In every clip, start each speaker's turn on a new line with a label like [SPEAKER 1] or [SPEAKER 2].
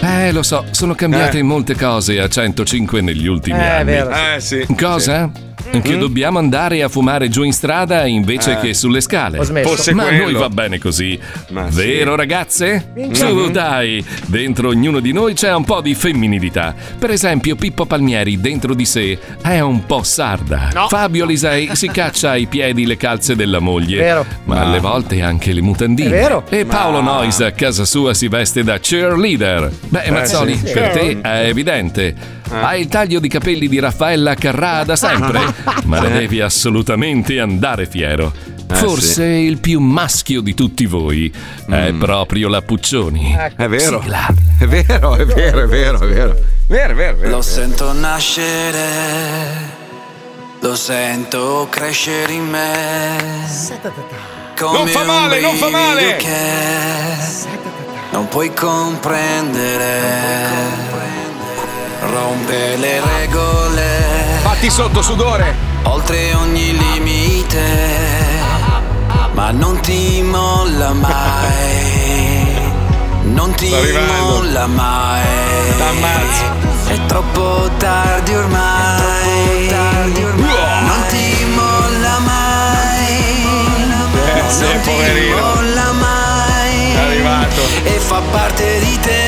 [SPEAKER 1] Eh, lo so, sono cambiate
[SPEAKER 2] Eh.
[SPEAKER 1] molte cose a 105 negli ultimi
[SPEAKER 2] Eh, è
[SPEAKER 1] anni.
[SPEAKER 2] vero, sì. Eh, sì. Mm.
[SPEAKER 1] Cosa? Che dobbiamo andare a fumare giù in strada invece
[SPEAKER 2] Eh.
[SPEAKER 1] che sulle scale.
[SPEAKER 2] Ho smesso. Fosse
[SPEAKER 1] Ma a noi
[SPEAKER 2] quello.
[SPEAKER 1] va bene così. Vero, ragazze?
[SPEAKER 2] Mhm.
[SPEAKER 1] Su, dai! Dentro ognuno di noi c'è un po' di femminilità. Per esempio, Pippo Palmieri dentro di sé è un po' sarda.
[SPEAKER 3] No.
[SPEAKER 1] Fabio Lisei si caccia ai piedi le calze della moglie.
[SPEAKER 3] Vero.
[SPEAKER 1] Ma alle volte anche le mutandine.
[SPEAKER 3] È vero.
[SPEAKER 1] E Paolo Nois a casa sua si veste da cheerleader. Beh,
[SPEAKER 3] Eh,
[SPEAKER 1] Mazzoli,
[SPEAKER 3] sì.
[SPEAKER 1] per
[SPEAKER 3] Sì.
[SPEAKER 1] te è evidente. Hai il taglio di capelli di Raffaella Carrà da sempre, ma ne devi assolutamente andare fiero.
[SPEAKER 4] Eh,
[SPEAKER 1] Forse il più maschio di tutti voi è proprio la Puccioni.
[SPEAKER 4] Mm. È vero.
[SPEAKER 1] Sigla.
[SPEAKER 4] È vero, è vero, è vero, è vero. Vero, è vero, è vero.
[SPEAKER 5] Lo sento nascere, lo sento crescere in me. Come
[SPEAKER 6] Non fa male,
[SPEAKER 5] un
[SPEAKER 6] non fa male!
[SPEAKER 5] brivido Che non puoi comprendere. Rompe le regole. Fatti sotto sudore. Oltre ogni limite. Ma non ti molla mai. Non ti molla mai. È troppo tardi ormai. Non ti molla mai.
[SPEAKER 6] sì,
[SPEAKER 5] non ti
[SPEAKER 6] poverino.
[SPEAKER 5] molla mai.
[SPEAKER 6] È arrivato.
[SPEAKER 5] E fa parte di te.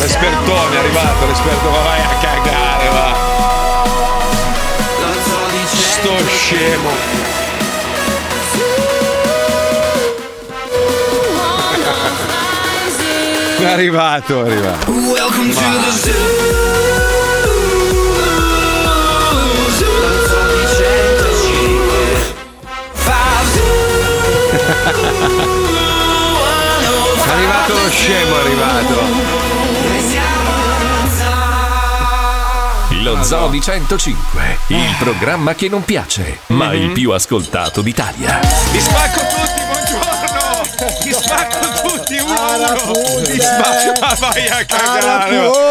[SPEAKER 2] L'espertone è arrivato, l'esperto ma vai a cagare, va. Sto scemo.
[SPEAKER 4] È arrivato, è arrivato.
[SPEAKER 5] Welcome to the zoo.
[SPEAKER 4] È arrivato lo scemo, è arrivato.
[SPEAKER 1] Lo Zoo di 105,
[SPEAKER 4] Eh.
[SPEAKER 1] il programma che non piace, ma
[SPEAKER 4] Mm-hmm.
[SPEAKER 1] il più ascoltato d'Italia.
[SPEAKER 2] Vi spacco tutti, buongiorno! Vi spacco tutti, uno a uno! Vi spacco, ma vai a cagare! va.
[SPEAKER 4] Oh,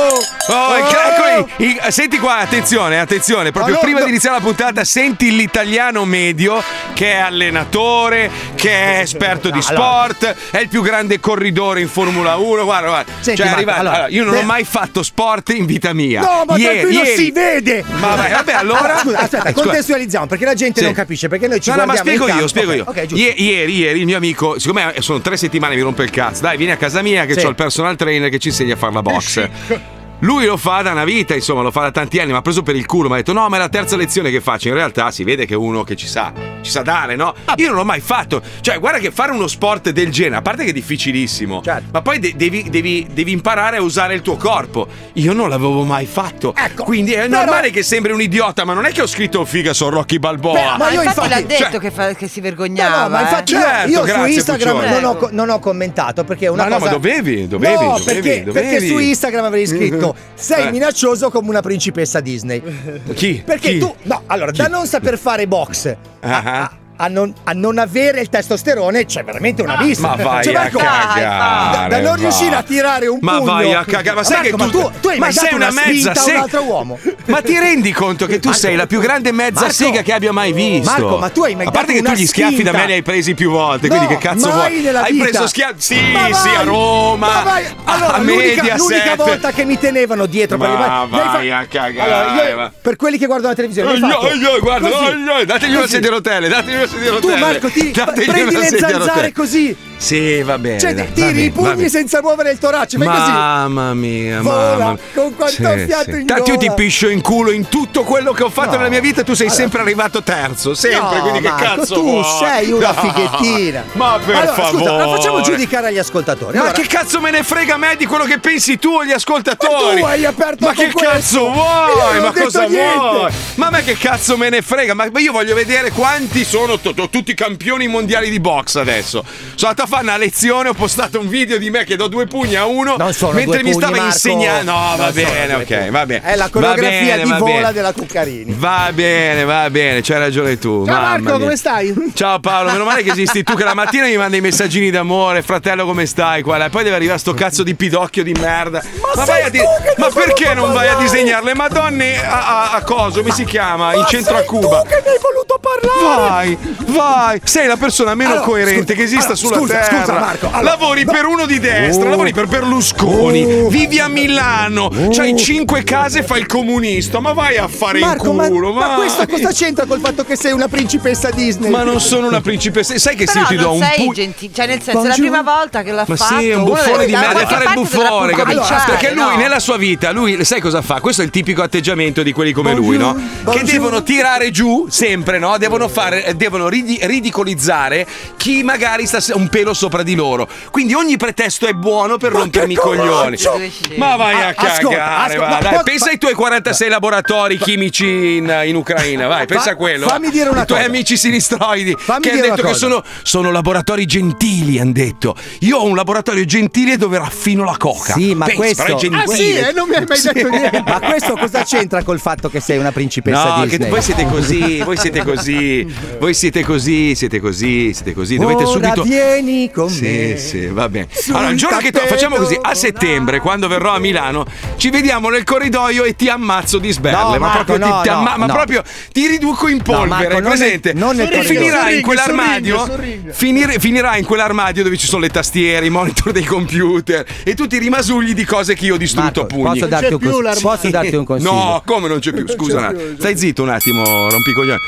[SPEAKER 2] Oh,
[SPEAKER 4] i calcoli- i- senti qua, attenzione, attenzione, proprio
[SPEAKER 2] Ma no,
[SPEAKER 4] prima
[SPEAKER 2] no.
[SPEAKER 4] di iniziare la puntata senti l'italiano medio che è allenatore, che è esperto di
[SPEAKER 2] No, allora.
[SPEAKER 4] sport, è il più grande corridore in Formula 1, guarda, guarda,
[SPEAKER 2] Senti,
[SPEAKER 4] cioè è
[SPEAKER 2] Marco,
[SPEAKER 4] arrivato,
[SPEAKER 2] allora,
[SPEAKER 4] allora, io non
[SPEAKER 2] ne-
[SPEAKER 4] ho mai fatto sport in vita mia.
[SPEAKER 7] No, ma
[SPEAKER 4] Ieri-
[SPEAKER 7] tranquillo,
[SPEAKER 4] ieri-
[SPEAKER 7] si vede!
[SPEAKER 4] Ma vabbè, vabbè, allora-
[SPEAKER 7] Scusa, aspetta,
[SPEAKER 4] Eh, scusa.
[SPEAKER 7] contestualizziamo perché la gente
[SPEAKER 4] Sì.
[SPEAKER 7] non capisce. Perché noi ci
[SPEAKER 4] No, no, ma
[SPEAKER 7] guardiamo in
[SPEAKER 4] spiego io,
[SPEAKER 7] campo.
[SPEAKER 4] spiego
[SPEAKER 7] Ok,
[SPEAKER 4] io.
[SPEAKER 7] Ok, giusto.
[SPEAKER 4] Ie- ieri, ieri il mio amico, siccome sono tre settimane che mi rompe il cazzo, dai, vieni a casa mia che
[SPEAKER 7] Sì.
[SPEAKER 4] ho il personal trainer che ci insegna a fare la box. Lui lo fa da una vita, insomma, lo fa da tanti anni, mi ha preso per il culo, mi ha detto no, ma è la terza lezione che faccio. In realtà si vede che è uno che ci sa, ci sa dare, no?
[SPEAKER 7] Ah.
[SPEAKER 4] Io non l'ho mai fatto. Cioè, guarda che fare uno sport del genere, a parte che è difficilissimo,
[SPEAKER 7] Certo.
[SPEAKER 4] ma poi de- devi, devi- devi imparare a usare il tuo corpo. Io non l'avevo mai fatto.
[SPEAKER 7] Ecco,
[SPEAKER 4] Quindi è
[SPEAKER 8] però-
[SPEAKER 4] normale che sembri un idiota, ma non è che ho scritto figa, sono Rocky Balboa.
[SPEAKER 8] Beh, ma
[SPEAKER 4] Cioè,
[SPEAKER 8] io infatti l'ha detto
[SPEAKER 4] cioè,
[SPEAKER 8] che, fa- che si
[SPEAKER 7] No,
[SPEAKER 8] vergognava.
[SPEAKER 7] ma infatti
[SPEAKER 8] eh.
[SPEAKER 7] io- io, su
[SPEAKER 4] grazie,
[SPEAKER 7] Instagram
[SPEAKER 4] Puccioni.
[SPEAKER 7] non ho, co- non ho commentato perché è una
[SPEAKER 4] Ma no,
[SPEAKER 7] cosa...
[SPEAKER 4] ma dovevi, dovevi,
[SPEAKER 7] No,
[SPEAKER 4] dovevi,
[SPEAKER 7] perché,
[SPEAKER 4] dovevi.
[SPEAKER 7] perché su Instagram avevi scritto sei
[SPEAKER 4] Eh.
[SPEAKER 7] minaccioso come una principessa Disney.
[SPEAKER 4] Chi?
[SPEAKER 7] Perché
[SPEAKER 4] Chi?
[SPEAKER 7] tu... No, allora, da non saper fare box
[SPEAKER 4] Ah, ah.
[SPEAKER 7] a non, a non avere il testosterone c'è veramente una
[SPEAKER 4] Ma
[SPEAKER 7] vista.
[SPEAKER 4] vai
[SPEAKER 7] Cioè,
[SPEAKER 4] a
[SPEAKER 7] Marco,
[SPEAKER 4] cagare,
[SPEAKER 7] Da, da non
[SPEAKER 4] vai.
[SPEAKER 7] riuscire a tirare un
[SPEAKER 4] Ma
[SPEAKER 7] pugno.
[SPEAKER 4] vai a cagare, ma sai
[SPEAKER 7] Marco,
[SPEAKER 4] che tu,
[SPEAKER 7] ma tu, tu hai
[SPEAKER 4] ma
[SPEAKER 7] mai
[SPEAKER 4] sei
[SPEAKER 7] dato
[SPEAKER 4] una mezza
[SPEAKER 7] spinta a
[SPEAKER 4] sega-
[SPEAKER 7] un altro uomo.
[SPEAKER 4] Ma ti rendi conto che tu sei la più grande mezza
[SPEAKER 7] Marco,
[SPEAKER 4] sega che abbia mai visto?
[SPEAKER 7] Marco, ma tu hai mai
[SPEAKER 4] A parte
[SPEAKER 7] dato
[SPEAKER 4] che tu
[SPEAKER 7] una
[SPEAKER 4] gli schiaffi da
[SPEAKER 7] spinta?
[SPEAKER 4] me li hai presi più volte, quindi
[SPEAKER 7] No,
[SPEAKER 4] che cazzo
[SPEAKER 7] mai
[SPEAKER 4] vuoi?
[SPEAKER 7] nella
[SPEAKER 4] hai
[SPEAKER 7] vita.
[SPEAKER 4] preso schiaffi? Sì,
[SPEAKER 7] Ma
[SPEAKER 4] sì, a
[SPEAKER 7] vai,
[SPEAKER 4] Roma.
[SPEAKER 7] ma vai. Allora,
[SPEAKER 4] a
[SPEAKER 7] l'unica,
[SPEAKER 4] Mediaset.
[SPEAKER 7] l'unica volta che mi tenevano dietro per
[SPEAKER 4] Ma
[SPEAKER 7] le mani- mi hai
[SPEAKER 4] vai a cagare,
[SPEAKER 7] Allora, io-
[SPEAKER 4] va. Eh,
[SPEAKER 7] per quelli che guardano la televisione, mi hai
[SPEAKER 4] Io,
[SPEAKER 7] fatto
[SPEAKER 4] io, guarda,
[SPEAKER 7] così,
[SPEAKER 4] io, dategli una
[SPEAKER 7] così.
[SPEAKER 4] sedia a rotelle, dategli una sedia a
[SPEAKER 7] Tu
[SPEAKER 4] rotelle.
[SPEAKER 7] Marco ti
[SPEAKER 4] Dategli
[SPEAKER 7] prendi
[SPEAKER 4] una
[SPEAKER 7] le
[SPEAKER 4] sedia a
[SPEAKER 7] zanzare
[SPEAKER 4] rotelle.
[SPEAKER 7] così,
[SPEAKER 4] Sì, va bene.
[SPEAKER 7] cioè
[SPEAKER 4] Eh, dai, va
[SPEAKER 7] ti- tiri
[SPEAKER 4] bene,
[SPEAKER 7] i
[SPEAKER 4] va bene.
[SPEAKER 7] pugni senza muovere il torace, fai così.
[SPEAKER 4] Mamma mia,
[SPEAKER 7] Vola,
[SPEAKER 4] mamma mia.
[SPEAKER 7] con quanto fiato in
[SPEAKER 4] Tanto io ti
[SPEAKER 7] gola.
[SPEAKER 4] piscio in culo in tutto quello che ho fatto
[SPEAKER 7] No.
[SPEAKER 4] nella mia vita, tu sei
[SPEAKER 7] Allora-
[SPEAKER 4] sempre arrivato terzo, sempre,
[SPEAKER 7] No,
[SPEAKER 4] quindi che
[SPEAKER 7] Marco,
[SPEAKER 4] cazzo
[SPEAKER 7] tu
[SPEAKER 4] vuoi?
[SPEAKER 7] sei una
[SPEAKER 4] No.
[SPEAKER 7] fighettina.
[SPEAKER 4] Ma per
[SPEAKER 7] allora,
[SPEAKER 4] favore.
[SPEAKER 7] Scusa, ma facciamo giudicare agli ascoltatori.
[SPEAKER 4] Ma
[SPEAKER 7] Allora,
[SPEAKER 4] che cazzo me ne frega a me di quello che pensi tu o gli ascoltatori?
[SPEAKER 7] Ma tu hai aperto
[SPEAKER 4] Ma
[SPEAKER 7] con
[SPEAKER 4] che
[SPEAKER 7] questo.
[SPEAKER 4] cazzo
[SPEAKER 7] Io
[SPEAKER 4] vuoi?
[SPEAKER 7] non ho
[SPEAKER 4] Ma
[SPEAKER 7] detto
[SPEAKER 4] cosa
[SPEAKER 7] niente.
[SPEAKER 4] vuoi? Ma a me che cazzo me ne frega? Ma ma io voglio vedere quanti sono to- to- tutti i campioni mondiali di box adesso. Sono andato a fare una lezione, ho postato un video di me che do due pugni a uno
[SPEAKER 7] Non sono
[SPEAKER 4] mentre
[SPEAKER 7] due
[SPEAKER 4] mi
[SPEAKER 7] pugni,
[SPEAKER 4] stava
[SPEAKER 7] Marco.
[SPEAKER 4] insegnando. No,
[SPEAKER 7] Non
[SPEAKER 4] va
[SPEAKER 7] sono
[SPEAKER 4] bene,
[SPEAKER 7] due
[SPEAKER 4] ok, va bene.
[SPEAKER 7] È la
[SPEAKER 4] Va
[SPEAKER 7] coreografia via
[SPEAKER 4] bene,
[SPEAKER 7] di
[SPEAKER 4] va
[SPEAKER 7] vola
[SPEAKER 4] bene.
[SPEAKER 7] della Cuccarini.
[SPEAKER 4] Va bene, va bene, c'hai ragione tu.
[SPEAKER 3] Ciao
[SPEAKER 4] mamma
[SPEAKER 3] Marco,
[SPEAKER 4] mia.
[SPEAKER 3] come stai?
[SPEAKER 4] Ciao Paolo, meno male che esisti tu che la mattina mi mandi i messaggini d'amore, fratello come stai qua, là, e poi deve arrivare sto cazzo di pidocchio di merda. Ma, vai a di- ma perché non vai a disegnarle? Madonne a, a- a coso, mi si chiama, in centro a Cuba.
[SPEAKER 6] che mi hai voluto parlare?
[SPEAKER 4] Vai, vai, sei la persona meno
[SPEAKER 6] Allora,
[SPEAKER 4] coerente
[SPEAKER 6] scusa,
[SPEAKER 4] che esista
[SPEAKER 6] allora,
[SPEAKER 4] sulla
[SPEAKER 6] scusa,
[SPEAKER 4] terra.
[SPEAKER 6] scusa, Marco, allora,
[SPEAKER 4] lavori
[SPEAKER 6] no.
[SPEAKER 4] per uno di destra,
[SPEAKER 6] Oh.
[SPEAKER 4] lavori per Berlusconi,
[SPEAKER 6] Oh.
[SPEAKER 4] vivi a Milano, c'hai cinque case e fai il comunista, ma vai a fare
[SPEAKER 7] Marco,
[SPEAKER 4] in
[SPEAKER 7] ma,
[SPEAKER 4] culo,
[SPEAKER 7] ma
[SPEAKER 4] vai.
[SPEAKER 7] questo cosa c'entra col fatto che sei una principessa Disney?
[SPEAKER 4] Ma non sono una principessa. Sai che se
[SPEAKER 8] Però
[SPEAKER 4] io ti do
[SPEAKER 8] non
[SPEAKER 4] un
[SPEAKER 8] sei
[SPEAKER 4] pugno.
[SPEAKER 8] gentile, cioè nel senso, è la
[SPEAKER 7] Buongiorno.
[SPEAKER 8] prima volta che l'ha
[SPEAKER 4] Ma
[SPEAKER 8] fatto.
[SPEAKER 4] sì, è un
[SPEAKER 8] uno
[SPEAKER 4] buffone
[SPEAKER 8] deve-
[SPEAKER 4] di
[SPEAKER 8] da
[SPEAKER 4] merda, deve
[SPEAKER 8] qualche
[SPEAKER 4] fare il
[SPEAKER 8] parte dovrà
[SPEAKER 4] buffone, capito?
[SPEAKER 8] cominciare,
[SPEAKER 4] Perché lui
[SPEAKER 8] no?
[SPEAKER 4] nella sua vita, lui, sai cosa fa? Questo è il tipico atteggiamento di quelli come lui, no? Che
[SPEAKER 7] buongiorno.
[SPEAKER 4] devono tirare giù sempre, no? Devono fare, eh, devono ridi- ridicolizzare chi magari sta se- un pelo sopra di loro. Quindi ogni pretesto è buono per rompermi i coglioni. Ma vai a
[SPEAKER 7] Ah, ascolta,
[SPEAKER 4] cagare,
[SPEAKER 7] ascolta,
[SPEAKER 4] va,
[SPEAKER 7] ma
[SPEAKER 4] dai,
[SPEAKER 7] poi-
[SPEAKER 4] pensa ai tuoi 46 laboratori chimici in, in Ucraina, vai, pensa a quello.
[SPEAKER 7] fammi
[SPEAKER 4] va.
[SPEAKER 7] dire una
[SPEAKER 4] I tuoi
[SPEAKER 7] cosa.
[SPEAKER 4] amici sinistroidi
[SPEAKER 7] Fammi
[SPEAKER 4] che hanno
[SPEAKER 7] dire una
[SPEAKER 4] detto che
[SPEAKER 7] cosa.
[SPEAKER 4] sono, sono laboratori gentili, hanno detto. Io ho un laboratorio gentile dove raffino la coca.
[SPEAKER 6] Sì, ma
[SPEAKER 4] Pensa,
[SPEAKER 6] questo-
[SPEAKER 4] però è
[SPEAKER 6] Ah,
[SPEAKER 4] gentile.
[SPEAKER 7] Ah sì, eh, non mi hai mai detto niente.
[SPEAKER 6] Ma questo cosa c'entra col fatto che sei una principessa
[SPEAKER 4] No, che
[SPEAKER 6] Disney?
[SPEAKER 4] voi siete così, voi siete così, voi siete così, siete così, siete così, dovete
[SPEAKER 6] Ora
[SPEAKER 4] subito
[SPEAKER 6] vieni con
[SPEAKER 4] Sì,
[SPEAKER 6] me.
[SPEAKER 4] sì, va bene.
[SPEAKER 6] Sul
[SPEAKER 4] Allora, il giorno che to-
[SPEAKER 6] tappeto.
[SPEAKER 4] facciamo così, a settembre, quando verrò a Milano, ci vediamo nel corridoio e ti ammazzo di sberle.
[SPEAKER 6] No,
[SPEAKER 4] ma
[SPEAKER 6] Marco,
[SPEAKER 4] proprio ti,
[SPEAKER 6] no,
[SPEAKER 4] ti amma-
[SPEAKER 6] no,
[SPEAKER 4] ma
[SPEAKER 6] no.
[SPEAKER 4] proprio ti riduco in polvere,
[SPEAKER 6] Marco, non nel-
[SPEAKER 4] presente?
[SPEAKER 6] non nel
[SPEAKER 4] e
[SPEAKER 6] corridoio.
[SPEAKER 4] finirà in
[SPEAKER 7] Sorringhe,
[SPEAKER 4] quell'armadio.
[SPEAKER 7] sorringhe, sorringhe.
[SPEAKER 4] finir- finirà in quell'armadio dove ci sono le tastiere, i monitor dei computer e tutti i rimasugli di cose che io ho distrutto
[SPEAKER 6] Marco,
[SPEAKER 4] a pugni.
[SPEAKER 6] posso darti, un cons- posso darti un consiglio?
[SPEAKER 4] No, come non c'è più? esatto. Scusa, un attimo. stai zitto un attimo, rompi i coglioni.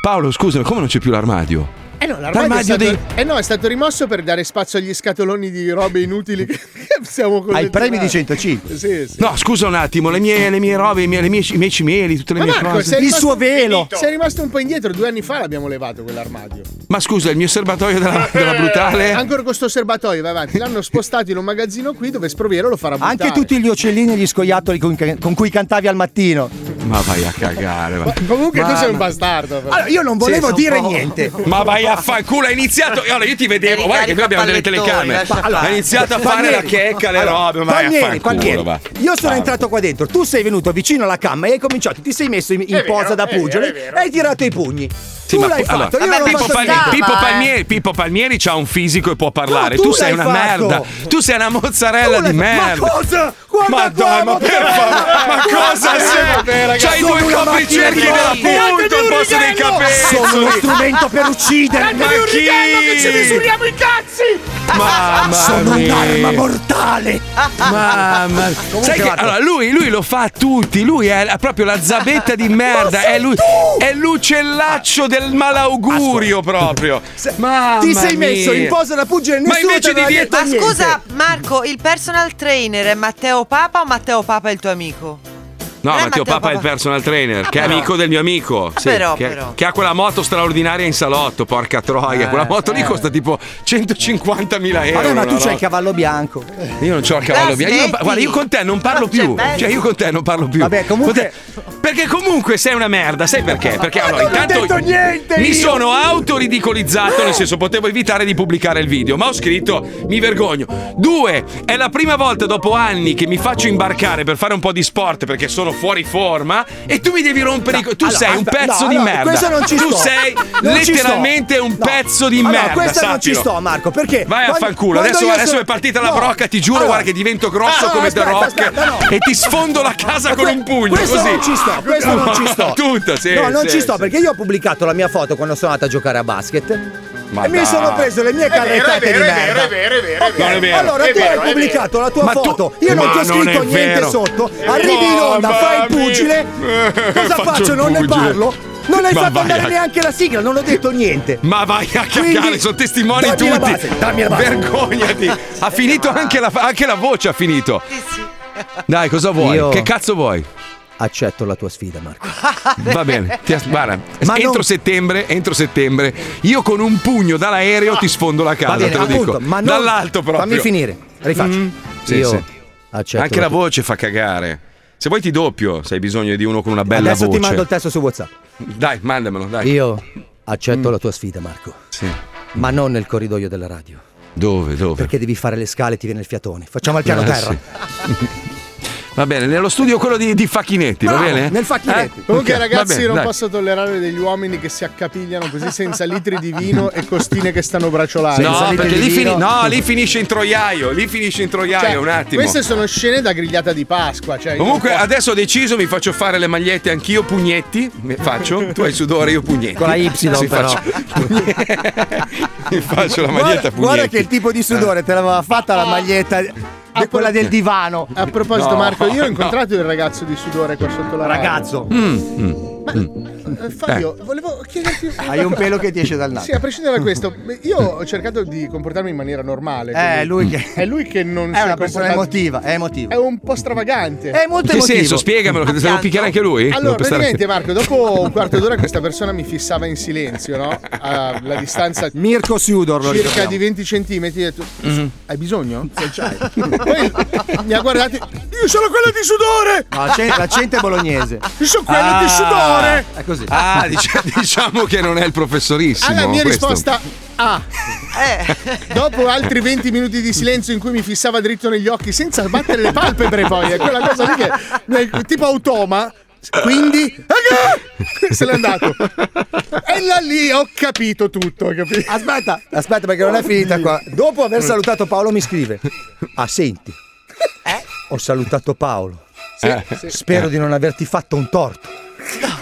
[SPEAKER 4] Paolo, scusami, come non c'è più l'armadio?
[SPEAKER 3] Eh no, l'armadio,
[SPEAKER 4] L'armadio
[SPEAKER 3] è stato, eh no, è stato rimosso per dare spazio agli scatoloni di robe inutili che siamo
[SPEAKER 7] Ai premi di
[SPEAKER 3] collezionati.
[SPEAKER 7] 105.
[SPEAKER 3] Sì, sì.
[SPEAKER 4] No, scusa un attimo, le mie, le mie robe, i miei, le mie- i miei cimeli, tutte le
[SPEAKER 3] Ma
[SPEAKER 4] mie
[SPEAKER 3] Marco,
[SPEAKER 4] cose.
[SPEAKER 3] sei
[SPEAKER 7] Il
[SPEAKER 3] rimasto-
[SPEAKER 7] suo velo.
[SPEAKER 3] Sei rimasto un po' indietro, due anni fa l'abbiamo levato quell'armadio.
[SPEAKER 4] Ma scusa, il mio serbatoio della, della
[SPEAKER 6] Eh,
[SPEAKER 4] brutale.
[SPEAKER 3] Ancora con sto serbatoio, vai avanti. L'hanno spostato in un magazzino qui dove Sprovero lo farà buttare.
[SPEAKER 6] Anche tutti gli uccellini e gli scoiattoli con, con cui cantavi al mattino.
[SPEAKER 4] Ma vai a cagare. va.
[SPEAKER 3] Comunque
[SPEAKER 6] Ma-
[SPEAKER 3] tu sei un bastardo. però.
[SPEAKER 7] Allora, io non volevo dire niente.
[SPEAKER 4] Ma vai a fanculo, hai iniziato. Allora, io ti vedevo,
[SPEAKER 8] Devi
[SPEAKER 4] guarda che noi abbiamo delle
[SPEAKER 8] pallettoni,
[SPEAKER 4] telecamere.
[SPEAKER 8] lascia
[SPEAKER 4] Hai iniziato a fare la checca, le robe, ma vai a
[SPEAKER 6] Palmieri,
[SPEAKER 4] fanculo.
[SPEAKER 6] Palmieri,
[SPEAKER 4] va.
[SPEAKER 6] io sono entrato qua dentro, tu sei venuto vicino alla camera e hai cominciato, ti sei messo in, in
[SPEAKER 3] vero,
[SPEAKER 6] posa da
[SPEAKER 3] è vero,
[SPEAKER 6] pugile
[SPEAKER 3] è vero.
[SPEAKER 6] e hai tirato i pugni.
[SPEAKER 4] Sì,
[SPEAKER 6] tu
[SPEAKER 4] ma-
[SPEAKER 6] l'hai
[SPEAKER 4] allora,
[SPEAKER 6] fatto, io
[SPEAKER 8] vabbè,
[SPEAKER 6] non ho
[SPEAKER 4] Pippo,
[SPEAKER 8] Pippo
[SPEAKER 6] fatto niente.
[SPEAKER 8] Palmieri- Stava,
[SPEAKER 4] Pippo
[SPEAKER 8] eh.
[SPEAKER 4] Palmieri, Pippo Palmieri c'ha un fisico e può parlare.
[SPEAKER 6] No, tu
[SPEAKER 4] tu sei
[SPEAKER 6] l'hai
[SPEAKER 4] una
[SPEAKER 6] fatto.
[SPEAKER 4] merda. Tu sei una mozzarella
[SPEAKER 6] Tu
[SPEAKER 4] di
[SPEAKER 6] l'hai-
[SPEAKER 4] merda.
[SPEAKER 6] Ma cosa? Guarda
[SPEAKER 4] Ma
[SPEAKER 6] qua,
[SPEAKER 4] dai, ma per
[SPEAKER 6] mozzarella!
[SPEAKER 4] favore, ma
[SPEAKER 6] Guarda,
[SPEAKER 4] cosa
[SPEAKER 6] guarda,
[SPEAKER 4] sei? C'hai i
[SPEAKER 6] sono
[SPEAKER 4] due
[SPEAKER 6] una
[SPEAKER 4] copricerchi
[SPEAKER 6] macchina
[SPEAKER 4] della
[SPEAKER 6] di morte.
[SPEAKER 4] punta al posto dei
[SPEAKER 6] Sono uno
[SPEAKER 4] capezzoli.
[SPEAKER 6] strumento per uccidere.
[SPEAKER 4] Ma chi?
[SPEAKER 6] i cazzi! Sono
[SPEAKER 4] Mamma
[SPEAKER 6] un'arma
[SPEAKER 4] mia.
[SPEAKER 6] mortale!
[SPEAKER 4] Mamma mia. Sai che,
[SPEAKER 6] Marco-
[SPEAKER 4] allora, lui, lui lo fa a tutti. Lui è la- proprio la zabetta di merda. È, lui- è l'uccellaccio del malaugurio proprio. Mamma
[SPEAKER 6] Ti sei messo
[SPEAKER 4] mia.
[SPEAKER 6] in posa da pugile
[SPEAKER 4] Ma
[SPEAKER 6] nessuno
[SPEAKER 4] invece
[SPEAKER 6] t'aveva
[SPEAKER 4] di
[SPEAKER 6] detto
[SPEAKER 4] dieta-
[SPEAKER 8] Ma
[SPEAKER 6] niente.
[SPEAKER 8] scusa, Marco, il personal trainer è Matteo Papa o Matteo Papa è il tuo amico?
[SPEAKER 4] No,
[SPEAKER 8] Eh,
[SPEAKER 4] Matteo
[SPEAKER 8] Matteo
[SPEAKER 4] Papa è il
[SPEAKER 8] Papa.
[SPEAKER 4] personal trainer,
[SPEAKER 8] Ah,
[SPEAKER 4] che è
[SPEAKER 8] però.
[SPEAKER 4] amico del mio amico. sì,
[SPEAKER 8] però,
[SPEAKER 4] che,
[SPEAKER 8] però.
[SPEAKER 4] che ha quella moto straordinaria in salotto, porca troia. quella moto lì costa tipo 150.000 euro.
[SPEAKER 6] Eh, Vabbè,
[SPEAKER 4] una
[SPEAKER 6] ma tu c'hai
[SPEAKER 4] roba.
[SPEAKER 6] il cavallo bianco.
[SPEAKER 4] Io non c'ho il cavallo
[SPEAKER 8] Dai,
[SPEAKER 4] bianco. Io,
[SPEAKER 8] smetti.
[SPEAKER 4] guarda, io con te non parlo
[SPEAKER 8] Ma c'è
[SPEAKER 4] più.
[SPEAKER 8] mezzo.
[SPEAKER 4] Cioè, io con te non parlo più.
[SPEAKER 6] Vabbè, comunque-
[SPEAKER 4] Con te- Perché comunque sei una merda, sai perché? Perché allora,
[SPEAKER 6] non ho
[SPEAKER 4] intanto
[SPEAKER 6] detto niente
[SPEAKER 4] mi
[SPEAKER 6] io.
[SPEAKER 4] sono autoridicolizzato, nel senso potevo evitare di pubblicare il video, ma ho scritto mi vergogno. Due, è la prima volta dopo anni che mi faccio imbarcare per fare un po' di sport perché sono fuori forma e tu mi devi rompere i co- tu
[SPEAKER 6] Allora,
[SPEAKER 4] sei un
[SPEAKER 6] aspetta,
[SPEAKER 4] pezzo
[SPEAKER 6] no,
[SPEAKER 4] di
[SPEAKER 6] no,
[SPEAKER 4] merda.
[SPEAKER 6] Questo non ci
[SPEAKER 4] tu
[SPEAKER 6] sto.
[SPEAKER 4] sei
[SPEAKER 6] Non ci sto.
[SPEAKER 4] letteralmente un
[SPEAKER 6] No.
[SPEAKER 4] pezzo di
[SPEAKER 6] Allora,
[SPEAKER 4] merda,
[SPEAKER 6] Questo non ci
[SPEAKER 4] sappilo.
[SPEAKER 6] sto, Marco, perché
[SPEAKER 4] Vai a
[SPEAKER 6] quando-
[SPEAKER 4] fanculo,
[SPEAKER 6] quando
[SPEAKER 4] adesso,
[SPEAKER 6] io
[SPEAKER 4] adesso
[SPEAKER 6] sono-
[SPEAKER 4] è partita la
[SPEAKER 6] No.
[SPEAKER 4] brocca, ti giuro,
[SPEAKER 6] Allora.
[SPEAKER 4] guarda che divento grosso
[SPEAKER 6] Ah,
[SPEAKER 4] come
[SPEAKER 6] aspetta,
[SPEAKER 4] The Rock
[SPEAKER 6] aspetta, no.
[SPEAKER 4] e ti sfondo la casa
[SPEAKER 6] Ma
[SPEAKER 4] con
[SPEAKER 6] que-
[SPEAKER 4] un pugno
[SPEAKER 6] questo
[SPEAKER 4] così.
[SPEAKER 6] non ci sto, questo non ci sto.
[SPEAKER 4] Tutta, sì,
[SPEAKER 6] no, non
[SPEAKER 4] sì,
[SPEAKER 6] ci sto
[SPEAKER 4] sì.
[SPEAKER 6] perché io ho pubblicato la mia foto quando sono andato a giocare a basket
[SPEAKER 4] Ma
[SPEAKER 6] e mi
[SPEAKER 4] dai.
[SPEAKER 6] sono preso le
[SPEAKER 4] Eh,
[SPEAKER 6] mie carrettate di merda.
[SPEAKER 3] vero, è vero, è vero.
[SPEAKER 4] Non è vero.
[SPEAKER 6] Allora, tu hai pubblicato la tua
[SPEAKER 4] Ma tu-
[SPEAKER 6] foto, io non
[SPEAKER 4] Ma
[SPEAKER 6] ti ho
[SPEAKER 4] non
[SPEAKER 6] scritto
[SPEAKER 4] è vero.
[SPEAKER 6] niente sotto. Arrivi in onda,
[SPEAKER 4] Mamma
[SPEAKER 6] fai il
[SPEAKER 4] mia.
[SPEAKER 6] pugile.
[SPEAKER 4] Eh,
[SPEAKER 6] Cosa
[SPEAKER 4] faccio il
[SPEAKER 6] faccio? Non ne
[SPEAKER 4] pugile.
[SPEAKER 6] parlo. Non hai
[SPEAKER 4] Ma
[SPEAKER 6] fatto
[SPEAKER 4] vai
[SPEAKER 6] andare
[SPEAKER 4] a-
[SPEAKER 6] neanche la sigla, non ho detto niente.
[SPEAKER 4] Ma vai a cagare,
[SPEAKER 6] Quindi-
[SPEAKER 4] sono testimoni
[SPEAKER 6] Dammi la
[SPEAKER 4] tutti.
[SPEAKER 6] base, dammi la base.
[SPEAKER 4] Vergognati. Ha finito anche la, anche la voce, ha finito. Dai, cosa vuoi?
[SPEAKER 6] Io-
[SPEAKER 4] Che cazzo vuoi?
[SPEAKER 6] Accetto la tua sfida, Marco.
[SPEAKER 4] Va bene, ti as- guarda,
[SPEAKER 6] Ma
[SPEAKER 4] entro
[SPEAKER 6] non-
[SPEAKER 4] settembre, entro settembre, io con un pugno dall'aereo ti sfondo la casa,
[SPEAKER 6] Va bene,
[SPEAKER 4] te lo
[SPEAKER 6] appunto,
[SPEAKER 4] dico.
[SPEAKER 6] ma non-
[SPEAKER 4] Dall'alto proprio. Mm.
[SPEAKER 6] Fammi finire, rifaccio.
[SPEAKER 4] sì,
[SPEAKER 6] io
[SPEAKER 4] sì.
[SPEAKER 6] accetto.
[SPEAKER 4] Anche la
[SPEAKER 6] la tua-
[SPEAKER 4] voce fa cagare. Se vuoi ti doppio, se hai bisogno di uno con una bella
[SPEAKER 6] Adesso
[SPEAKER 4] voce.
[SPEAKER 6] ti mando il testo su WhatsApp.
[SPEAKER 4] Dai, mandamelo, dai. Mm.
[SPEAKER 6] Io accetto la tua sfida, Marco.
[SPEAKER 4] Sì.
[SPEAKER 6] Ma non nel corridoio della radio.
[SPEAKER 4] Dove, Eh, dove?
[SPEAKER 6] Perché devi fare le scale e ti viene il fiatone. Facciamo al piano
[SPEAKER 4] Ah,
[SPEAKER 6] terra.
[SPEAKER 4] sì. Va bene, nello studio quello di, di Facchinetti, va
[SPEAKER 6] Bravo,
[SPEAKER 4] bene?
[SPEAKER 6] nel Facchinetti.
[SPEAKER 4] Eh, Ok,
[SPEAKER 3] Comunque,
[SPEAKER 4] va
[SPEAKER 3] ragazzi,
[SPEAKER 4] bene,
[SPEAKER 3] non
[SPEAKER 4] dai.
[SPEAKER 3] posso tollerare degli uomini che si accapigliano così senza litri di vino e costine che stanno braciolando.
[SPEAKER 4] No,
[SPEAKER 3] Senza litri
[SPEAKER 4] perché
[SPEAKER 3] di
[SPEAKER 4] lì,
[SPEAKER 3] vino.
[SPEAKER 4] fini- no, lì finisce in troiaio, lì finisce in troiaio
[SPEAKER 3] Cioè,
[SPEAKER 4] un attimo.
[SPEAKER 3] Queste sono scene da grigliata di Pasqua. Cioè,
[SPEAKER 4] Comunque
[SPEAKER 3] io-
[SPEAKER 4] adesso ho deciso, mi faccio fare le magliette anch'io, pugnetti, mi faccio, tu hai sudore, io pugnetti.
[SPEAKER 6] Con la Y,
[SPEAKER 4] Mi
[SPEAKER 6] però.
[SPEAKER 4] faccio, mi faccio la maglietta
[SPEAKER 6] Guarda,
[SPEAKER 4] a pugnetti.
[SPEAKER 6] guarda che il tipo di
[SPEAKER 4] Eh.
[SPEAKER 6] sudore te l'aveva fatta la maglietta, de- quella del divano.
[SPEAKER 3] Ah. A proposito,
[SPEAKER 4] No,
[SPEAKER 3] Marco,
[SPEAKER 4] no. Mm.
[SPEAKER 3] io ho incontrato il ragazzo di sudore qua sotto la radio.
[SPEAKER 6] Ragazzo,
[SPEAKER 3] Eh, Fabio, volevo chiederti.
[SPEAKER 6] hai un pelo che ti esce dal
[SPEAKER 3] Sì,
[SPEAKER 6] naso.
[SPEAKER 3] a prescindere da questo, io ho cercato di comportarmi in maniera normale. quindi-
[SPEAKER 6] Eh, lui che
[SPEAKER 3] È lui che non si
[SPEAKER 6] è una persona
[SPEAKER 3] comportato-
[SPEAKER 6] emotiva, è
[SPEAKER 3] È
[SPEAKER 6] emotiva.
[SPEAKER 3] un po' stravagante.
[SPEAKER 6] È molto
[SPEAKER 4] Che senso?
[SPEAKER 6] emotivo.
[SPEAKER 4] Spiegamelo, che devo picchiare anche lui?
[SPEAKER 3] Allora,
[SPEAKER 4] Devo pestare-
[SPEAKER 3] praticamente, Marco, dopo un quarto d'ora questa persona mi fissava in silenzio, no? A- Alla distanza
[SPEAKER 6] Mirko Siudor lo
[SPEAKER 3] circa
[SPEAKER 6] ricordiamo.
[SPEAKER 3] di 20 centimetri. Ho detto,
[SPEAKER 6] Mhm.
[SPEAKER 3] hai bisogno? Se c'hai. Poi mi ha guardato, io sono quello di sudore!
[SPEAKER 6] No, l'accento- l'accento è bolognese.
[SPEAKER 3] Io sono quello di
[SPEAKER 4] Ah.
[SPEAKER 3] sudore!
[SPEAKER 6] È così.
[SPEAKER 4] Ah, dic- diciamo che non è il professorissimo.
[SPEAKER 3] Alla mia
[SPEAKER 4] questo.
[SPEAKER 3] risposta A.
[SPEAKER 6] Eh.
[SPEAKER 3] Dopo altri 20 minuti di silenzio in cui mi fissava dritto negli occhi senza battere le palpebre poi, è quella cosa lì che nel- tipo automa. Quindi Ah! se n'è andato. E là lì ho capito tutto, capito?
[SPEAKER 6] Aspetta, aspetta perché non è finita qua. Dopo aver
[SPEAKER 3] Mm.
[SPEAKER 6] salutato Paolo mi scrive. Ah, senti.
[SPEAKER 3] Eh?
[SPEAKER 6] Ho salutato Paolo. Eh,
[SPEAKER 4] Eh.
[SPEAKER 6] Spero di non averti fatto un torto.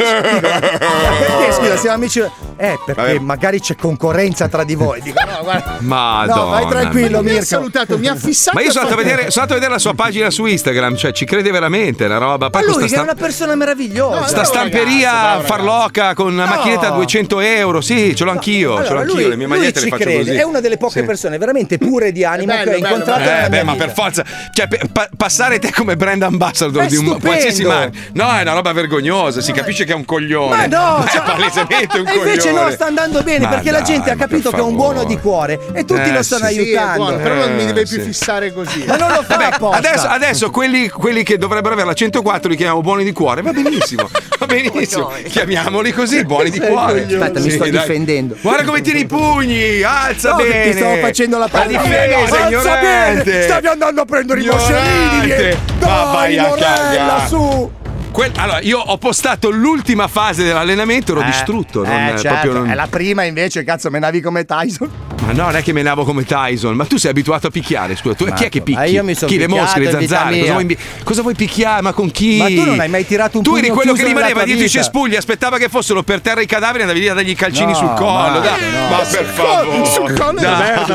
[SPEAKER 6] Ma perché scusa, siamo amici? Eh, perché magari c'è concorrenza tra di voi. Dico, no, guarda.
[SPEAKER 4] Madonna.
[SPEAKER 6] no, vai tranquillo,
[SPEAKER 3] Mi ha
[SPEAKER 6] Mirko.
[SPEAKER 3] salutato, mi ha fissato.
[SPEAKER 4] Ma io sono
[SPEAKER 3] e
[SPEAKER 4] andato, a
[SPEAKER 3] fatto-
[SPEAKER 4] vedere, sono andato a vedere la sua pagina su Instagram, cioè ci crede veramente la roba.
[SPEAKER 6] Ma
[SPEAKER 4] Poi
[SPEAKER 6] lui
[SPEAKER 4] questa
[SPEAKER 6] che è
[SPEAKER 4] stampa-
[SPEAKER 6] una persona meravigliosa.
[SPEAKER 4] Sta
[SPEAKER 3] Bravo
[SPEAKER 4] stamperia
[SPEAKER 3] ragazzo, bravo ragazzo.
[SPEAKER 4] farlocca con una
[SPEAKER 6] No.
[SPEAKER 4] macchinetta a 200 euro. Sì, ce l'ho anch'io. ce l'ho
[SPEAKER 6] Allora,
[SPEAKER 4] anch'io.
[SPEAKER 6] lui,
[SPEAKER 4] le mie
[SPEAKER 6] lui
[SPEAKER 4] magliette le
[SPEAKER 6] ci
[SPEAKER 4] faccio
[SPEAKER 6] crede,
[SPEAKER 4] così.
[SPEAKER 6] è una delle poche
[SPEAKER 4] Sì.
[SPEAKER 6] persone veramente pure di anima
[SPEAKER 3] È bello,
[SPEAKER 6] che ho
[SPEAKER 3] bello,
[SPEAKER 6] incontrato.
[SPEAKER 3] bello.
[SPEAKER 6] nella
[SPEAKER 4] Eh, beh,
[SPEAKER 6] mia
[SPEAKER 4] ma
[SPEAKER 6] vita.
[SPEAKER 4] per forza, cioè, pe- pa- passare te come brand ambassador
[SPEAKER 6] È
[SPEAKER 4] di un
[SPEAKER 6] stupendo.
[SPEAKER 4] qualsiasi marchio, no, è una roba vergognosa. Si capisce che è un coglione,
[SPEAKER 6] Ma no,
[SPEAKER 4] è
[SPEAKER 6] cioè-
[SPEAKER 4] palesemente un
[SPEAKER 6] e
[SPEAKER 4] coglione.
[SPEAKER 6] invece no, sta andando bene
[SPEAKER 4] Ma
[SPEAKER 6] perché la
[SPEAKER 4] dai,
[SPEAKER 6] gente ha
[SPEAKER 4] ma per
[SPEAKER 6] capito che è un buono
[SPEAKER 4] favore.
[SPEAKER 6] di cuore e tutti
[SPEAKER 4] Eh,
[SPEAKER 6] lo stanno
[SPEAKER 4] sì,
[SPEAKER 3] Sì, è buono,
[SPEAKER 6] aiutando.
[SPEAKER 3] però non mi deve
[SPEAKER 4] Eh,
[SPEAKER 3] più
[SPEAKER 4] sì.
[SPEAKER 3] fissare così.
[SPEAKER 6] ma non lo fa apposta.
[SPEAKER 4] Adesso, adesso quelli, quelli che dovrebbero avere la 104 li chiamiamo buoni di cuore, va benissimo, va benissimo. Chiamiamoli così, buoni di cuore.
[SPEAKER 6] Aspetta, mi sto difendendo.
[SPEAKER 4] Guarda come tiri i pugni, alza
[SPEAKER 6] No, che
[SPEAKER 4] bene.
[SPEAKER 6] ti stavo facendo la
[SPEAKER 4] La
[SPEAKER 6] palla.
[SPEAKER 4] difesa,
[SPEAKER 6] Alza
[SPEAKER 4] ignorante.
[SPEAKER 6] bene, stavi andando a prendere i
[SPEAKER 4] Ignorante.
[SPEAKER 6] moscerini. che-
[SPEAKER 4] Ma vai
[SPEAKER 6] Dai,
[SPEAKER 4] a
[SPEAKER 6] Morella,
[SPEAKER 4] cagare.
[SPEAKER 6] su.
[SPEAKER 4] Que- allora, io ho postato l'ultima fase dell'allenamento, ero distrutto. Non,
[SPEAKER 6] eh, certo,
[SPEAKER 4] proprio non-
[SPEAKER 6] È la prima invece, cazzo, me navi come Tyson.
[SPEAKER 4] Ma no, non è che me lavo come Tyson, ma tu sei abituato a picchiare. Scusa, tu, chi è che picchi?
[SPEAKER 6] eh, io mi son
[SPEAKER 4] chi le
[SPEAKER 6] picchiato
[SPEAKER 4] mosche, le
[SPEAKER 6] in vita
[SPEAKER 4] zanzare? Cosa
[SPEAKER 6] mia.
[SPEAKER 4] vuoi, imbi- cosa vuoi picchiare? Ma con chi?
[SPEAKER 6] Ma tu non hai mai tirato un
[SPEAKER 4] Tu eri
[SPEAKER 6] pugno
[SPEAKER 4] quello che
[SPEAKER 6] chiuso nella
[SPEAKER 4] rimaneva
[SPEAKER 6] tua
[SPEAKER 4] dietro i
[SPEAKER 6] vita.
[SPEAKER 4] cespugli, aspettava che fossero per terra i cadaveri e andavi lì a dargli i calcini
[SPEAKER 6] No,
[SPEAKER 4] sul collo.
[SPEAKER 6] Mario,
[SPEAKER 4] dai.
[SPEAKER 6] no.
[SPEAKER 4] Ma per favore,
[SPEAKER 3] sul collo è una
[SPEAKER 4] dai.
[SPEAKER 3] merda,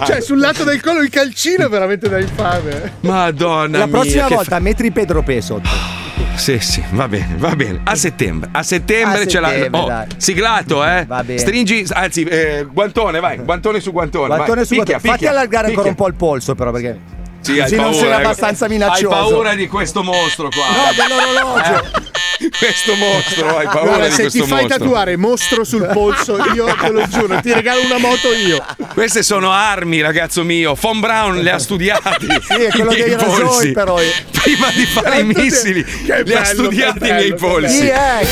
[SPEAKER 3] Cioè, sul lato del collo il calcino è veramente da infame.
[SPEAKER 4] Madonna
[SPEAKER 6] La
[SPEAKER 4] mia,
[SPEAKER 6] prossima
[SPEAKER 4] che
[SPEAKER 6] volta metri Pedro Peso.
[SPEAKER 4] fa- Sì, sì, va bene, va bene. A settembre, a settembre
[SPEAKER 6] A
[SPEAKER 4] ce l'ha.
[SPEAKER 6] settembre,
[SPEAKER 4] oh,
[SPEAKER 6] dai.
[SPEAKER 4] siglato, eh?
[SPEAKER 6] Va bene.
[SPEAKER 4] Stringi, anzi, eh, guantone, vai, guantone su guantone.
[SPEAKER 6] Guantone
[SPEAKER 4] vai.
[SPEAKER 6] su
[SPEAKER 4] Picchia,
[SPEAKER 6] guantone. Fatti
[SPEAKER 4] picchia,
[SPEAKER 6] allargare ancora
[SPEAKER 4] picchia.
[SPEAKER 6] un po' il polso, però, perché.
[SPEAKER 4] Sì, hai
[SPEAKER 6] Così non
[SPEAKER 4] paura,
[SPEAKER 6] sei
[SPEAKER 4] ecco.
[SPEAKER 6] abbastanza minaccioso.
[SPEAKER 4] Hai paura di questo mostro qua. Eh,
[SPEAKER 6] No, dell'orologio.
[SPEAKER 4] questo mostro, hai paura
[SPEAKER 3] Guarda,
[SPEAKER 4] di
[SPEAKER 3] se
[SPEAKER 4] questo
[SPEAKER 3] ti fai
[SPEAKER 4] mostro.
[SPEAKER 3] tatuare mostro sul polso, io te lo giuro, ti regalo una moto io.
[SPEAKER 4] Queste sono armi, ragazzo mio. Von Brown le ha studiate.
[SPEAKER 6] Sì, è quello
[SPEAKER 4] i miei
[SPEAKER 6] dei rasoi,
[SPEAKER 4] polsi.
[SPEAKER 6] però.
[SPEAKER 4] Prima di fare i
[SPEAKER 3] Tanto te-
[SPEAKER 4] missili,
[SPEAKER 3] che
[SPEAKER 4] le ha
[SPEAKER 3] bello,
[SPEAKER 4] studiate
[SPEAKER 3] che
[SPEAKER 4] i
[SPEAKER 3] bello,
[SPEAKER 4] miei
[SPEAKER 3] che
[SPEAKER 4] polsi.
[SPEAKER 6] Chi è? Chi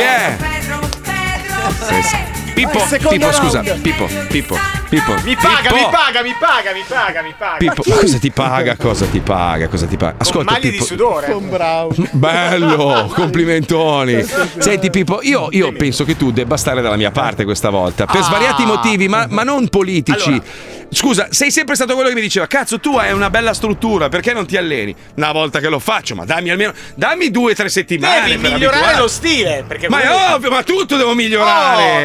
[SPEAKER 4] Chi
[SPEAKER 6] è?
[SPEAKER 4] è? Pippo,
[SPEAKER 6] secondo
[SPEAKER 4] Pippo,
[SPEAKER 6] round.
[SPEAKER 4] scusa, Pippo, Pippo, Pippo. Mi paga, mi paga, mi paga, mi paga, mi paga. Pippo, ma cosa ti paga? Cosa ti paga? Cosa ti paga? Ascolta, Pippo.
[SPEAKER 3] Con bravo.
[SPEAKER 4] Bello, complimentoni. Senti Pippo, io, io penso che tu debba stare dalla mia parte questa volta,
[SPEAKER 9] Ah.
[SPEAKER 4] per svariati motivi, ma, ma non politici. Scusa, sei sempre stato quello che mi diceva, cazzo tu hai una bella struttura, perché non ti alleni? Una volta che lo faccio, ma dammi almeno, dammi due o tre settimane.
[SPEAKER 9] Devi
[SPEAKER 4] per
[SPEAKER 9] migliorare
[SPEAKER 4] abituarmi."
[SPEAKER 9] lo stile. Perché
[SPEAKER 4] Ma
[SPEAKER 9] comunque-
[SPEAKER 4] è ovvio, ma tutto devo migliorare.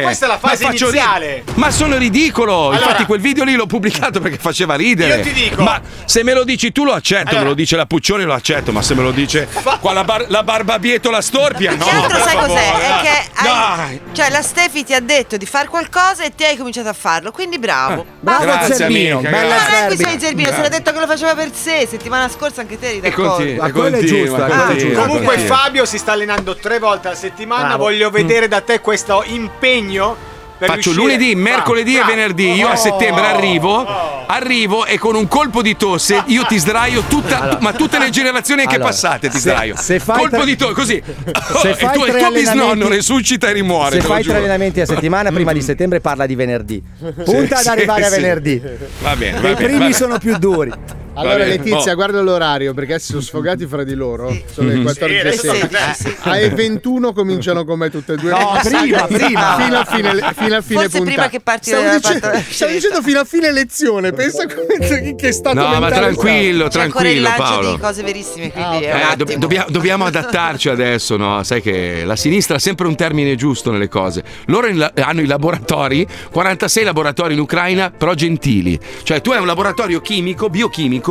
[SPEAKER 9] Oh, questa è la fase
[SPEAKER 4] Ma faccio
[SPEAKER 9] iniziale.
[SPEAKER 4] rid- ma sono ridicolo.
[SPEAKER 9] Allora-
[SPEAKER 4] Infatti, quel video lì l'ho pubblicato perché faceva ridere.
[SPEAKER 9] Io ti dico-
[SPEAKER 4] Ma se me lo dici tu lo accetto, me
[SPEAKER 9] Allora-
[SPEAKER 4] lo dice la Puccioni lo accetto, ma se me lo dice qua la, bar- la barbabietola storpia,
[SPEAKER 8] Più
[SPEAKER 4] no.
[SPEAKER 8] che altro
[SPEAKER 4] per
[SPEAKER 8] sai
[SPEAKER 4] favore,
[SPEAKER 8] cos'è? È
[SPEAKER 4] dai.
[SPEAKER 8] che hai-
[SPEAKER 4] Dai.
[SPEAKER 8] cioè, la Stefi ti ha detto di fare qualcosa e te hai cominciato a farlo, quindi bravo. Basta.
[SPEAKER 6] Bravo
[SPEAKER 4] Grazie,
[SPEAKER 6] Zerbino,
[SPEAKER 4] amica,
[SPEAKER 6] bella
[SPEAKER 4] grazie.
[SPEAKER 8] Ma non è
[SPEAKER 6] Zerbino.
[SPEAKER 8] questione di Zerbino, se l'ha detto che lo faceva per sé, settimana scorsa anche te eri
[SPEAKER 4] E
[SPEAKER 8] d'accordo.
[SPEAKER 4] continua,
[SPEAKER 6] Ma Ecco, quello è giusto,
[SPEAKER 4] continua,
[SPEAKER 6] quello è giusto.
[SPEAKER 4] continua.
[SPEAKER 9] Comunque
[SPEAKER 4] continua.
[SPEAKER 9] Fabio si sta allenando tre volte alla settimana.
[SPEAKER 6] Bravo.
[SPEAKER 9] Voglio vedere da te questo impegno. Per
[SPEAKER 4] Faccio
[SPEAKER 9] riuscire-
[SPEAKER 4] lunedì,
[SPEAKER 9] Bravo,
[SPEAKER 4] mercoledì
[SPEAKER 9] bravo. Oh.
[SPEAKER 4] e venerdì. Io a settembre arrivo, arrivo e con un colpo di tosse io ti sdraio tutta, tu- ma tutte le generazioni anche
[SPEAKER 6] allora,
[SPEAKER 4] passate ti
[SPEAKER 6] se-
[SPEAKER 4] sdraio.
[SPEAKER 6] se fai
[SPEAKER 4] colpo
[SPEAKER 6] tre-
[SPEAKER 4] di tosse, così.
[SPEAKER 6] se
[SPEAKER 4] e
[SPEAKER 6] fai
[SPEAKER 4] tu, e
[SPEAKER 6] tre
[SPEAKER 4] tuo bisnonno
[SPEAKER 6] allenamenti-
[SPEAKER 4] resuscita e rimuore.
[SPEAKER 6] Se
[SPEAKER 4] te lo
[SPEAKER 6] fai tre
[SPEAKER 4] giuro.
[SPEAKER 6] allenamenti a settimana, prima di settembre parla di venerdì. Punta
[SPEAKER 4] sì,
[SPEAKER 6] ad arrivare a
[SPEAKER 4] sì.
[SPEAKER 6] venerdì.
[SPEAKER 4] Va bene, va bene.
[SPEAKER 6] I
[SPEAKER 4] va bene.
[SPEAKER 6] primi sono più duri.
[SPEAKER 3] Allora
[SPEAKER 1] bene.
[SPEAKER 3] Letizia,
[SPEAKER 4] Boh.
[SPEAKER 1] Oh.
[SPEAKER 3] guarda l'orario perché si sono sfogati fra di loro. Sono le
[SPEAKER 1] Mhm.
[SPEAKER 3] 14.30.
[SPEAKER 8] Sì, sì, sì.
[SPEAKER 3] Alle 21 cominciano con me tutte e due.
[SPEAKER 8] No, prima, prima.
[SPEAKER 3] Fino a fine, fino a fine
[SPEAKER 8] Forse
[SPEAKER 3] puntata.
[SPEAKER 8] prima che parti
[SPEAKER 3] Stavo
[SPEAKER 8] dalla
[SPEAKER 3] dicendo,
[SPEAKER 8] parte- Cioè,
[SPEAKER 3] stavo dicendo fino a fine lezione. Pensa come, che stato
[SPEAKER 4] No, ma
[SPEAKER 3] mentale
[SPEAKER 4] tranquillo,
[SPEAKER 8] C'è ancora
[SPEAKER 4] tranquillo
[SPEAKER 8] il lancio
[SPEAKER 4] Paolo.
[SPEAKER 8] di cose verissime,
[SPEAKER 6] Ah,
[SPEAKER 8] quindi
[SPEAKER 4] Eh,
[SPEAKER 8] è un
[SPEAKER 4] dobb-
[SPEAKER 8] attimo.
[SPEAKER 4] dobbia- dobbiamo adattarci adesso, no? Sai che la sinistra ha sempre un termine giusto nelle cose. Loro in la- hanno i laboratori, 46 laboratori in Ucraina, però gentili. Cioè, tu hai un laboratorio chimico, biochimico,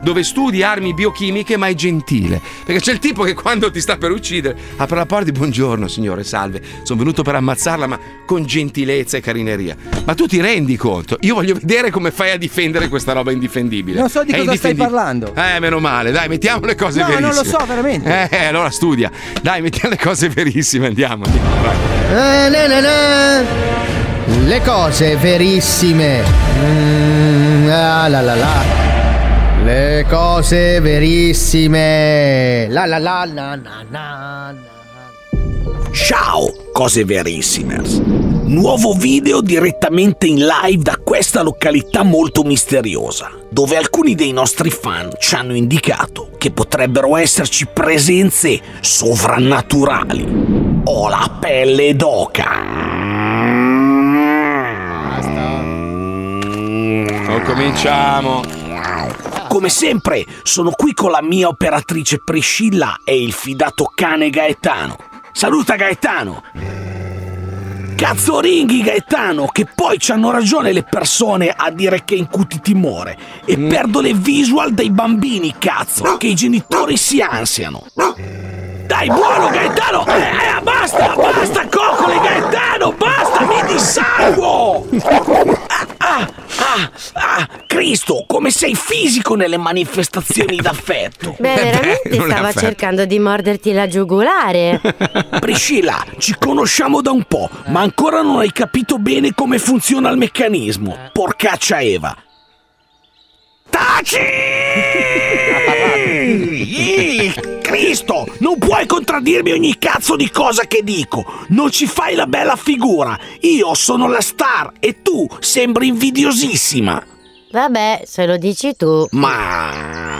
[SPEAKER 4] dove studi armi biochimiche, ma è gentile. Perché c'è il tipo che quando ti sta per uccidere, apre la porta e buongiorno, signore, salve. Sono venuto per ammazzarla, ma con gentilezza e carineria. Ma tu ti rendi conto? Io voglio vedere come fai a difendere questa roba indifendibile.
[SPEAKER 10] Non so di
[SPEAKER 4] È
[SPEAKER 10] cosa stai
[SPEAKER 4] indifendibile.
[SPEAKER 10] parlando.
[SPEAKER 4] Eh, meno male, dai, mettiamo le cose
[SPEAKER 10] No, non
[SPEAKER 4] verissime.
[SPEAKER 10] lo so, veramente.
[SPEAKER 4] Eh, allora studia. Dai, mettiamo le cose verissime, andiamo. andiamo, vai.
[SPEAKER 11] Eh, na, na, na. Le cose verissime. Mm, ah, la, la, la. Le cose verissime. La la la na na na.
[SPEAKER 12] Ciao, cose verissimers! Nuovo video direttamente in live da questa località molto misteriosa, dove alcuni dei nostri fan ci hanno indicato che potrebbero esserci presenze sovrannaturali. Ho la pelle d'oca.
[SPEAKER 4] Non cominciamo.
[SPEAKER 12] Come sempre, sono qui con la mia operatrice Priscilla e il fidato cane Gaetano. Saluta Gaetano! Cazzoringhi Gaetano, che poi ci hanno ragione le persone a dire che incuti timore e perdo le visual dei bambini, cazzo, che i genitori si ansiano. Dai, buono Gaetano! Eh, eh, basta, basta, coccole Gaetano, basta, mi dissanguo! Ah, ah, ah, Cristo, come sei fisico nelle manifestazioni d'affetto!
[SPEAKER 13] Beh, veramente stava cercando di morderti la giugulare.
[SPEAKER 12] Priscilla, ci conosciamo da un po', ma ancora non hai capito bene come funziona il meccanismo. Porcaccia Eva. Ih, Cristo, non puoi contraddirmi ogni cazzo di cosa che dico. Non ci fai la bella figura. Io sono la star e tu sembri invidiosissima.
[SPEAKER 13] Vabbè, se lo dici tu.
[SPEAKER 12] Ma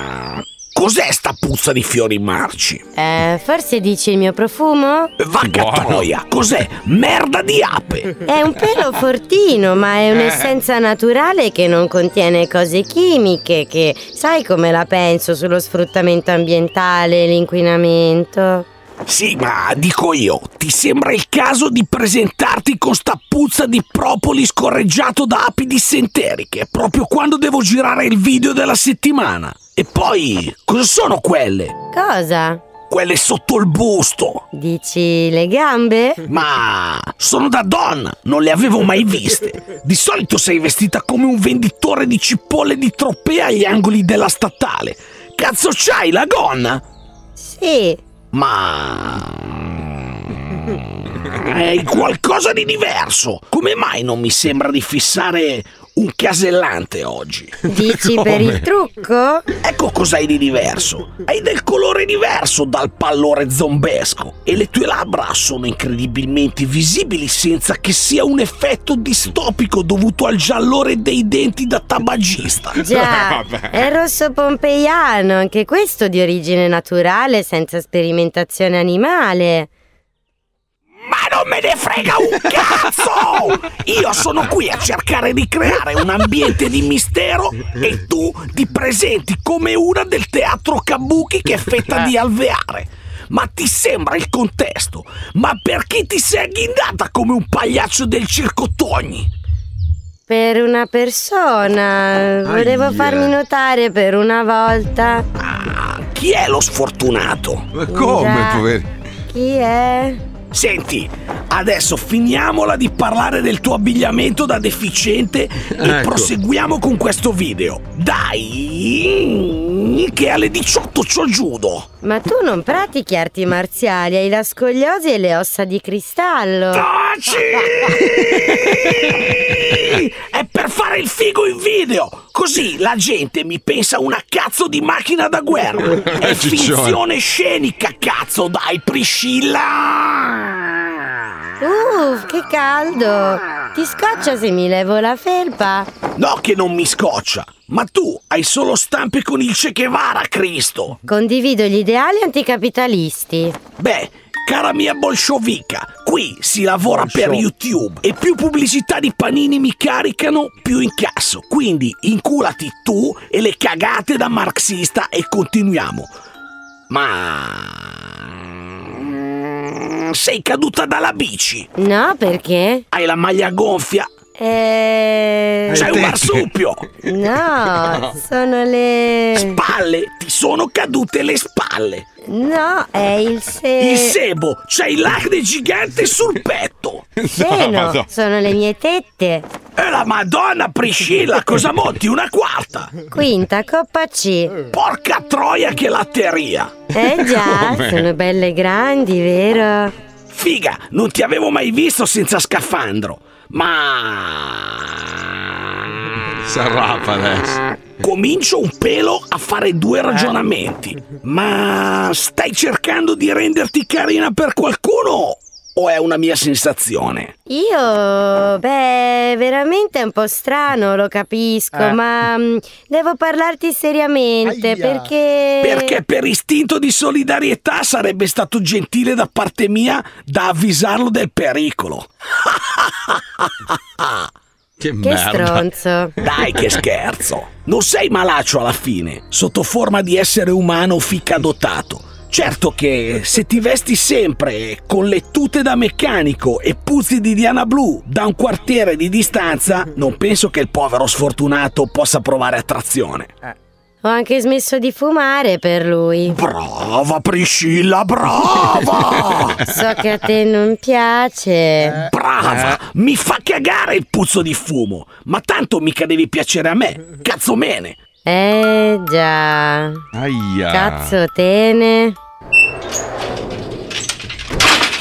[SPEAKER 12] cos'è sta puzza di fiori marci?
[SPEAKER 13] Eh, forse dici il mio profumo?
[SPEAKER 12] Vagatoia, cos'è? Merda di ape.
[SPEAKER 13] È un pelo fortino, ma è un'essenza naturale che non contiene cose chimiche, che sai come la penso sullo sfruttamento ambientale, l'inquinamento.
[SPEAKER 12] Sì, ma dico io, ti sembra il caso di presentarti con sta puzza di propoli scorreggiato da api dissenteriche proprio quando devo girare il video della settimana? E poi, cosa sono quelle?
[SPEAKER 13] Cosa?
[SPEAKER 12] Quelle sotto il busto!
[SPEAKER 13] Dici le gambe?
[SPEAKER 12] Ma sono da donna, non le avevo mai viste. Di solito sei vestita come un venditore di cipolle di troppea agli angoli della statale. Cazzo c'hai la gonna?
[SPEAKER 13] Sì.
[SPEAKER 12] Ma... È qualcosa di diverso. Come mai non mi sembra di fissare un casellante oggi?
[SPEAKER 13] Dici per il trucco?
[SPEAKER 12] Ecco cos'hai di diverso. Hai del colore diverso dal pallore zombesco e le tue labbra sono incredibilmente visibili senza che sia un effetto distopico dovuto al giallore dei denti da tabagista. Ah,
[SPEAKER 13] Già, è il rosso pompeiano, anche questo di origine naturale, senza sperimentazione animale.
[SPEAKER 12] Ma non me ne frega un cazzo! Io sono qui a cercare di creare un ambiente di mistero e tu ti presenti come una del teatro Kabuki che è fetta di alveare. Ma ti sembra il contesto? Ma perché ti sei agghindata come un pagliaccio del circo Togni?
[SPEAKER 13] Per una persona, volevo
[SPEAKER 12] Aia.
[SPEAKER 13] farmi notare per una volta.
[SPEAKER 12] Chi è lo sfortunato?
[SPEAKER 4] Ma
[SPEAKER 13] come, Già. poveri- Chi è?
[SPEAKER 12] Senti, adesso finiamola di parlare del tuo abbigliamento da deficiente e
[SPEAKER 4] Ecco.
[SPEAKER 12] proseguiamo con questo video. Dai, che alle 18 c'ho judo.
[SPEAKER 13] Ma tu non pratichi arti marziali, hai la scogliosi e le ossa di cristallo.
[SPEAKER 12] È per fare il figo in video. Così la gente mi pensa una cazzo di macchina da guerra.
[SPEAKER 4] Ciccione.
[SPEAKER 12] È finzione scenica, cazzo, dai, Priscilla.
[SPEAKER 13] Uh, che caldo! Ti scoccia se mi levo la felpa?
[SPEAKER 12] No che non mi scoccia, ma tu hai solo stampe con il Che Guevara, Cristo!
[SPEAKER 13] Condivido gli ideali anticapitalisti.
[SPEAKER 12] Beh, Eh, cara mia bolscevica, qui si lavora per YouTube e più pubblicità di panini mi caricano, più incasso. Quindi inculati tu e le cagate da marxista e continuiamo. Ma... mm, Sei caduta dalla bici!
[SPEAKER 13] No, perché?
[SPEAKER 12] Hai la maglia gonfia!
[SPEAKER 13] Eh...
[SPEAKER 12] Sei un marsupio!
[SPEAKER 13] No, sono le...
[SPEAKER 12] Palle, ti sono cadute le spalle!
[SPEAKER 13] No, è il se...
[SPEAKER 12] Il sebo, c'hai l'acne gigante sul petto!
[SPEAKER 13] Seno, sono le mie tette.
[SPEAKER 12] E la madonna Priscilla, cosa monti? Una quarta!
[SPEAKER 13] Quinta, Coppa C.
[SPEAKER 12] Porca troia che latteria!
[SPEAKER 13] Eh già,
[SPEAKER 12] Come?
[SPEAKER 13] sono belle grandi, vero?
[SPEAKER 12] Figa, non ti avevo mai visto senza scafandro! Ma...
[SPEAKER 4] Sarrapa adesso.
[SPEAKER 12] Comincio un pelo a fare due
[SPEAKER 13] Eh.
[SPEAKER 12] ragionamenti. Ma stai cercando di renderti carina per qualcuno? O è una mia sensazione?
[SPEAKER 13] Io, beh, veramente è un po' strano, lo capisco,
[SPEAKER 12] Eh.
[SPEAKER 13] ma mm, devo parlarti seriamente perché...
[SPEAKER 12] Perché per istinto di solidarietà sarebbe stato gentile da parte mia da avvisarlo del pericolo.
[SPEAKER 4] Che,
[SPEAKER 13] stronzo.
[SPEAKER 12] Dai che scherzo. Non sei malaccio alla fine, sotto forma di essere umano fica dotato. Certo che se ti vesti sempre con le tute da meccanico e puzzi di Diana Blu da un quartiere di distanza, non penso che il povero sfortunato possa provare attrazione.
[SPEAKER 13] Ho anche smesso di fumare per lui.
[SPEAKER 12] Brava Priscilla, brava!
[SPEAKER 13] So che a te non
[SPEAKER 12] Eh.
[SPEAKER 13] piace.
[SPEAKER 12] Brava! Mi fa cagare il puzzo di fumo, ma tanto mica devi piacere a me. Cazzo mene!
[SPEAKER 13] Eh già.
[SPEAKER 4] Aia.
[SPEAKER 13] Cazzo tene.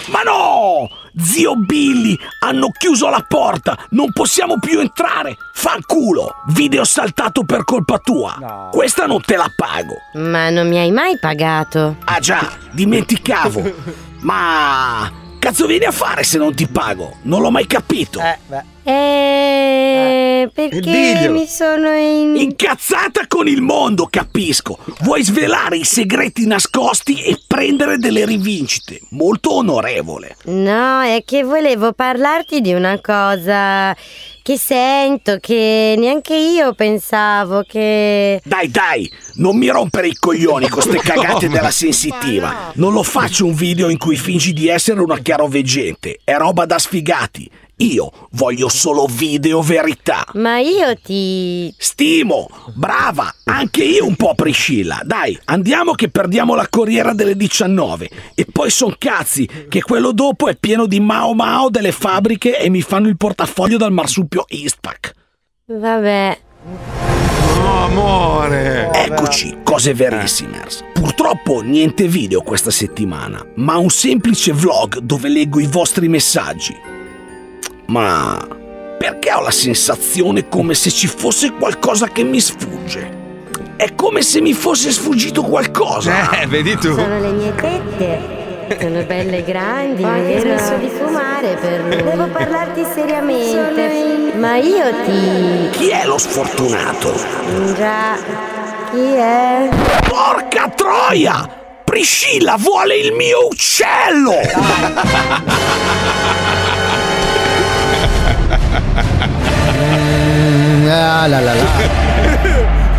[SPEAKER 12] Ma no! Zio Billy, hanno chiuso la porta, non possiamo più entrare. Fanculo, video saltato per colpa tua. Questa non te la pago.
[SPEAKER 13] Ma non mi hai mai pagato.
[SPEAKER 12] Ah già, dimenticavo. Ma cazzo vieni a fare se non ti pago? Non l'ho mai capito.
[SPEAKER 13] Eh, perché
[SPEAKER 12] diglielo.
[SPEAKER 13] mi sono in...
[SPEAKER 12] Incazzata con il mondo, capisco. Vuoi svelare i segreti nascosti e prendere delle rivincite. Molto onorevole.
[SPEAKER 13] No, è che volevo parlarti di una cosa che sento, che neanche io pensavo che...
[SPEAKER 12] Dai, dai, non mi rompere i coglioni con ste cagate
[SPEAKER 13] Come?
[SPEAKER 12] della sensitiva. Non lo faccio un video in cui fingi di essere una chiaroveggente. È roba da sfigati. Io voglio solo video verità.
[SPEAKER 13] Ma io ti...
[SPEAKER 12] Stimo, brava, anche io un po' Priscilla. Dai, andiamo che perdiamo la corriera delle 19. E poi son cazzi che quello dopo è pieno di Mao Mao delle fabbriche e mi fanno il portafoglio dal marsupio Eastpak.
[SPEAKER 13] Vabbè.
[SPEAKER 12] No, amore! Eccoci, cose verissimers. Purtroppo niente video questa settimana, ma un semplice vlog dove leggo i vostri messaggi. Ma perché ho la sensazione come se ci fosse qualcosa che mi sfugge? È come se mi fosse sfuggito qualcosa.
[SPEAKER 4] Eh, vedi tu.
[SPEAKER 13] Sono le mie tette. Sono belle grandi. Ho anche smesso di fumare per lui. Devo parlarti seriamente. Ma io ti...
[SPEAKER 12] Chi è lo sfortunato?
[SPEAKER 13] Già... Chi è?
[SPEAKER 12] Porca troia! Priscilla vuole il mio uccello!
[SPEAKER 11] Mm, ah, la, la, la.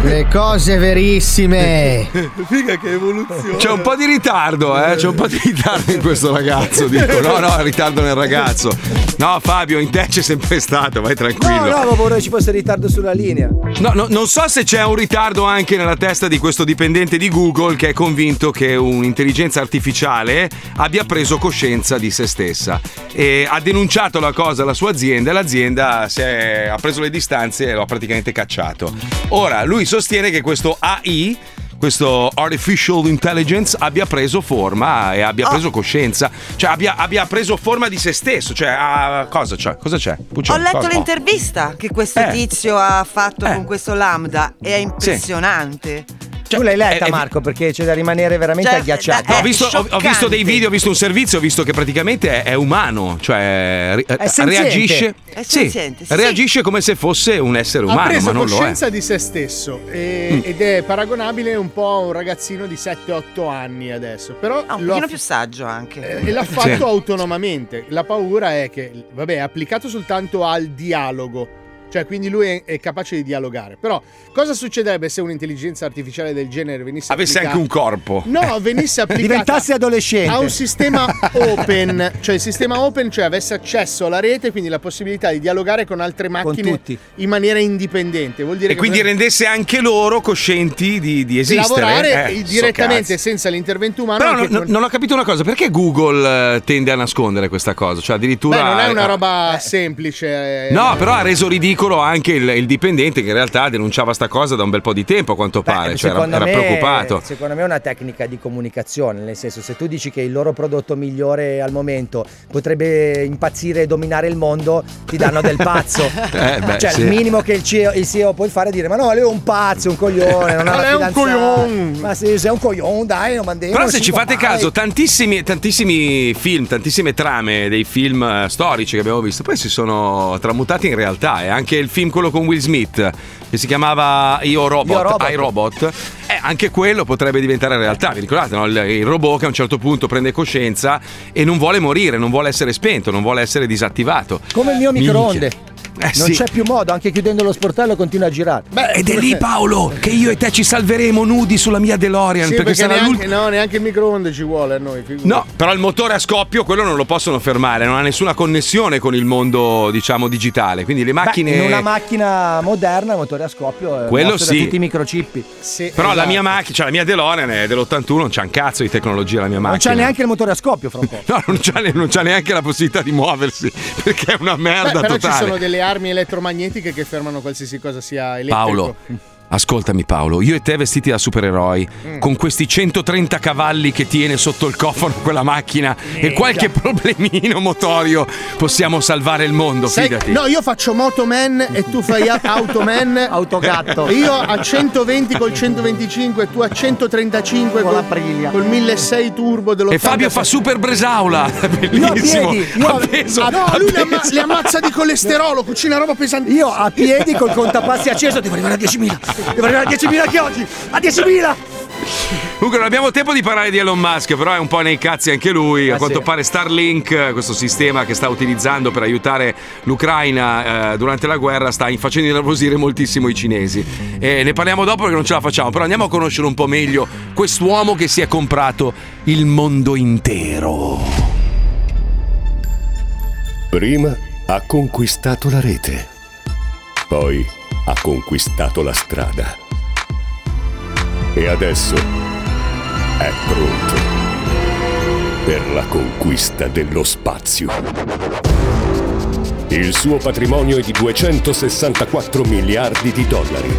[SPEAKER 11] Le cose verissime.
[SPEAKER 4] Figa che evoluzione. C'è un po' di ritardo, eh? C'è un po' di ritardo in questo ragazzo, dico. No, no, ritardo nel ragazzo. No, Fabio, in te c'è sempre stato, vai
[SPEAKER 6] No,
[SPEAKER 4] tranquillo.
[SPEAKER 6] no, ma vorrei ci fosse ritardo sulla linea.
[SPEAKER 4] No, no, non so se c'è un ritardo anche nella testa di questo dipendente di Google che è convinto che un'intelligenza artificiale abbia preso coscienza di se stessa. E ha denunciato la cosa alla sua azienda e l'azienda si è- ha preso le distanze e lo ha praticamente cacciato. Ora, lui sostiene che questo AI, questo Artificial Intelligence, abbia preso forma e
[SPEAKER 8] Ah.
[SPEAKER 4] abbia preso coscienza, cioè abbia, abbia preso forma di se stesso. Cioè, ah, cosa c'è? Cosa c'è?
[SPEAKER 8] Ho
[SPEAKER 4] Puccioni,
[SPEAKER 8] letto
[SPEAKER 4] cosa-
[SPEAKER 8] l'intervista che questo
[SPEAKER 4] Eh.
[SPEAKER 8] tizio ha fatto con questo lambda e è impressionante.
[SPEAKER 6] Cioè, tu l'hai
[SPEAKER 4] Eh,
[SPEAKER 6] letta, Marco, perché c'è da rimanere veramente agghiacciato.
[SPEAKER 3] Eh,
[SPEAKER 4] No, ho, visto, ho- ho visto dei video, ho visto un servizio, ho visto che praticamente è, è umano, cioè ri-
[SPEAKER 3] senziente.
[SPEAKER 4] reagisce,
[SPEAKER 3] È
[SPEAKER 4] sì,
[SPEAKER 3] senziente, sì.
[SPEAKER 4] reagisce come se fosse un essere
[SPEAKER 3] ha
[SPEAKER 4] umano,
[SPEAKER 3] preso
[SPEAKER 4] ma non lo è.
[SPEAKER 3] coscienza di se stesso e-
[SPEAKER 4] Mm.
[SPEAKER 3] ed è paragonabile un po' a un ragazzino di 7-8 anni adesso. Però
[SPEAKER 8] Ah, un
[SPEAKER 3] lo
[SPEAKER 8] pochino
[SPEAKER 3] ha-
[SPEAKER 8] più saggio anche.
[SPEAKER 6] Eh,
[SPEAKER 3] E l'ha fatto
[SPEAKER 8] Sì.
[SPEAKER 3] autonomamente. La paura è che, vabbè, è applicato soltanto al dialogo. Cioè, quindi lui è, è capace di dialogare. Però, cosa succederebbe se un'intelligenza artificiale del genere venisse
[SPEAKER 4] Avesse
[SPEAKER 3] applicata-
[SPEAKER 4] anche un corpo.
[SPEAKER 3] No, venisse applicata
[SPEAKER 6] Diventasse adolescente.
[SPEAKER 3] a un sistema open, cioè il sistema open, cioè avesse accesso alla rete, quindi la possibilità di dialogare con altre macchine
[SPEAKER 4] tutti.
[SPEAKER 3] in maniera indipendente. Vuol dire
[SPEAKER 4] E
[SPEAKER 3] che
[SPEAKER 4] quindi rendesse anche loro coscienti di, di esistere.
[SPEAKER 3] lavorare
[SPEAKER 4] Eh, sto
[SPEAKER 3] direttamente
[SPEAKER 4] cazzo.
[SPEAKER 3] senza l'intervento umano.
[SPEAKER 4] Però
[SPEAKER 3] anche
[SPEAKER 4] non, non-
[SPEAKER 3] con-
[SPEAKER 4] non ho capito una cosa, perché Google eh, tende a nascondere questa cosa? Cioè addirittura...
[SPEAKER 3] Beh, non è una
[SPEAKER 4] eh,
[SPEAKER 3] roba semplice. eh.
[SPEAKER 4] No, però ha reso ridicolo anche il, il dipendente che in realtà denunciava sta cosa da un bel po' di tempo, a quanto pare, cioè era,
[SPEAKER 6] Secondo
[SPEAKER 4] era
[SPEAKER 6] me-
[SPEAKER 4] preoccupato.
[SPEAKER 6] Secondo me è una tecnica di comunicazione, nel senso se tu dici che il loro prodotto migliore al momento potrebbe impazzire e dominare il mondo, ti danno del pazzo.
[SPEAKER 4] Eh, beh,
[SPEAKER 6] cioè
[SPEAKER 4] sì.
[SPEAKER 6] il minimo che il CEO, il CEO puoi fare è dire ma no, lei è un pazzo, un coglione, non ha
[SPEAKER 4] Lei è un
[SPEAKER 6] una fidanzata. Ma se sei un coglione, dai, non mandiamo.
[SPEAKER 4] Però
[SPEAKER 6] non
[SPEAKER 4] se
[SPEAKER 6] si
[SPEAKER 4] ci
[SPEAKER 6] può
[SPEAKER 4] fate
[SPEAKER 6] mai.
[SPEAKER 4] caso, tantissimi, tantissimi film, tantissime trame dei film eh, storici che abbiamo visto, poi si sono tramutati in realtà. E anche il film quello con Will Smith, che si chiamava Io Robot,
[SPEAKER 6] Io, Robot.
[SPEAKER 4] I Robot, eh, anche quello potrebbe diventare realtà. Vi ricordate, no? il, il robot che a un certo punto prende coscienza e non vuole morire, non vuole essere spento, non vuole essere disattivato.
[SPEAKER 6] Come il mio
[SPEAKER 4] Minchia.
[SPEAKER 6] microonde.
[SPEAKER 4] Eh,
[SPEAKER 6] non
[SPEAKER 4] sì.
[SPEAKER 6] c'è più modo, anche chiudendo lo sportello continua a girare.
[SPEAKER 4] Ed è lì Paolo che io e te ci salveremo nudi sulla mia DeLorean
[SPEAKER 3] Sì,
[SPEAKER 4] perché,
[SPEAKER 3] perché
[SPEAKER 4] sarà l'ultimo
[SPEAKER 3] neanche, no, neanche il microonde ci vuole a noi. figurati.
[SPEAKER 4] No, però il motore a scoppio quello non lo possono fermare, non ha nessuna connessione con il mondo, diciamo, digitale. Quindi le
[SPEAKER 6] Beh,
[SPEAKER 4] macchine.
[SPEAKER 6] in una macchina moderna, il motore a scoppio, è
[SPEAKER 4] Quello
[SPEAKER 6] mosso da
[SPEAKER 4] sì.
[SPEAKER 6] tutti i microchippi.
[SPEAKER 4] però
[SPEAKER 6] Esatto.
[SPEAKER 4] la mia macchina, cioè la mia DeLorean è dell'81, non c'ha un cazzo di tecnologia la mia
[SPEAKER 6] Non
[SPEAKER 4] macchina.
[SPEAKER 6] c'ha neanche il motore a scoppio, fra un po'.
[SPEAKER 4] No, non c'ha, ne- non c'ha neanche la possibilità di muoversi perché è una
[SPEAKER 3] Beh,
[SPEAKER 4] merda
[SPEAKER 3] però ci
[SPEAKER 4] totale.
[SPEAKER 3] sono delle armi elettromagnetiche che fermano qualsiasi cosa sia elettrico.
[SPEAKER 4] Paolo. Ascoltami Paolo, io e te vestiti da supereroi,
[SPEAKER 3] Mm.
[SPEAKER 4] con questi 130 cavalli che tiene sotto il cofano quella macchina e
[SPEAKER 3] Minchia.
[SPEAKER 4] qualche problemino motorio, possiamo salvare il mondo,
[SPEAKER 3] Sai-
[SPEAKER 4] fidati.
[SPEAKER 3] no, io faccio Motoman e tu fai a- Automan.
[SPEAKER 4] Autogatto.
[SPEAKER 3] Io a 120 col 125 tu a 135 con l'Aprilia. Col 1600 turbo dello
[SPEAKER 4] E Fabio fa super bresaola, bellissimo.
[SPEAKER 3] Io
[SPEAKER 4] Ha peso,
[SPEAKER 3] ah, no,
[SPEAKER 4] ha
[SPEAKER 3] lui le,
[SPEAKER 4] peso.
[SPEAKER 3] amma- le ammazza di colesterolo, cucina roba pesante. Io
[SPEAKER 6] a piedi col contapassi acceso devo arrivare a 10.000. Devo arrivare a 10.000 anche oggi. A 10.000.
[SPEAKER 4] Comunque non abbiamo tempo di parlare di Elon Musk, però è un po' nei cazzi anche lui.
[SPEAKER 6] Eh,
[SPEAKER 4] a quanto
[SPEAKER 6] sì.
[SPEAKER 4] pare Starlink, questo sistema che sta utilizzando per aiutare l'Ucraina eh, durante la guerra, sta facendo innervosire moltissimo i cinesi. E ne parliamo dopo perché non ce la facciamo, però andiamo a conoscere un po' meglio quest'uomo che si è comprato il mondo intero.
[SPEAKER 10] Prima ha conquistato la rete, poi ha conquistato la strada. E adesso è pronto per la conquista dello spazio. Il suo patrimonio è di 264 miliardi di dollari.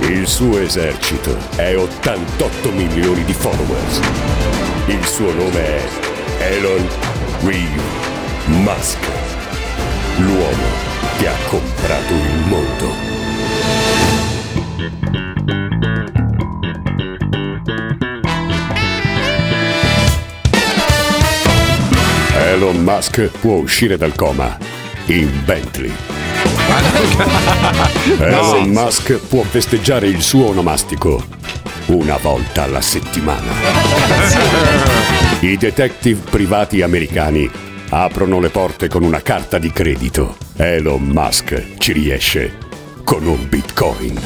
[SPEAKER 10] Il suo esercito è 88 milioni di followers. Il suo nome è Elon Reeve. Musk, l'uomo che ha comprato il mondo. Elon Musk può uscire dal coma in Bentley. Eh,
[SPEAKER 6] Eh,
[SPEAKER 10] Elon Musk può festeggiare il suo onomastico una volta alla settimana. I detective privati americani aprono le porte con una carta di credito. Elon Musk ci riesce con un bitcoin.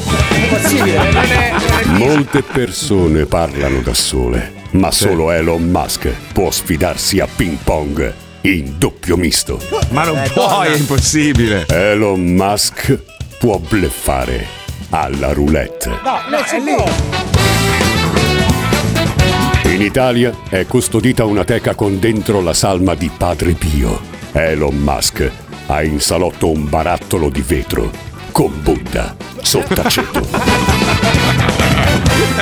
[SPEAKER 10] Molte persone parlano da sole, ma solo Elon Musk può sfidarsi a ping pong in doppio misto.
[SPEAKER 4] Ma non
[SPEAKER 6] Eh,
[SPEAKER 4] puoi, Eh, è impossibile.
[SPEAKER 10] Elon Musk può bleffare alla roulette.
[SPEAKER 6] No, no, è lì.
[SPEAKER 10] In Italia è custodita una teca con dentro la salma di Padre Pio. Elon Musk ha in salotto un barattolo di vetro con Buddha sott'aceto.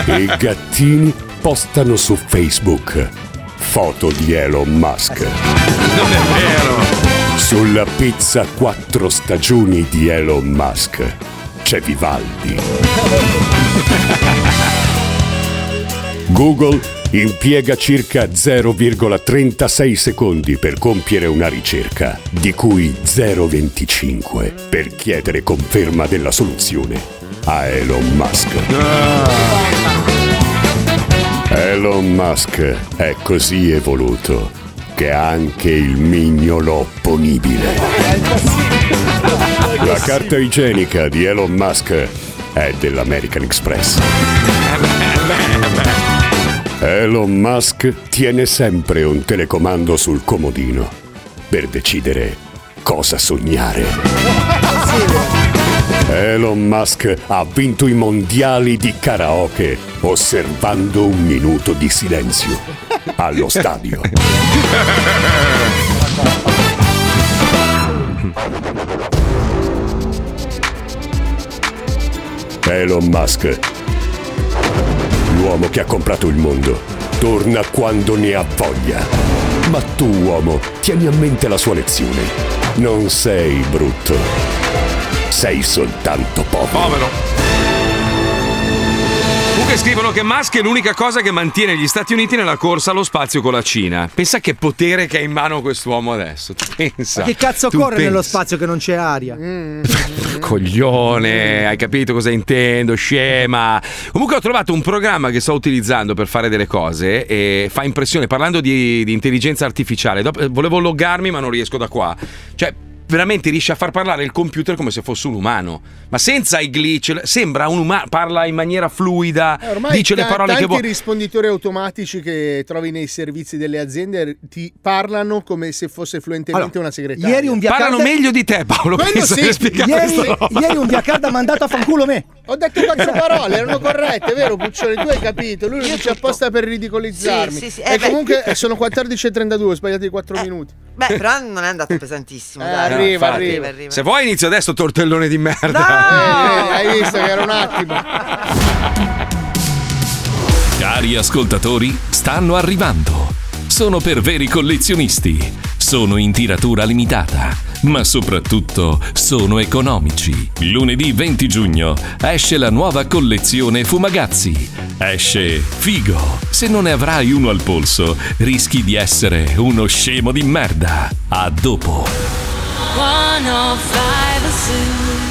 [SPEAKER 10] I gattini postano su Facebook foto di Elon Musk.
[SPEAKER 4] Non è vero.
[SPEAKER 10] Sulla pizza quattro stagioni di Elon Musk c'è Vivaldi. Google impiega circa 0,36 secondi per compiere una ricerca, di cui 0,25 per chiedere conferma della soluzione a Elon Musk. Elon Musk è così evoluto che ha anche il mignolo opponibile.
[SPEAKER 5] Ah,
[SPEAKER 4] eh,
[SPEAKER 10] La carta igienica di Elon Musk è dell'American Express. Elon Musk tiene sempre un telecomando sul comodino per decidere cosa
[SPEAKER 4] eh,
[SPEAKER 10] sognare. Elon Musk ha vinto i mondiali di karaoke osservando un minuto di silenzio allo stadio. Elon Musk, l'uomo che ha comprato il mondo, torna quando ne ha voglia. Ma tu, uomo, tieni a mente la sua lezione. Non sei brutto. Sei soltanto povero.
[SPEAKER 4] Povero. Comunque scrivono che Musk è l'unica cosa che mantiene gli Stati Uniti nella corsa allo spazio con la Cina. Pensa che potere che ha in mano quest'uomo adesso. Tu pensa.
[SPEAKER 6] Ma che cazzo
[SPEAKER 4] Tu
[SPEAKER 6] corre
[SPEAKER 4] pensa.
[SPEAKER 6] nello spazio che non c'è aria?
[SPEAKER 4] Coglione, hai capito cosa intendo? Scema. Comunque ho trovato un programma che sto utilizzando per fare delle cose e fa impressione parlando di, di intelligenza artificiale. Dopo- eh, volevo loggarmi ma non riesco da qua. Cioè, veramente riesce a far parlare il computer come se fosse un umano, ma senza i glitch. Sembra un umano, parla in maniera fluida,
[SPEAKER 3] Eh, Ormai
[SPEAKER 4] dice le
[SPEAKER 3] ta-
[SPEAKER 4] parole
[SPEAKER 3] tanti
[SPEAKER 4] che vuole.
[SPEAKER 3] risponditori automatici che trovi nei servizi delle aziende ti parlano come se fosse fluentemente una segretaria.
[SPEAKER 6] Ieri un via
[SPEAKER 4] Parlano
[SPEAKER 6] carta-
[SPEAKER 4] meglio di te, Paolo.
[SPEAKER 3] Quello
[SPEAKER 4] penso
[SPEAKER 3] sì.
[SPEAKER 4] di spiegare
[SPEAKER 6] Ieri,
[SPEAKER 4] sta roba.
[SPEAKER 6] ieri un viacarda ha mandato a fanculo me.
[SPEAKER 3] Ho detto quattro parole, erano corrette, vero Puccioni? Tu hai capito, lui lo dice apposta per ridicolizzarmi.
[SPEAKER 8] Sì, sì, sì, eh,
[SPEAKER 3] E
[SPEAKER 8] beh. Eh,
[SPEAKER 3] comunque eh, sono 14.32, ho sbagliato di 4 minuti.
[SPEAKER 8] Beh, però non è andato pesantissimo.
[SPEAKER 3] Eh,
[SPEAKER 8] dai.
[SPEAKER 4] No,
[SPEAKER 3] arriva,
[SPEAKER 4] infatti.
[SPEAKER 3] arriva,
[SPEAKER 4] Se vuoi inizio adesso tortellone di
[SPEAKER 8] Ah!
[SPEAKER 4] merda.
[SPEAKER 3] Eh, eh, hai visto che era un attimo.
[SPEAKER 1] Cari ascoltatori, stanno arrivando. Sono per veri collezionisti. Sono in tiratura limitata, ma soprattutto sono economici. Lunedì 20 giugno esce la nuova collezione Fumagazzi. Esce Figo. Se non ne avrai uno al polso, rischi di essere uno scemo di merda. A dopo.
[SPEAKER 5] 105 Zoo.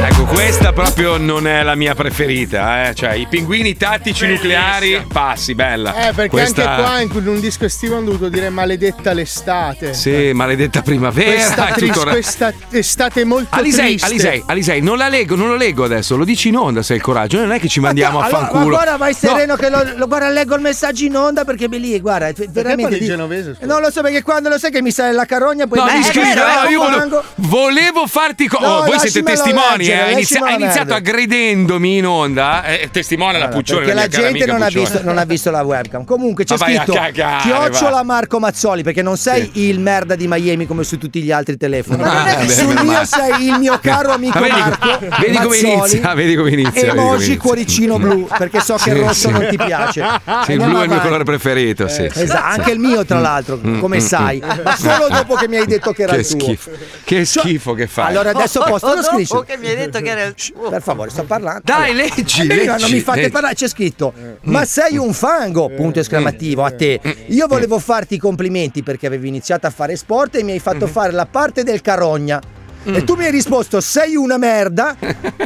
[SPEAKER 4] Ecco, questa proprio non è la mia preferita, eh. Cioè, i pinguini tattici nucleari, passi, bella.
[SPEAKER 3] Eh, perché
[SPEAKER 4] Questa-
[SPEAKER 3] anche qua in cui- in un disco estivo hanno dovuto dire maledetta l'estate.
[SPEAKER 4] Sì, maledetta primavera.
[SPEAKER 3] Questa,
[SPEAKER 4] è
[SPEAKER 3] tris-
[SPEAKER 4] tutto ra-
[SPEAKER 3] questa estate molto
[SPEAKER 4] Alisei,
[SPEAKER 3] triste.
[SPEAKER 4] Alisei, Alisei, non la leggo, non lo leggo adesso, lo dici in onda se hai il coraggio, non è che ci mandiamo a
[SPEAKER 6] Allora, ma
[SPEAKER 4] fanculo.
[SPEAKER 6] guarda, vai sereno che lo, lo- guarda, leggo il messaggio in onda perché me lì, guarda, è veramente.
[SPEAKER 3] parli
[SPEAKER 6] di-
[SPEAKER 3] genovese,
[SPEAKER 6] Non lo so perché quando lo sai che mi sale la carogna, poi
[SPEAKER 4] No,
[SPEAKER 6] mi
[SPEAKER 4] mi
[SPEAKER 6] dici,
[SPEAKER 4] scusi,
[SPEAKER 6] eh,
[SPEAKER 4] no,
[SPEAKER 6] lo
[SPEAKER 4] io
[SPEAKER 6] rimango.
[SPEAKER 4] volevo, volevo farti. co-
[SPEAKER 6] No,
[SPEAKER 4] oh, voi siete
[SPEAKER 6] lascimelo
[SPEAKER 4] testimoni, eh,
[SPEAKER 6] leggere,
[SPEAKER 4] ha inizi-
[SPEAKER 6] lascimelo
[SPEAKER 4] ha iniziato
[SPEAKER 6] leggere.
[SPEAKER 4] aggredendomi in onda. Eh, testimone la Puccione,
[SPEAKER 6] perché la
[SPEAKER 4] mia cara
[SPEAKER 6] gente
[SPEAKER 4] amica
[SPEAKER 6] non ha,
[SPEAKER 4] Puccione.
[SPEAKER 6] visto, non ha visto la webcam. Comunque c'è
[SPEAKER 4] Ma vai a
[SPEAKER 6] scritto
[SPEAKER 4] cagare,
[SPEAKER 6] Chiocciola
[SPEAKER 4] va.
[SPEAKER 6] Marco Mazzoli perché non sei il merda di Miami come su tutti gli altri telefoni.
[SPEAKER 4] Ma non è che-
[SPEAKER 6] Sul
[SPEAKER 4] Ah, beh,
[SPEAKER 6] mio
[SPEAKER 4] ma-
[SPEAKER 6] sei il mio caro amico
[SPEAKER 4] Ma vedi-
[SPEAKER 6] Marco.
[SPEAKER 4] vedi come
[SPEAKER 6] Mazzoli,
[SPEAKER 4] inizia, vedi come inizia, vedi come
[SPEAKER 6] Emoji
[SPEAKER 4] inizia.
[SPEAKER 6] cuoricino blu perché so che il
[SPEAKER 4] Sì,
[SPEAKER 6] rosso
[SPEAKER 4] sì.
[SPEAKER 6] non ti piace. Eh,
[SPEAKER 4] Sì, il
[SPEAKER 6] Andiamo
[SPEAKER 4] blu è il mio
[SPEAKER 6] avanti.
[SPEAKER 4] colore preferito. sì, sì,
[SPEAKER 6] Esatto,
[SPEAKER 4] sì.
[SPEAKER 6] anche il mio tra l'altro,
[SPEAKER 4] Mm,
[SPEAKER 6] come
[SPEAKER 4] mm,
[SPEAKER 6] sai,
[SPEAKER 4] mm.
[SPEAKER 6] ma solo dopo che mi hai detto che era
[SPEAKER 4] Che
[SPEAKER 6] il tuo. Cioè,
[SPEAKER 4] schifo. Che schifo che fai.
[SPEAKER 6] Allora
[SPEAKER 8] Oh,
[SPEAKER 6] adesso posto lo
[SPEAKER 8] Dopo
[SPEAKER 6] scritto.
[SPEAKER 8] che mi hai detto che era il tuo.
[SPEAKER 6] Per favore, sto parlando.
[SPEAKER 4] Dai,
[SPEAKER 6] Allora,
[SPEAKER 4] leggi,
[SPEAKER 6] eh, prima
[SPEAKER 4] leggi,
[SPEAKER 6] non mi fate
[SPEAKER 4] leggi.
[SPEAKER 6] parlare, c'è scritto. Ma sei un fango! Punto esclamativo a te.
[SPEAKER 4] Mm.
[SPEAKER 6] Io volevo farti i complimenti perché avevi iniziato a fare sport e mi hai
[SPEAKER 4] Mm-hmm.
[SPEAKER 6] fatto fare la parte del carogna.
[SPEAKER 4] Mm.
[SPEAKER 6] E tu mi hai risposto sei una merda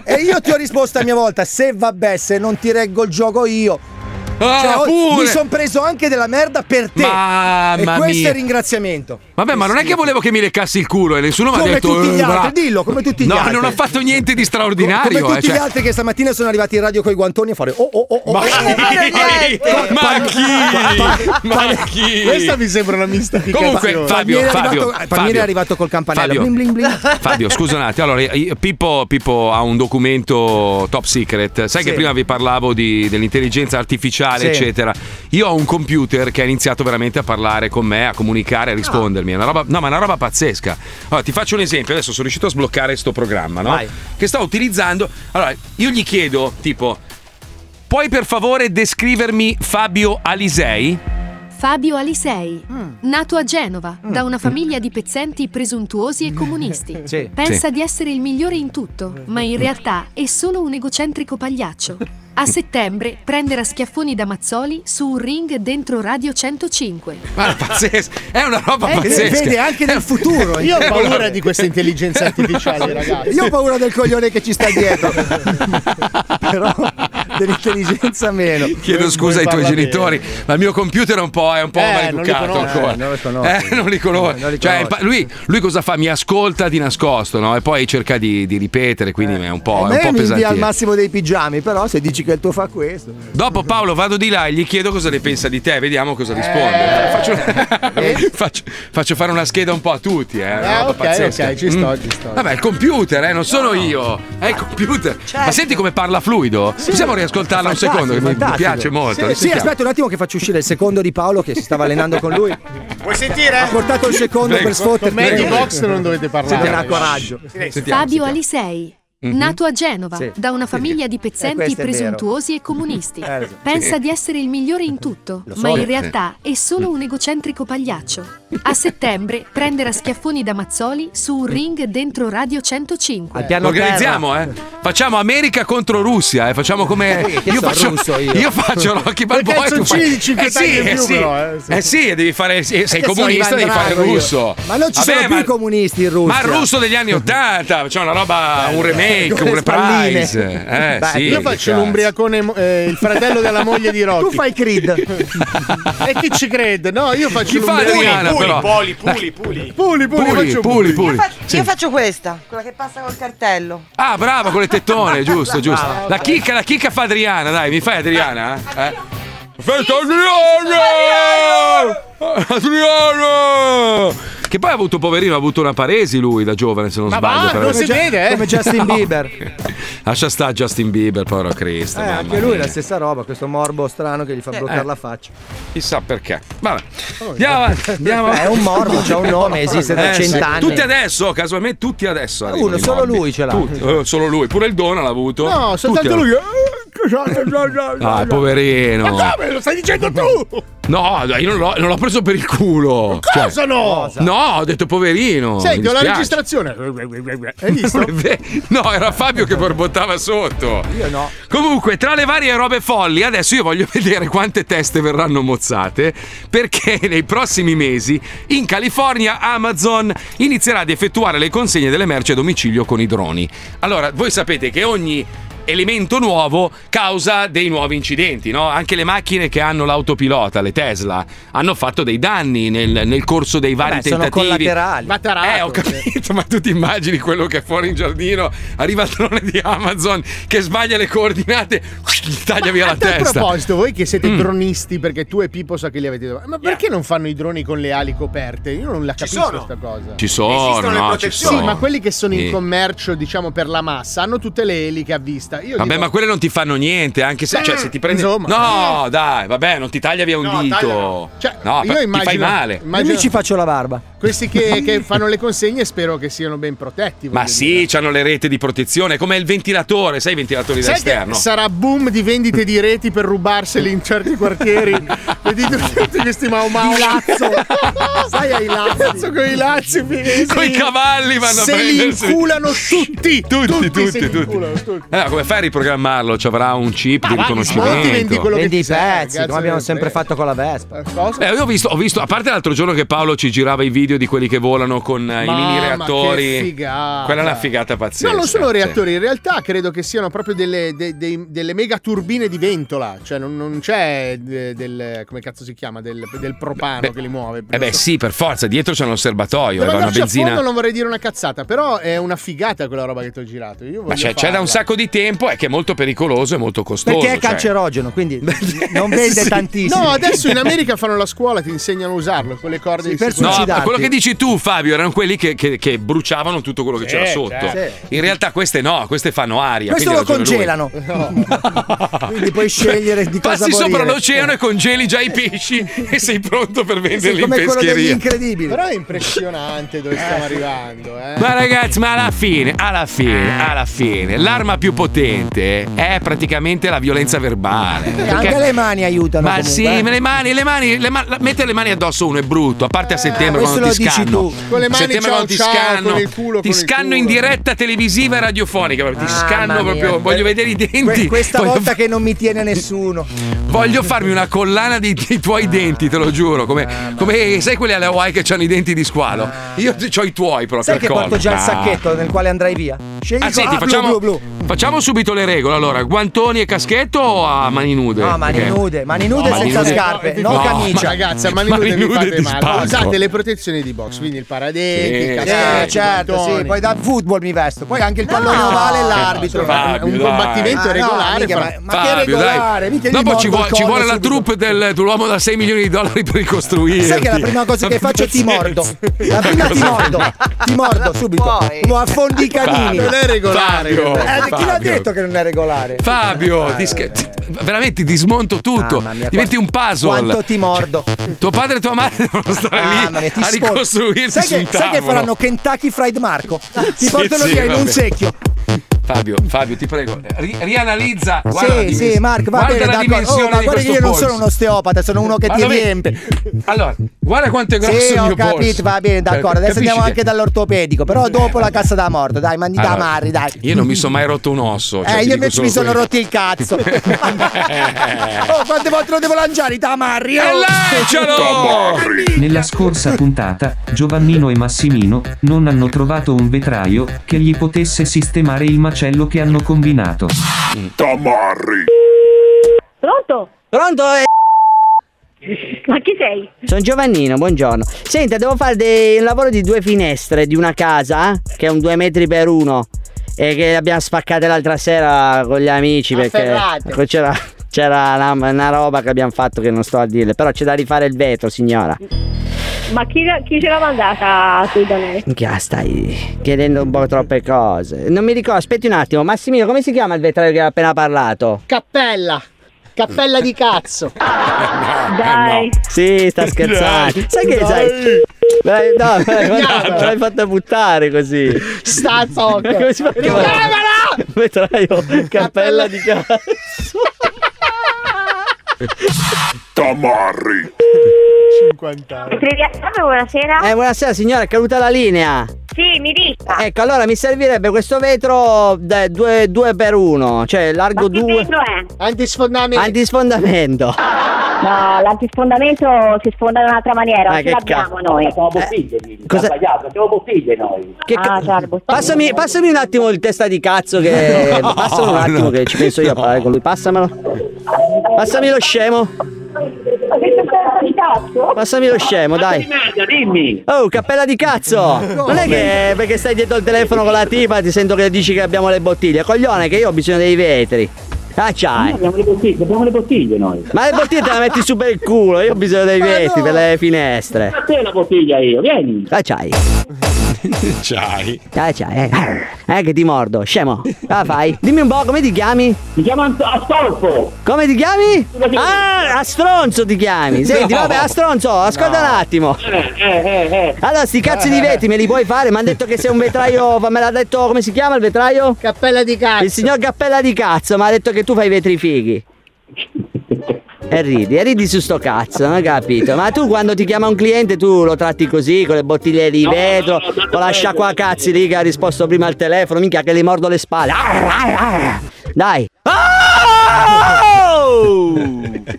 [SPEAKER 6] e io ti ho risposto a mia volta se vabbè se non ti reggo il gioco io.
[SPEAKER 4] Ah,
[SPEAKER 6] oh,
[SPEAKER 4] pure!
[SPEAKER 6] mi sono preso anche della merda per te.
[SPEAKER 4] Mamma
[SPEAKER 6] e questo
[SPEAKER 4] mia.
[SPEAKER 6] è ringraziamento.
[SPEAKER 4] Vabbè, ma non è che volevo che mi leccassi il culo e nessuno mi ha
[SPEAKER 6] Come
[SPEAKER 4] detto.
[SPEAKER 6] tutti gli
[SPEAKER 4] "Eh,
[SPEAKER 6] altri,
[SPEAKER 4] bra-".
[SPEAKER 6] dillo, come tutti gli
[SPEAKER 4] no,
[SPEAKER 6] altri.
[SPEAKER 4] non ho fatto niente di straordinario.
[SPEAKER 6] Come tutti
[SPEAKER 4] eh, cioè.
[SPEAKER 6] gli altri che stamattina sono arrivati in radio con i guantoni a fare oh oh oh oh.
[SPEAKER 4] Ma
[SPEAKER 6] oh,
[SPEAKER 4] chi?
[SPEAKER 6] oh, oh, oh.
[SPEAKER 4] Ma chi?
[SPEAKER 6] Pa-
[SPEAKER 4] Ma chi?
[SPEAKER 3] Questa mi sembra una mistificazione.
[SPEAKER 4] Comunque,
[SPEAKER 3] Eh,
[SPEAKER 4] Fabio,
[SPEAKER 6] oh, Palmieri è
[SPEAKER 4] Fabio,
[SPEAKER 6] arrivato- Palmieri è arrivato col campanello.
[SPEAKER 4] Fabio,
[SPEAKER 6] Bling, bling, bling.
[SPEAKER 4] Fabio, scusa un attimo. Allora, io- Pippo, Pippo ha un documento top secret. Sai
[SPEAKER 6] Sì.
[SPEAKER 4] che prima vi parlavo di- dell'intelligenza artificiale,
[SPEAKER 6] Sì.
[SPEAKER 4] eccetera. Io ho un computer che ha iniziato veramente a parlare con me, a comunicare, a rispondermi. È una roba, no, ma è una roba pazzesca. Allora, ti faccio un esempio. Adesso sono riuscito a sbloccare sto programma, no?
[SPEAKER 6] Vai.
[SPEAKER 4] Che sto utilizzando. Allora, io gli chiedo, tipo, puoi per favore descrivermi Fabio Alisei?
[SPEAKER 14] Fabio Alisei,
[SPEAKER 6] Mm.
[SPEAKER 14] nato a Genova da una famiglia di pezzenti presuntuosi e comunisti.
[SPEAKER 15] Sì.
[SPEAKER 14] Pensa
[SPEAKER 15] Sì.
[SPEAKER 14] di essere il migliore in tutto, ma in realtà è solo un egocentrico pagliaccio. A settembre prenderà schiaffoni da Mazzoli su un ring dentro Radio 105.
[SPEAKER 4] Ma è pazzesco, è una roba
[SPEAKER 14] Eh,
[SPEAKER 4] pazzesca.
[SPEAKER 6] vede anche nel futuro.
[SPEAKER 3] Io ho paura di
[SPEAKER 6] questa intelligenza
[SPEAKER 3] artificiale, ragazzi.
[SPEAKER 6] Io ho paura del coglione che ci sta dietro. Però dell'intelligenza meno.
[SPEAKER 4] Chiedo scusa ai tuoi genitori, ma il mio computer è un po', è un po'
[SPEAKER 6] Eh,
[SPEAKER 4] maleducato
[SPEAKER 6] non li conosco.
[SPEAKER 4] ancora.
[SPEAKER 6] Eh, non li conosco.
[SPEAKER 4] Eh, non li conosco.
[SPEAKER 6] Eh, non li
[SPEAKER 4] Cioè,
[SPEAKER 6] conosco.
[SPEAKER 4] pa- lui, lui cosa fa? Mi ascolta di nascosto, no? E poi cerca di, di ripetere, quindi è un po',
[SPEAKER 6] Eh.
[SPEAKER 4] è un
[SPEAKER 6] A me
[SPEAKER 4] po
[SPEAKER 6] mi invia al
[SPEAKER 4] pesantino.
[SPEAKER 6] massimo dei pigiami, però se dici che il tuo fa questo.
[SPEAKER 4] Dopo Paolo vado di là e gli chiedo cosa ne pensa di te, vediamo cosa
[SPEAKER 6] Eh.
[SPEAKER 4] risponde. Faccio, faccio- faccio fare una scheda un po' a tutti, eh. una roba
[SPEAKER 3] ok,
[SPEAKER 4] pazzesca.
[SPEAKER 3] ok, ci sto,
[SPEAKER 4] Mm.
[SPEAKER 3] ci sto.
[SPEAKER 4] Vabbè, il computer, eh, non sono io, è il computer. Ma senti come parla fluido? Possiamo riascoltarla un
[SPEAKER 6] Certo. Fantastico,
[SPEAKER 4] secondo, che mi- mi,
[SPEAKER 6] fantastico.
[SPEAKER 4] piace molto.
[SPEAKER 6] Sì, sì,
[SPEAKER 4] Sentiamo.
[SPEAKER 6] aspetta un attimo che faccio uscire il secondo di Paolo che si stava allenando con lui.
[SPEAKER 9] Vuoi sentire?
[SPEAKER 6] Ha portato il secondo
[SPEAKER 3] Prego.
[SPEAKER 6] per sfottere.
[SPEAKER 3] Con me di box non dovete parlare.
[SPEAKER 6] Sentiamo, ha coraggio.
[SPEAKER 14] Fabio Alisei,
[SPEAKER 6] Mhm.
[SPEAKER 14] nato a Genova
[SPEAKER 6] Sì. Eh,
[SPEAKER 14] da una famiglia di pezzenti
[SPEAKER 6] questo è vero.
[SPEAKER 14] presuntuosi e comunisti.
[SPEAKER 6] Eh, lo so.
[SPEAKER 14] Pensa
[SPEAKER 6] Sì.
[SPEAKER 14] di essere il migliore in tutto,
[SPEAKER 6] Lo so.
[SPEAKER 14] ma in
[SPEAKER 6] Sì. Mm.
[SPEAKER 14] realtà è solo un egocentrico pagliaccio. A settembre prenderà schiaffoni da Mazzoli su
[SPEAKER 6] Mm.
[SPEAKER 14] un ring dentro Radio 105.
[SPEAKER 4] Organizziamo, eh. Facciamo America contro Russia, eh. Facciamo come.
[SPEAKER 6] Che so, russo io.
[SPEAKER 4] faccio Rocky Balboa. e tu fai-
[SPEAKER 6] Calzoncini, cinque
[SPEAKER 4] eh sì,
[SPEAKER 6] tagli in
[SPEAKER 4] eh
[SPEAKER 6] più
[SPEAKER 4] sì.
[SPEAKER 6] però, eh, sì.
[SPEAKER 4] Eh sì, devi fare. Sei
[SPEAKER 6] Che so,
[SPEAKER 4] comunista,
[SPEAKER 6] Ivan
[SPEAKER 4] devi fare il
[SPEAKER 6] Drago io.
[SPEAKER 4] russo.
[SPEAKER 6] Ma non ci
[SPEAKER 4] Vabbè,
[SPEAKER 6] sono più i comunisti in Russia.
[SPEAKER 4] Ma il russo degli anni Ottanta, facciamo una roba, Ah, un remake,
[SPEAKER 3] Con
[SPEAKER 4] un
[SPEAKER 3] le spalline.
[SPEAKER 4] reprise. Eh,
[SPEAKER 3] Beh,
[SPEAKER 4] sì,
[SPEAKER 3] io
[SPEAKER 4] che
[SPEAKER 3] faccio
[SPEAKER 4] cazzo.
[SPEAKER 3] l'umbriacone, eh, il fratello della moglie di Rocky.
[SPEAKER 6] Tu fai Creed.
[SPEAKER 3] e chi ci crede? No, io faccio
[SPEAKER 4] Chi fa Adriana,
[SPEAKER 3] l'umbriacone.
[SPEAKER 4] però?
[SPEAKER 9] Poli,
[SPEAKER 4] Eh,
[SPEAKER 9] puli, puli.
[SPEAKER 3] Puli,
[SPEAKER 4] Puli,
[SPEAKER 3] puli, faccio
[SPEAKER 4] puli, Eh, puli. Sì.
[SPEAKER 8] Io faccio questa, quella che passa col cartello.
[SPEAKER 4] Ah, brava, con le tettone, giusto, giusto. La chicca, la chicca fa Adriana, dai, mi fai Adriana? Eh? Festa Adriana! Adriana! Che poi ha avuto, poverino, ha avuto una paresi lui da giovane, se non
[SPEAKER 3] Ma
[SPEAKER 4] sbaglio.
[SPEAKER 3] va,
[SPEAKER 4] però.
[SPEAKER 3] non si vede, eh?
[SPEAKER 6] Come Justin
[SPEAKER 3] No.
[SPEAKER 6] Bieber.
[SPEAKER 4] Lascia stare Justin Bieber, povero Cristo.
[SPEAKER 6] Eh,
[SPEAKER 4] mamma
[SPEAKER 6] anche lui è
[SPEAKER 4] mia.
[SPEAKER 6] la stessa roba, questo morbo strano che gli fa bloccare
[SPEAKER 4] Eh.
[SPEAKER 6] la faccia. Oh,
[SPEAKER 4] Chissà perché. Vabbè. Andiamo, avanti, andiamo.
[SPEAKER 6] È un morbo, c'ha un nome, esiste da
[SPEAKER 4] Eh, sì.
[SPEAKER 6] cent'anni.
[SPEAKER 4] Tutti adesso, casualmente tutti adesso. arrivano
[SPEAKER 6] uno,
[SPEAKER 4] i
[SPEAKER 6] solo
[SPEAKER 4] morbi.
[SPEAKER 6] lui ce l'ha.
[SPEAKER 4] Tutti, eh, solo lui, pure il dono l'ha avuto.
[SPEAKER 3] No,
[SPEAKER 4] Tutti
[SPEAKER 3] soltanto
[SPEAKER 4] l'hanno-
[SPEAKER 3] lui.
[SPEAKER 4] ecco,
[SPEAKER 3] Eh,
[SPEAKER 4] Ah, poverino.
[SPEAKER 3] Ma come? Lo stai dicendo tu?
[SPEAKER 4] No, dai, io non l'ho, non l'ho preso per il culo. Cioè,
[SPEAKER 3] Cosa no?
[SPEAKER 4] No, ho detto poverino.
[SPEAKER 3] Senti,
[SPEAKER 4] mi
[SPEAKER 3] ho la
[SPEAKER 4] dispiace.
[SPEAKER 3] registrazione. Hai visto?
[SPEAKER 4] No, era Fabio che borbottava sotto.
[SPEAKER 6] Io no.
[SPEAKER 4] Comunque, tra le varie robe folli, adesso io voglio vedere quante teste verranno mozzate, perché nei prossimi mesi in California Amazon inizierà ad effettuare le consegne delle merci a domicilio con i droni. Allora, voi sapete che ogni elemento nuovo causa dei nuovi incidenti, no? Anche le macchine che hanno l'autopilota, le Tesla, hanno fatto dei danni nel, nel corso dei vari
[SPEAKER 6] Vabbè, Eh, sono
[SPEAKER 4] tentativi.
[SPEAKER 6] collaterali.
[SPEAKER 4] Eh, ho capito, ma tu ti immagini quello che è fuori in giardino, arriva il drone di Amazon che sbaglia le coordinate, gli taglia via la
[SPEAKER 3] Cioè, A
[SPEAKER 4] testa.
[SPEAKER 3] proposito, voi che siete
[SPEAKER 4] Mm.
[SPEAKER 3] dronisti, perché tu e Pippo so che li avete Ma perché non fanno i droni con le ali coperte? Io non la capisco
[SPEAKER 9] sono.
[SPEAKER 3] questa cosa.
[SPEAKER 4] Ci sono,
[SPEAKER 9] Esistono le
[SPEAKER 4] no, ci
[SPEAKER 9] protezioni.
[SPEAKER 4] sono.
[SPEAKER 3] Sì, ma quelli che sono in
[SPEAKER 4] Sì.
[SPEAKER 3] commercio, diciamo, per la massa, hanno tutte le eliche a vista. Io
[SPEAKER 4] Vabbè,
[SPEAKER 3] dico- Eh,
[SPEAKER 4] ma quelle non ti fanno niente, anche se, cioè, se ti prendi.
[SPEAKER 3] Insomma.
[SPEAKER 4] No, dai, vabbè, non ti taglia via un
[SPEAKER 3] No,
[SPEAKER 4] dito.
[SPEAKER 3] taglia no. Cioè,
[SPEAKER 4] no,
[SPEAKER 3] io
[SPEAKER 4] ti
[SPEAKER 3] immagino-
[SPEAKER 4] fai male.
[SPEAKER 3] immagino-
[SPEAKER 6] Io ci faccio la barba.
[SPEAKER 3] Questi che, che fanno le consegne spero che siano ben protetti.
[SPEAKER 4] Ma sì, hanno le reti di protezione, come il ventilatore, sai i ventilatori da
[SPEAKER 3] Sai
[SPEAKER 4] esterno.
[SPEAKER 3] che sarà boom di vendite di reti per rubarseli in certi quartieri? Vedete tutti questi mau mau lazzo. Sai ai lazzi. Cazzo con i lazzi finesi.
[SPEAKER 4] Coi cavalli vanno a
[SPEAKER 3] Se
[SPEAKER 4] prendersi.
[SPEAKER 3] li inculano tutti. Tutti, tutti,
[SPEAKER 4] tutti,
[SPEAKER 3] se li
[SPEAKER 4] tutti.
[SPEAKER 3] inculano, tutti.
[SPEAKER 4] Allora, Eh, come fai a riprogrammarlo? Ci avrà un chip di
[SPEAKER 3] vai, smonti, vendi
[SPEAKER 4] riconoscimento.
[SPEAKER 3] quello che
[SPEAKER 6] Vendi i
[SPEAKER 3] ti serve,
[SPEAKER 6] pezzi,
[SPEAKER 3] cazzo,
[SPEAKER 6] come abbiamo
[SPEAKER 3] ne
[SPEAKER 6] sempre
[SPEAKER 3] frega.
[SPEAKER 6] fatto con la Vespa.
[SPEAKER 3] Cosa?
[SPEAKER 4] Eh, io ho visto, ho visto, a parte l'altro giorno che Paolo ci girava i video di quelli che volano con eh, i mini
[SPEAKER 3] Mamma,
[SPEAKER 4] reattori.
[SPEAKER 3] che figata.
[SPEAKER 4] Quella è una figata pazzesca.
[SPEAKER 3] No, non sono
[SPEAKER 4] sì.
[SPEAKER 3] reattori, in realtà credo che siano proprio delle, de- dei- delle mega turbine di ventola, cioè non, non c'è de- del, come cazzo si chiama, del, del propano
[SPEAKER 4] beh,
[SPEAKER 3] che li muove.
[SPEAKER 4] Eh beh, sì, per forza, dietro c'è uno serbatoio,
[SPEAKER 3] Devo
[SPEAKER 4] eh, va una
[SPEAKER 3] andarci a
[SPEAKER 4] benzina.
[SPEAKER 3] fondo, non vorrei dire una cazzata, però è una figata quella roba che ti ho girato. Io
[SPEAKER 4] Ma
[SPEAKER 3] voglio
[SPEAKER 4] c'è, c'è da
[SPEAKER 3] farla.
[SPEAKER 4] un sacco di tempo, è che è molto pericoloso e molto costoso.
[SPEAKER 6] Perché è
[SPEAKER 4] cioè.
[SPEAKER 6] cancerogeno, quindi non vende
[SPEAKER 4] Sì.
[SPEAKER 6] tantissimo.
[SPEAKER 3] No, adesso in America fanno la scuola, ti insegnano a usarlo con le corde
[SPEAKER 6] Sì,
[SPEAKER 3] di
[SPEAKER 6] per
[SPEAKER 3] sicurezza.
[SPEAKER 4] No, ma quello che dici tu, Fabio, erano quelli che, che- che bruciavano tutto quello che
[SPEAKER 6] Sì,
[SPEAKER 4] c'era sotto.
[SPEAKER 6] certo.
[SPEAKER 4] In realtà queste no, queste fanno aria.
[SPEAKER 6] Questo lo
[SPEAKER 4] quindi ha ragione lui.
[SPEAKER 6] congelano. Quindi puoi scegliere di cosa
[SPEAKER 4] Passi sopra
[SPEAKER 6] morire.
[SPEAKER 4] l'oceano e congeli già i pesci e sei pronto per
[SPEAKER 6] Sì,
[SPEAKER 4] venderli in
[SPEAKER 6] come quello degli
[SPEAKER 4] pescheria.
[SPEAKER 6] incredibili.
[SPEAKER 3] Però è impressionante dove stiamo arrivando, eh.
[SPEAKER 4] Ma ragazzi, ma alla fine, alla fine, alla fine, l'arma più potente è praticamente la violenza verbale.
[SPEAKER 6] E Anche
[SPEAKER 4] Perché-
[SPEAKER 6] le mani aiutano.
[SPEAKER 4] Ma
[SPEAKER 6] comunque,
[SPEAKER 4] sì,
[SPEAKER 6] eh.
[SPEAKER 4] ma le mani, le mani, le ma- la- mettere le mani addosso a uno è brutto, a parte a settembre
[SPEAKER 6] Eh, questo
[SPEAKER 4] quando ti
[SPEAKER 6] lo dici
[SPEAKER 4] scanno.
[SPEAKER 6] tu.
[SPEAKER 3] Con le mani
[SPEAKER 4] a settembre
[SPEAKER 3] ciao,
[SPEAKER 4] quando ti
[SPEAKER 3] ciao,
[SPEAKER 4] scanno,
[SPEAKER 3] con il culo,
[SPEAKER 4] ti
[SPEAKER 3] con il
[SPEAKER 4] scanno in diretta televisiva e radiofonica, proprio, ti
[SPEAKER 6] Ah,
[SPEAKER 4] scanno
[SPEAKER 6] mamma mia.
[SPEAKER 4] proprio, voglio vedere i denti.
[SPEAKER 6] Que- questa
[SPEAKER 4] voglio,
[SPEAKER 6] volta che non mi tiene nessuno.
[SPEAKER 4] voglio farmi una collana di- dei tuoi denti, te lo giuro,
[SPEAKER 6] Ah,
[SPEAKER 4] come, come- sai quelli alle Hawaii che hanno i denti di squalo? Io ho i tuoi proprio
[SPEAKER 6] Sai
[SPEAKER 4] al
[SPEAKER 6] che
[SPEAKER 4] collo.
[SPEAKER 6] porto già il
[SPEAKER 4] Ah.
[SPEAKER 6] sacchetto nel quale andrai via? Scegli
[SPEAKER 4] Ah,
[SPEAKER 6] co-
[SPEAKER 4] senti,
[SPEAKER 6] blu,
[SPEAKER 4] facciamo,
[SPEAKER 6] blu, blu.
[SPEAKER 4] facciamo subito le regole. Allora, guantoni e caschetto o a mani nude?
[SPEAKER 6] No, mani
[SPEAKER 4] Ok.
[SPEAKER 6] nude, mani nude senza scarpe, non
[SPEAKER 3] Ma
[SPEAKER 6] camicia.
[SPEAKER 3] ragazzi, a mani nude mi fate
[SPEAKER 4] ti
[SPEAKER 3] male.
[SPEAKER 4] spacco.
[SPEAKER 3] Usate le protezioni di box, quindi il paradetti,
[SPEAKER 6] Eh,
[SPEAKER 3] i casacchi,
[SPEAKER 6] certo,
[SPEAKER 3] i
[SPEAKER 6] sì,
[SPEAKER 3] guantoni.
[SPEAKER 6] poi da football mi vesto, poi anche il
[SPEAKER 3] No,
[SPEAKER 6] pallone ovale e l'arbitro.
[SPEAKER 4] Fabio,
[SPEAKER 3] un
[SPEAKER 4] dai.
[SPEAKER 3] combattimento
[SPEAKER 6] Ah, no,
[SPEAKER 3] regolare.
[SPEAKER 6] mica,
[SPEAKER 3] fra-
[SPEAKER 6] ma che
[SPEAKER 4] Fabio, dai.
[SPEAKER 6] regolare, mica gli
[SPEAKER 4] Dopo ci,
[SPEAKER 6] mordo il
[SPEAKER 4] vuole- ci
[SPEAKER 6] collo
[SPEAKER 4] vuole la
[SPEAKER 6] subito.
[SPEAKER 4] troupe del, dell'uomo da 6 milioni di dollari per ricostruire.
[SPEAKER 6] Sai che la prima cosa che faccio è ti mordo. La prima ti mordo, ti mordo subito. Lo affondi i canini.
[SPEAKER 4] Fabio, Non è regolare, Fabio,
[SPEAKER 6] Eh, chi l'ha
[SPEAKER 4] Fabio.
[SPEAKER 6] detto che non è regolare? Eh.
[SPEAKER 4] Fabio, ti scher- ti- veramente ti smonto tutto.
[SPEAKER 6] Mamma mia,
[SPEAKER 4] Diventi un
[SPEAKER 6] quanto-
[SPEAKER 4] puzzle. Cioè,
[SPEAKER 6] Quanto ti mordo.
[SPEAKER 4] Tuo padre e tua madre devono stare lì
[SPEAKER 6] Mamma mia, Ah, ti
[SPEAKER 4] a
[SPEAKER 6] sfondo.
[SPEAKER 4] ricostruirti
[SPEAKER 6] sai
[SPEAKER 4] su un
[SPEAKER 6] che, sai che
[SPEAKER 4] tavolo.
[SPEAKER 6] faranno Kentucky Fried Marco? Ti
[SPEAKER 4] Sì,
[SPEAKER 6] portano
[SPEAKER 4] sì,
[SPEAKER 6] via in un
[SPEAKER 4] vabbè.
[SPEAKER 6] secchio.
[SPEAKER 4] Fabio, Fabio, ti prego, ri- rianalizza. guarda la
[SPEAKER 6] Sì,
[SPEAKER 4] dimensione-
[SPEAKER 6] sì, Marco, va
[SPEAKER 4] guarda
[SPEAKER 6] bene.
[SPEAKER 4] la
[SPEAKER 6] d'accordo.
[SPEAKER 4] dimensione
[SPEAKER 6] Oh, ma
[SPEAKER 4] di
[SPEAKER 6] guarda che
[SPEAKER 4] questo
[SPEAKER 6] io non
[SPEAKER 4] polso.
[SPEAKER 6] sono un osteopata, sono uno che ti
[SPEAKER 4] Allora, vedi-
[SPEAKER 6] riempie.
[SPEAKER 4] Allora, guarda quanto è grosso
[SPEAKER 6] sì,
[SPEAKER 4] il
[SPEAKER 6] ho
[SPEAKER 4] mio polso.
[SPEAKER 6] capito, va bene, d'accordo. Adesso
[SPEAKER 4] Capisci
[SPEAKER 6] andiamo
[SPEAKER 4] che-
[SPEAKER 6] anche dall'ortopedico, però dopo la cassa da morto, dai, mandi da
[SPEAKER 4] Allora,
[SPEAKER 6] Mari, dai.
[SPEAKER 4] Io non mi sono mai rotto un osso. cioè,
[SPEAKER 6] eh,
[SPEAKER 4] ti
[SPEAKER 6] io
[SPEAKER 4] dico
[SPEAKER 6] invece
[SPEAKER 4] solo
[SPEAKER 6] mi
[SPEAKER 4] Eh,
[SPEAKER 6] sono
[SPEAKER 4] quello.
[SPEAKER 6] rotti il cazzo. oh, quante volte lo devo lanciare i tamarri? Oh.
[SPEAKER 15] Nella scorsa puntata, Giovannino e Massimino non hanno trovato un vetraio che gli potesse sistemare il macello che hanno combinato.
[SPEAKER 10] Tamarri.
[SPEAKER 16] Pronto?
[SPEAKER 17] Pronto? eh?
[SPEAKER 16] Ma chi sei?
[SPEAKER 17] Sono Giovannino, buongiorno. Senta, devo fare dei- un lavoro di due finestre di una casa, eh, che è un 2 metri per uno, e che abbiamo spaccate l'altra sera con gli amici perché ecco,
[SPEAKER 16] Afferrate.
[SPEAKER 17] c'era, c'era una, una roba che abbiamo fatto che non sto a dirle, però c'è da rifare il vetro, signora.
[SPEAKER 16] Ma chi, chi ce l'ha mandata qui da noi?
[SPEAKER 17] Minchia, stai chiedendo un po' troppe cose. Non mi ricordo, aspetti un attimo. Massimino, come si chiama il vetraio che ha appena parlato?
[SPEAKER 16] Cappella. Cappella di cazzo.
[SPEAKER 17] eh, Dai. Sì, sta scherzando.
[SPEAKER 16] Dai.
[SPEAKER 17] Sai che
[SPEAKER 16] Dai.
[SPEAKER 17] sai? Dai, No, me
[SPEAKER 16] Cagnato.
[SPEAKER 17] l'hai fatta buttare così.
[SPEAKER 16] Sta zocca.
[SPEAKER 17] Come si fa a chiamare? Vetraio, oh, cappella di cazzo.
[SPEAKER 10] Tamarri.
[SPEAKER 3] 50 anni.
[SPEAKER 16] buonasera. Ah.
[SPEAKER 17] Eh, buonasera signora, è caduta la linea.
[SPEAKER 16] Sì, mi dica.
[SPEAKER 17] Ecco, allora mi servirebbe questo vetro 2 per 1 cioè largo 2.
[SPEAKER 16] è? Ah, Antisfondamento.
[SPEAKER 17] Antisfondamento.
[SPEAKER 16] No, l'antisfondamento si sfonda in un'altra
[SPEAKER 4] Eh,
[SPEAKER 16] maniera.
[SPEAKER 17] Ma
[SPEAKER 16] non ce
[SPEAKER 17] Ah, che
[SPEAKER 16] l'abbiamo
[SPEAKER 17] cazzo?
[SPEAKER 16] noi.
[SPEAKER 17] Siamo bottiglie, Cosa-
[SPEAKER 16] Siamo bottiglie noi.
[SPEAKER 17] Che ca- passami, passami un attimo il testa di cazzo che...
[SPEAKER 16] No,
[SPEAKER 17] Passami Eh, un attimo
[SPEAKER 16] no.
[SPEAKER 17] che ci penso io a parlare con lui, passamelo. Passami lo scemo. Passami lo scemo, dai. Oh, cappella di cazzo! Non è che perché stai dietro il telefono con la tipa ti sento che dici che abbiamo le bottiglie. Coglione, che io ho bisogno dei vetri. Ah, c'hai. Abbiamo le bottiglie, abbiamo le bottiglie noi. Ma le bottiglie te le metti su per il culo, io ho bisogno dei vetri per le finestre. Ma te la bottiglia io, vieni. Ah, c'hai.
[SPEAKER 4] C'hai.
[SPEAKER 17] Ah, c'hai. eh. Eh, che ti mordo, scemo. Ah, fai. Dimmi un po', come ti chiami? Mi chiamo Astolfo. Come ti chiami? Ah, a stronzo ti chiami. Senti,
[SPEAKER 16] No.
[SPEAKER 17] vabbè, a stronzo,
[SPEAKER 6] Oh,
[SPEAKER 17] ascolta
[SPEAKER 16] No.
[SPEAKER 17] un attimo.
[SPEAKER 9] Eh,
[SPEAKER 17] Allora, sti cazzi di vetri me li puoi fare? Mi hanno detto che sei un vetraio. Me l'ha detto come si chiama il vetraio? Cappella di cazzo. Il signor Cappella di cazzo mi ha detto che tu fai i vetri fighi. E ridi, e ridi su sto cazzo, non ho capito. Ma tu quando ti chiama un cliente tu lo tratti così, con le bottiglie di vetro, con la sciacqua cazzi lì che ha risposto prima al telefono, minchia che gli mordo le spalle. Arr, arr, arr. Dai. Oh!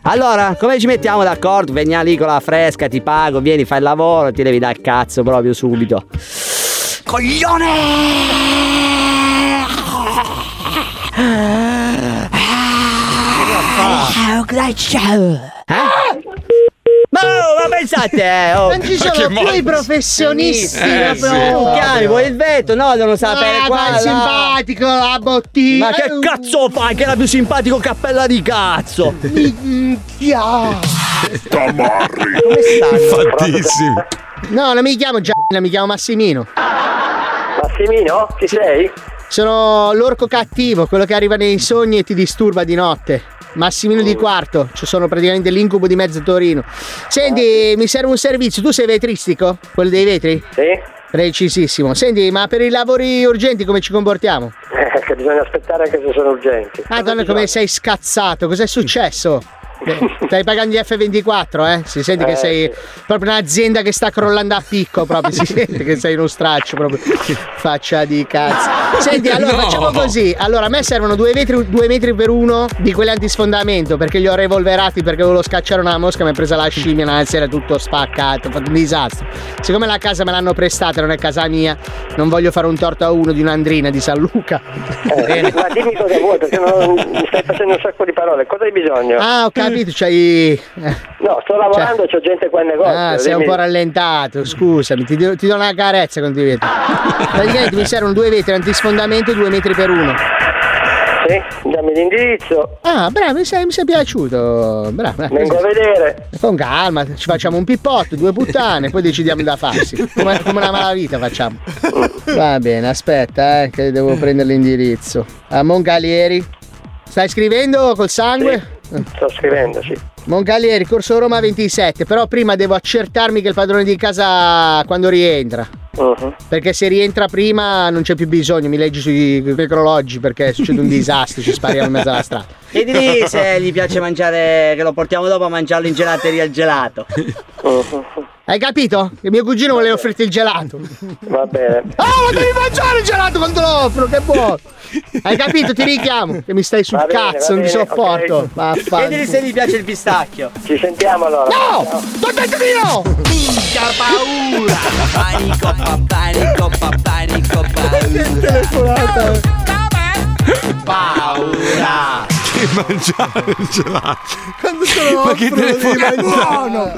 [SPEAKER 17] Allora, come ci mettiamo d'accordo? Veniamo lì con la fresca, ti pago, vieni, fai il lavoro, ti levi dal cazzo proprio subito. Eh? Ma oh, ma pensate, eh, oh.
[SPEAKER 16] Non ci sono Che più mozzi. i professionisti, Eh, proprio. sì.
[SPEAKER 17] Tu chiami, Oh, vuoi il vetro? No, devono sapere
[SPEAKER 16] Ah,
[SPEAKER 17] qua.
[SPEAKER 16] dai,
[SPEAKER 17] là.
[SPEAKER 16] simpatico,
[SPEAKER 17] la bottiglia. Ma che cazzo fai? Che era più simpatico cappella di cazzo.
[SPEAKER 16] Minchia.
[SPEAKER 18] Tamarri.
[SPEAKER 7] Come stanno?
[SPEAKER 4] Fattissimi.
[SPEAKER 7] No, non mi chiamo Gianna, mi chiamo Massimino.
[SPEAKER 13] Massimino, chi sei?
[SPEAKER 7] Sono l'orco cattivo, quello che arriva nei sogni e ti disturba di notte. Massimino
[SPEAKER 13] Oh.
[SPEAKER 7] di quarto, ci sono praticamente l'incubo di mezzo Torino. Senti, mi serve un servizio, tu sei vetristico? Quello dei vetri?
[SPEAKER 13] Ah. Sì.
[SPEAKER 7] Precisissimo. Senti, ma per i lavori urgenti come ci comportiamo?
[SPEAKER 13] Eh, che bisogna aspettare anche se sono urgenti.
[SPEAKER 7] Madonna, Ah, come sei scazzato, cos'è successo? Beh, Stai pagando gli F24, eh? Si sente che
[SPEAKER 13] Eh,
[SPEAKER 7] sei proprio un'azienda che sta crollando a picco, proprio. Si sente che sei uno straccio, proprio. Faccia di cazzo. Senti, allora
[SPEAKER 18] No.
[SPEAKER 7] facciamo così. Allora, a me servono due metri, due metri per uno di quelli antisfondamento, perché li ho revolverati perché volevo scacciare una mosca, mi ha presa la scimmia, una sera tutto spaccato, ho fatto un disastro. Siccome la casa me l'hanno prestata, non è casa mia, non voglio fare un torto a uno di un'andrina di San Luca.
[SPEAKER 13] Eh, ma dimmi cosa vuoi, perché non, mi stai facendo un sacco di parole. Cosa hai bisogno?
[SPEAKER 7] Ah, ho capito, c'hai. eh,
[SPEAKER 13] No, sto lavorando, c'ho gente qua in negozio.
[SPEAKER 7] Ah, sei un
[SPEAKER 13] cioè, dimmi.
[SPEAKER 7] po' rallentato, scusami, ti, do- ti do una carezza con i vetri. Praticamente mi servono due vetri antisfondamento, due metri per uno.
[SPEAKER 13] Sì, dammi l'indirizzo.
[SPEAKER 7] Ah, bravo, mi sei, mi sei piaciuto. Bravo, bravo.
[SPEAKER 13] Vengo a vedere.
[SPEAKER 7] Con calma, ci facciamo un pippotto, due puttane, poi decidiamo da farsi. Come, come una malavita facciamo. Va bene, aspetta, eh, che
[SPEAKER 13] Mm.
[SPEAKER 7] devo prendere l'indirizzo. A Mongalieri. Stai scrivendo col sangue? Eh,
[SPEAKER 13] Sto scrivendo, sì.
[SPEAKER 7] Mongalieri, corso Roma 27, però prima devo accertarmi che il padrone di casa quando rientra.
[SPEAKER 13] Mhm.
[SPEAKER 7] Perché se rientra prima non c'è più bisogno, mi leggi sui necrologi perché succede un disastro, ci spariamo in mezzo alla strada.
[SPEAKER 5] E lì se gli piace mangiare, che lo portiamo dopo a mangiarlo in gelateria il gelato.
[SPEAKER 7] Hai capito? Il mio cugino voleva offrirti il gelato.
[SPEAKER 13] Va bene.
[SPEAKER 7] Ah, ma devi mangiare il gelato quando lo offro, che buono! Hai capito? Ti richiamo, che mi stai sul
[SPEAKER 13] Va bene, va
[SPEAKER 7] cazzo, non ti
[SPEAKER 13] bene,
[SPEAKER 7] sopporto.
[SPEAKER 13] ok.
[SPEAKER 7] Vaffanculo.
[SPEAKER 5] Chiedili se gli piace il pistacchio.
[SPEAKER 13] Ci sentiamo allora.
[SPEAKER 7] No! T'ho detto di no!
[SPEAKER 5] Minchia paura! Panico, pa, panico, pa, panico,
[SPEAKER 7] paura!
[SPEAKER 5] Paura!
[SPEAKER 4] Che mangiare il gelato.
[SPEAKER 3] Quando sono
[SPEAKER 4] Ma che telefonata?
[SPEAKER 3] buono!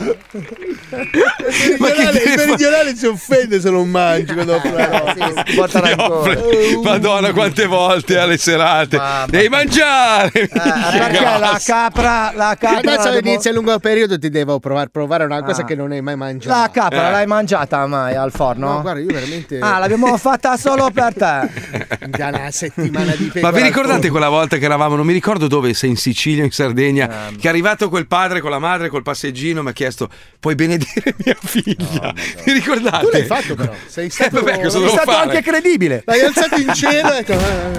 [SPEAKER 3] Il meridionale, il meridionale si offende se non mangi quando offro la roba.
[SPEAKER 4] Ti offre- Madonna, quante volte alle serate. Devi mangiare.
[SPEAKER 6] Eh, Perché la capra, la capra.
[SPEAKER 7] Adesso
[SPEAKER 6] la devo- Ah.
[SPEAKER 7] inizia il lungo periodo, ti devo provare, provare una cosa che non hai mai mangiato.
[SPEAKER 6] La capra l'hai mangiata mai al forno?
[SPEAKER 7] No, guarda, io veramente.
[SPEAKER 6] Ah, l'abbiamo fatta solo per te.
[SPEAKER 7] Da una settimana di
[SPEAKER 4] Ma
[SPEAKER 7] pecora
[SPEAKER 4] vi
[SPEAKER 7] al
[SPEAKER 4] ricordate quella volta che eravamo, non mi ricordo dove, se in Sicilia o in Sardegna,
[SPEAKER 6] Ehm.
[SPEAKER 4] che è arrivato quel padre con la madre col passeggino mi ha chiesto, puoi benedire mia figlia? vi ricordate? Eh,
[SPEAKER 3] Tu l'hai fatto però. Sei stato,
[SPEAKER 4] vabbè, cosa devo fare?
[SPEAKER 6] credibile.
[SPEAKER 3] L'hai alzato in cielo e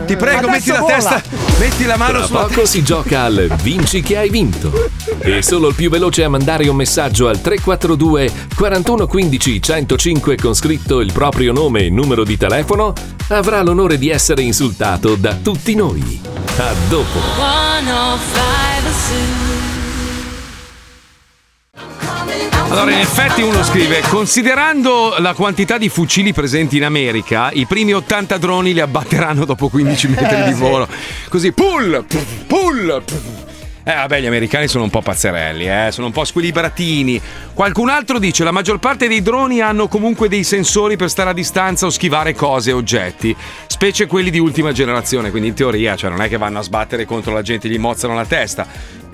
[SPEAKER 4] Ti prego, metti la testa, metti la mano
[SPEAKER 1] Tra
[SPEAKER 4] sulla
[SPEAKER 1] poco si gioca al Vinci che hai vinto. E solo il più veloce a mandare un messaggio al 342 4115 105 con scritto il proprio nome e numero di telefono avrà l'onore di essere insultato da tutti noi. A dopo.
[SPEAKER 19] 105
[SPEAKER 4] Allora, in effetti uno scrive: considerando la quantità di fucili presenti in America, i primi 80 droni li abbatteranno dopo 15 metri di volo. Così, pull, puff, pull. puff. Eh, vabbè, gli americani sono un po' pazzerelli, eh, sono un po' squilibratini. Qualcun altro dice: la maggior parte dei droni hanno comunque dei sensori per stare a distanza o schivare cose e oggetti, specie quelli di ultima generazione. Quindi, in teoria, cioè, non è che vanno a sbattere contro la gente, gli mozzano la testa.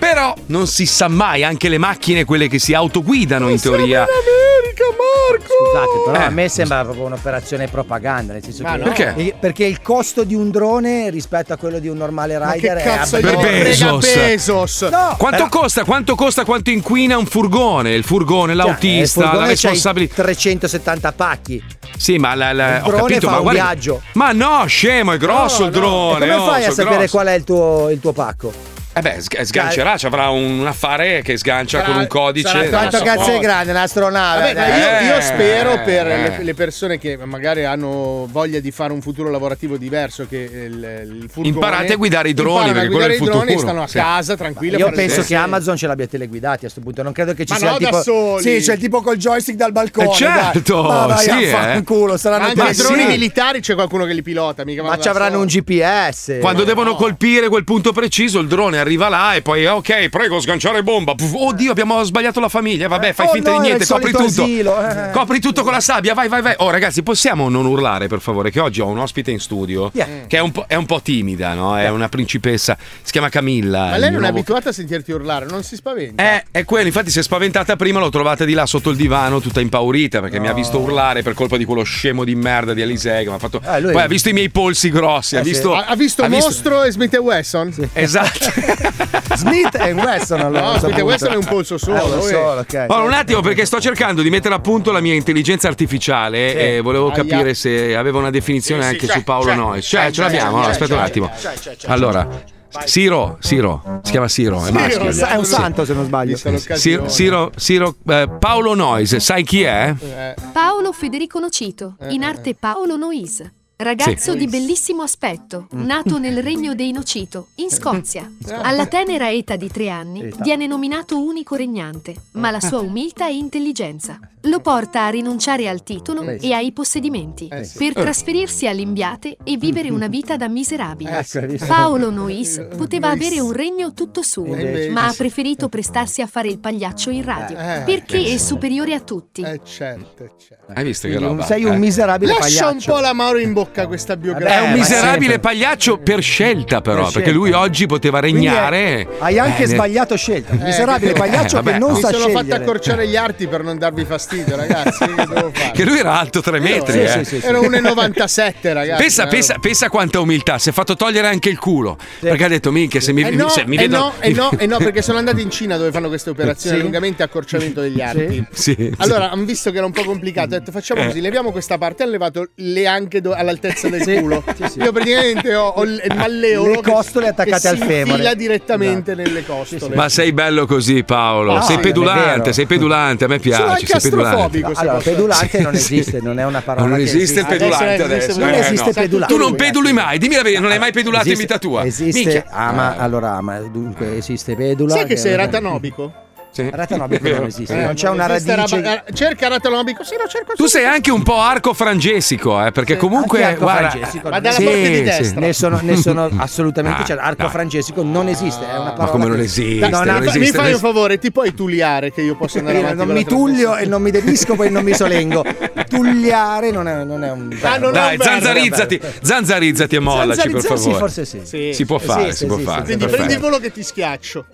[SPEAKER 4] Però non si sa mai, anche le macchine, quelle che si autoguidano in teoria.
[SPEAKER 6] America, Marco! Scusate, però
[SPEAKER 4] Eh.
[SPEAKER 6] a me sembra proprio un'operazione propaganda, nel senso
[SPEAKER 4] Ma
[SPEAKER 6] che
[SPEAKER 4] no. Perché?
[SPEAKER 6] Eh, perché il costo di un drone rispetto a quello di un normale rider è
[SPEAKER 3] cazzo
[SPEAKER 6] abnorme.
[SPEAKER 4] Per Bezos.
[SPEAKER 6] No,
[SPEAKER 4] Quanto
[SPEAKER 6] però-
[SPEAKER 4] costa? Quanto costa? Quanto inquina un furgone? Il furgone,
[SPEAKER 6] Cioè,
[SPEAKER 4] l'autista,
[SPEAKER 6] il furgone
[SPEAKER 4] la
[SPEAKER 6] c'ha i
[SPEAKER 4] responsabilità.
[SPEAKER 6] 370 pacchi.
[SPEAKER 4] Sì, ma la, la-
[SPEAKER 6] Il
[SPEAKER 4] ho
[SPEAKER 6] drone
[SPEAKER 4] capito,
[SPEAKER 6] fa
[SPEAKER 4] ma
[SPEAKER 6] un
[SPEAKER 4] guarda.
[SPEAKER 6] viaggio.
[SPEAKER 4] Ma no, scemo, è grosso
[SPEAKER 6] No,
[SPEAKER 4] il
[SPEAKER 6] no.
[SPEAKER 4] drone.
[SPEAKER 6] E come
[SPEAKER 4] oh,
[SPEAKER 6] fai a
[SPEAKER 4] so
[SPEAKER 6] sapere
[SPEAKER 4] grosso.
[SPEAKER 6] qual è il tuo, il tuo pacco?
[SPEAKER 4] Eh beh, sg- sgancerà, ci avrà un, un affare che sgancia
[SPEAKER 6] Sarà-
[SPEAKER 4] con un codice.
[SPEAKER 6] sarà
[SPEAKER 4] non
[SPEAKER 6] quanto
[SPEAKER 4] so,
[SPEAKER 6] cazzo è
[SPEAKER 4] cosa.
[SPEAKER 6] grande un'astronave?
[SPEAKER 3] Ah, Vabbè, ma
[SPEAKER 4] Eh.
[SPEAKER 3] io, io spero per
[SPEAKER 4] Eh.
[SPEAKER 3] le, le persone che magari hanno voglia di fare un futuro lavorativo diverso che il, il furgone
[SPEAKER 4] Imparate a guidare i droni,
[SPEAKER 3] eh, imparano a
[SPEAKER 4] perché quello è
[SPEAKER 3] guidare
[SPEAKER 4] il
[SPEAKER 3] i droni e
[SPEAKER 4] futuro.
[SPEAKER 3] stanno a
[SPEAKER 4] Sì.
[SPEAKER 3] casa tranquilli a
[SPEAKER 6] Io
[SPEAKER 3] fare le
[SPEAKER 6] penso
[SPEAKER 3] cose.
[SPEAKER 6] che Amazon ce l'abbia teleguidati a sto punto, non credo che ci
[SPEAKER 3] Ma
[SPEAKER 6] sia
[SPEAKER 3] no,
[SPEAKER 6] il tipo
[SPEAKER 3] da soli.
[SPEAKER 6] Sì, c'è il tipo col joystick dal balcone.
[SPEAKER 3] Eh, certo,
[SPEAKER 6] dai. Ma vai
[SPEAKER 3] sì,
[SPEAKER 4] eh.
[SPEAKER 6] a fanculo,
[SPEAKER 3] Ma
[SPEAKER 6] saranno
[SPEAKER 3] anche i
[SPEAKER 6] tre
[SPEAKER 3] droni
[SPEAKER 6] sì.
[SPEAKER 3] militari c'è qualcuno che li pilota, mica
[SPEAKER 6] Ma ci avranno un GPS.
[SPEAKER 4] Quando
[SPEAKER 6] Ma
[SPEAKER 4] devono colpire quel punto preciso, il drone arriva là e poi, ok, prego, sganciare bomba. Puff, Oddio, abbiamo sbagliato la famiglia. Vabbè, fai
[SPEAKER 6] Oh
[SPEAKER 4] finta
[SPEAKER 6] no,
[SPEAKER 4] di
[SPEAKER 6] era
[SPEAKER 4] niente,
[SPEAKER 6] il
[SPEAKER 4] copri tutto.
[SPEAKER 6] solito asilo, eh.
[SPEAKER 4] Copri tutto con la sabbia, vai, vai, vai. Oh, ragazzi, possiamo non urlare, per favore, che oggi ho un ospite in studio
[SPEAKER 3] Yeah.
[SPEAKER 4] che è un, po', è un po' timida, no? È una principessa, si chiama Camilla.
[SPEAKER 3] Ma
[SPEAKER 4] il
[SPEAKER 3] lei
[SPEAKER 4] mio
[SPEAKER 3] non è
[SPEAKER 4] nuovo-
[SPEAKER 3] abituata a sentirti urlare, non si spaventa.
[SPEAKER 4] eh, è quello, infatti si è spaventata prima, l'ho trovata di là sotto il divano, tutta impaurita, perché mi ha visto urlare per colpa di quello scemo di merda di Alisei che mi ha fatto...
[SPEAKER 3] Eh, lui-
[SPEAKER 4] Poi ha visto i miei polsi grossi, ha
[SPEAKER 3] Eh sì.
[SPEAKER 4] visto...
[SPEAKER 3] ha, ha visto Mostro e Smith e Wesson?
[SPEAKER 4] Esatto.
[SPEAKER 6] Smith e Wesson allora.
[SPEAKER 3] No,
[SPEAKER 6] a sto
[SPEAKER 3] Smith e
[SPEAKER 6] punto.
[SPEAKER 3] Wesson è un polso solo.
[SPEAKER 6] Eh, lo
[SPEAKER 3] eh.
[SPEAKER 6] so, ok.
[SPEAKER 4] Ora un attimo perché sto cercando di mettere a punto la mia intelligenza artificiale
[SPEAKER 6] Sì.
[SPEAKER 4] e volevo
[SPEAKER 6] Aia.
[SPEAKER 4] capire se aveva una definizione
[SPEAKER 6] Sì, sì,
[SPEAKER 4] anche
[SPEAKER 6] c'è,
[SPEAKER 4] su Paolo
[SPEAKER 6] c'è,
[SPEAKER 4] Noyes.
[SPEAKER 6] c'è,
[SPEAKER 4] Cioè, ce
[SPEAKER 6] c'è,
[SPEAKER 4] l'abbiamo,
[SPEAKER 6] c'è,
[SPEAKER 4] allora,
[SPEAKER 6] c'è,
[SPEAKER 4] aspetta un
[SPEAKER 6] c'è,
[SPEAKER 4] attimo.
[SPEAKER 6] c'è, c'è, c'è,
[SPEAKER 4] Allora, Siro, Siro, si chiama Siro, è maschio.
[SPEAKER 6] Sì, È un santo se non sbaglio.
[SPEAKER 4] Siro, Siro, Siro, eh, Paolo Noyes, sai chi è?
[SPEAKER 3] Eh.
[SPEAKER 20] Eh.
[SPEAKER 14] Paolo Federico Nocito, in arte Paolo Nois. Ragazzo
[SPEAKER 4] Sì.
[SPEAKER 14] di bellissimo aspetto,
[SPEAKER 4] Mm.
[SPEAKER 14] nato nel regno dei Nocito, in Scozia. Alla tenera età di tre anni
[SPEAKER 20] Eh. Età.
[SPEAKER 14] viene nominato unico regnante, ma la sua umiltà e intelligenza lo porta a rinunciare al titolo
[SPEAKER 20] Eh sì.
[SPEAKER 14] e ai possedimenti
[SPEAKER 20] Eh sì.
[SPEAKER 14] per
[SPEAKER 20] Eh.
[SPEAKER 14] trasferirsi all'Imbiate e vivere una vita da miserabile.
[SPEAKER 20] Ecco, hai visto?
[SPEAKER 14] Paolo Nois poteva
[SPEAKER 20] Eh, Nois.
[SPEAKER 14] avere un regno tutto suo,
[SPEAKER 20] Eh, invece.
[SPEAKER 14] ma ha preferito prestarsi a fare il pagliaccio in radio
[SPEAKER 3] Eh,
[SPEAKER 14] perché è
[SPEAKER 3] penso.
[SPEAKER 14] superiore a tutti.
[SPEAKER 20] Eh,
[SPEAKER 3] Certo, certo.
[SPEAKER 4] Hai visto che
[SPEAKER 6] Quindi un-
[SPEAKER 4] roba?
[SPEAKER 6] sei un
[SPEAKER 4] eh?
[SPEAKER 6] miserabile
[SPEAKER 3] Lascia un
[SPEAKER 6] pagliaccio. Eh,
[SPEAKER 3] po' la Mauro in bocca questa biografia.
[SPEAKER 4] È un miserabile
[SPEAKER 6] sempre.
[SPEAKER 4] pagliaccio per scelta, però,
[SPEAKER 6] Per
[SPEAKER 4] perché
[SPEAKER 6] scelta.
[SPEAKER 4] lui oggi poteva
[SPEAKER 6] Quindi è-
[SPEAKER 4] regnare.
[SPEAKER 6] Hai anche
[SPEAKER 4] Eh, ne-
[SPEAKER 6] sbagliato scelta.
[SPEAKER 3] Eh,
[SPEAKER 6] Miserabile
[SPEAKER 4] che- eh,
[SPEAKER 6] pagliaccio che
[SPEAKER 4] vabbè,
[SPEAKER 6] non
[SPEAKER 4] mi
[SPEAKER 6] sa
[SPEAKER 3] Mi sono fatto
[SPEAKER 6] scegliere.
[SPEAKER 3] accorciare gli arti per non darvi fastidio, ragazzi. Che devo fare?
[SPEAKER 4] Che lui era alto 3 metri,
[SPEAKER 3] Ero-
[SPEAKER 4] eh.
[SPEAKER 3] Ero 1,97, ragazzi.
[SPEAKER 4] Pensa,
[SPEAKER 3] eh.
[SPEAKER 4] pensa, pensa quanta umiltà, si è fatto togliere anche il culo. Perché ha detto, minchia, se mi,
[SPEAKER 3] Eh no,
[SPEAKER 4] se mi
[SPEAKER 3] eh
[SPEAKER 4] vedo.
[SPEAKER 3] no, eh no, eh no, perché sono andati in Cina dove fanno queste operazioni
[SPEAKER 4] Sì.
[SPEAKER 3] lungamente accorciamento degli arti.
[SPEAKER 4] Sì.
[SPEAKER 3] Allora, hanno visto che era un po' complicato, ho detto facciamo
[SPEAKER 4] Eh.
[SPEAKER 3] così, leviamo questa parte, hanno levato le anche do- all'altezza del culo. Io praticamente ho, ho il malleolo
[SPEAKER 6] Le costole attaccate
[SPEAKER 3] che
[SPEAKER 6] al
[SPEAKER 3] si
[SPEAKER 6] femore. Esatto.
[SPEAKER 3] infila direttamente nelle costole.
[SPEAKER 4] Ma sei bello così, Paolo.
[SPEAKER 6] Ah,
[SPEAKER 4] sei
[SPEAKER 6] sì, è
[SPEAKER 4] pedulante,
[SPEAKER 6] vero.
[SPEAKER 4] sei pedulante, a me piace. sei pedulante.
[SPEAKER 6] Allora, pedulante non esiste, non è una parola.
[SPEAKER 4] non
[SPEAKER 6] che
[SPEAKER 4] esiste il pedulante adesso.
[SPEAKER 6] Non
[SPEAKER 4] eh,
[SPEAKER 6] esiste
[SPEAKER 4] no.
[SPEAKER 6] pedulante.
[SPEAKER 4] Tu non peduli mai, dimmi la verità, non hai mai pedulato in
[SPEAKER 6] Esiste-
[SPEAKER 4] vita tua.
[SPEAKER 6] Esiste Ah,
[SPEAKER 4] Minchia. Eh.
[SPEAKER 6] ama, allora ama, dunque esiste pedula.
[SPEAKER 3] Sai che sei ratanobico?
[SPEAKER 4] Sì.
[SPEAKER 6] Ratanobico
[SPEAKER 4] È vero.
[SPEAKER 6] non esiste,
[SPEAKER 4] Eh,
[SPEAKER 6] non c'è
[SPEAKER 3] non
[SPEAKER 6] una
[SPEAKER 3] esiste
[SPEAKER 6] radice.
[SPEAKER 3] raba- eh, cerca ratanobico, sì, lo cerco
[SPEAKER 4] Tu sei anche un po' arco frangesico, eh, perché comunque.
[SPEAKER 6] Anche arco
[SPEAKER 4] guarda,
[SPEAKER 6] frangesico.
[SPEAKER 3] Ma dalla parte di destra.
[SPEAKER 6] Ne sono, ne sono assolutamente
[SPEAKER 4] Ah,
[SPEAKER 6] certo. Arco
[SPEAKER 4] dai.
[SPEAKER 6] frangesico non esiste, è una parola.
[SPEAKER 4] come non
[SPEAKER 6] che-
[SPEAKER 4] esiste, non
[SPEAKER 6] No, no,
[SPEAKER 3] Mi fa- Mi
[SPEAKER 4] esiste,
[SPEAKER 3] fai
[SPEAKER 4] non
[SPEAKER 3] un favore, ti puoi tuliare che io posso andare avanti.
[SPEAKER 6] non
[SPEAKER 3] con
[SPEAKER 6] mi
[SPEAKER 3] la trasmissione?
[SPEAKER 6] tullio e non mi devisco, poi non mi solengo. Tugliare non è, non è un.
[SPEAKER 3] Ah, non è
[SPEAKER 4] Dai,
[SPEAKER 3] un verbo.
[SPEAKER 4] zanzarizzati, zanzarizzati e mollaci, per
[SPEAKER 6] Zanzarizzare sì,
[SPEAKER 4] favore.
[SPEAKER 6] forse sì.
[SPEAKER 4] Si può
[SPEAKER 6] Sì,
[SPEAKER 4] fare,
[SPEAKER 6] sì,
[SPEAKER 4] si può
[SPEAKER 6] sì,
[SPEAKER 4] fare.
[SPEAKER 6] sì.
[SPEAKER 3] Quindi
[SPEAKER 4] perfetto.
[SPEAKER 3] prendi il volo che ti schiaccio.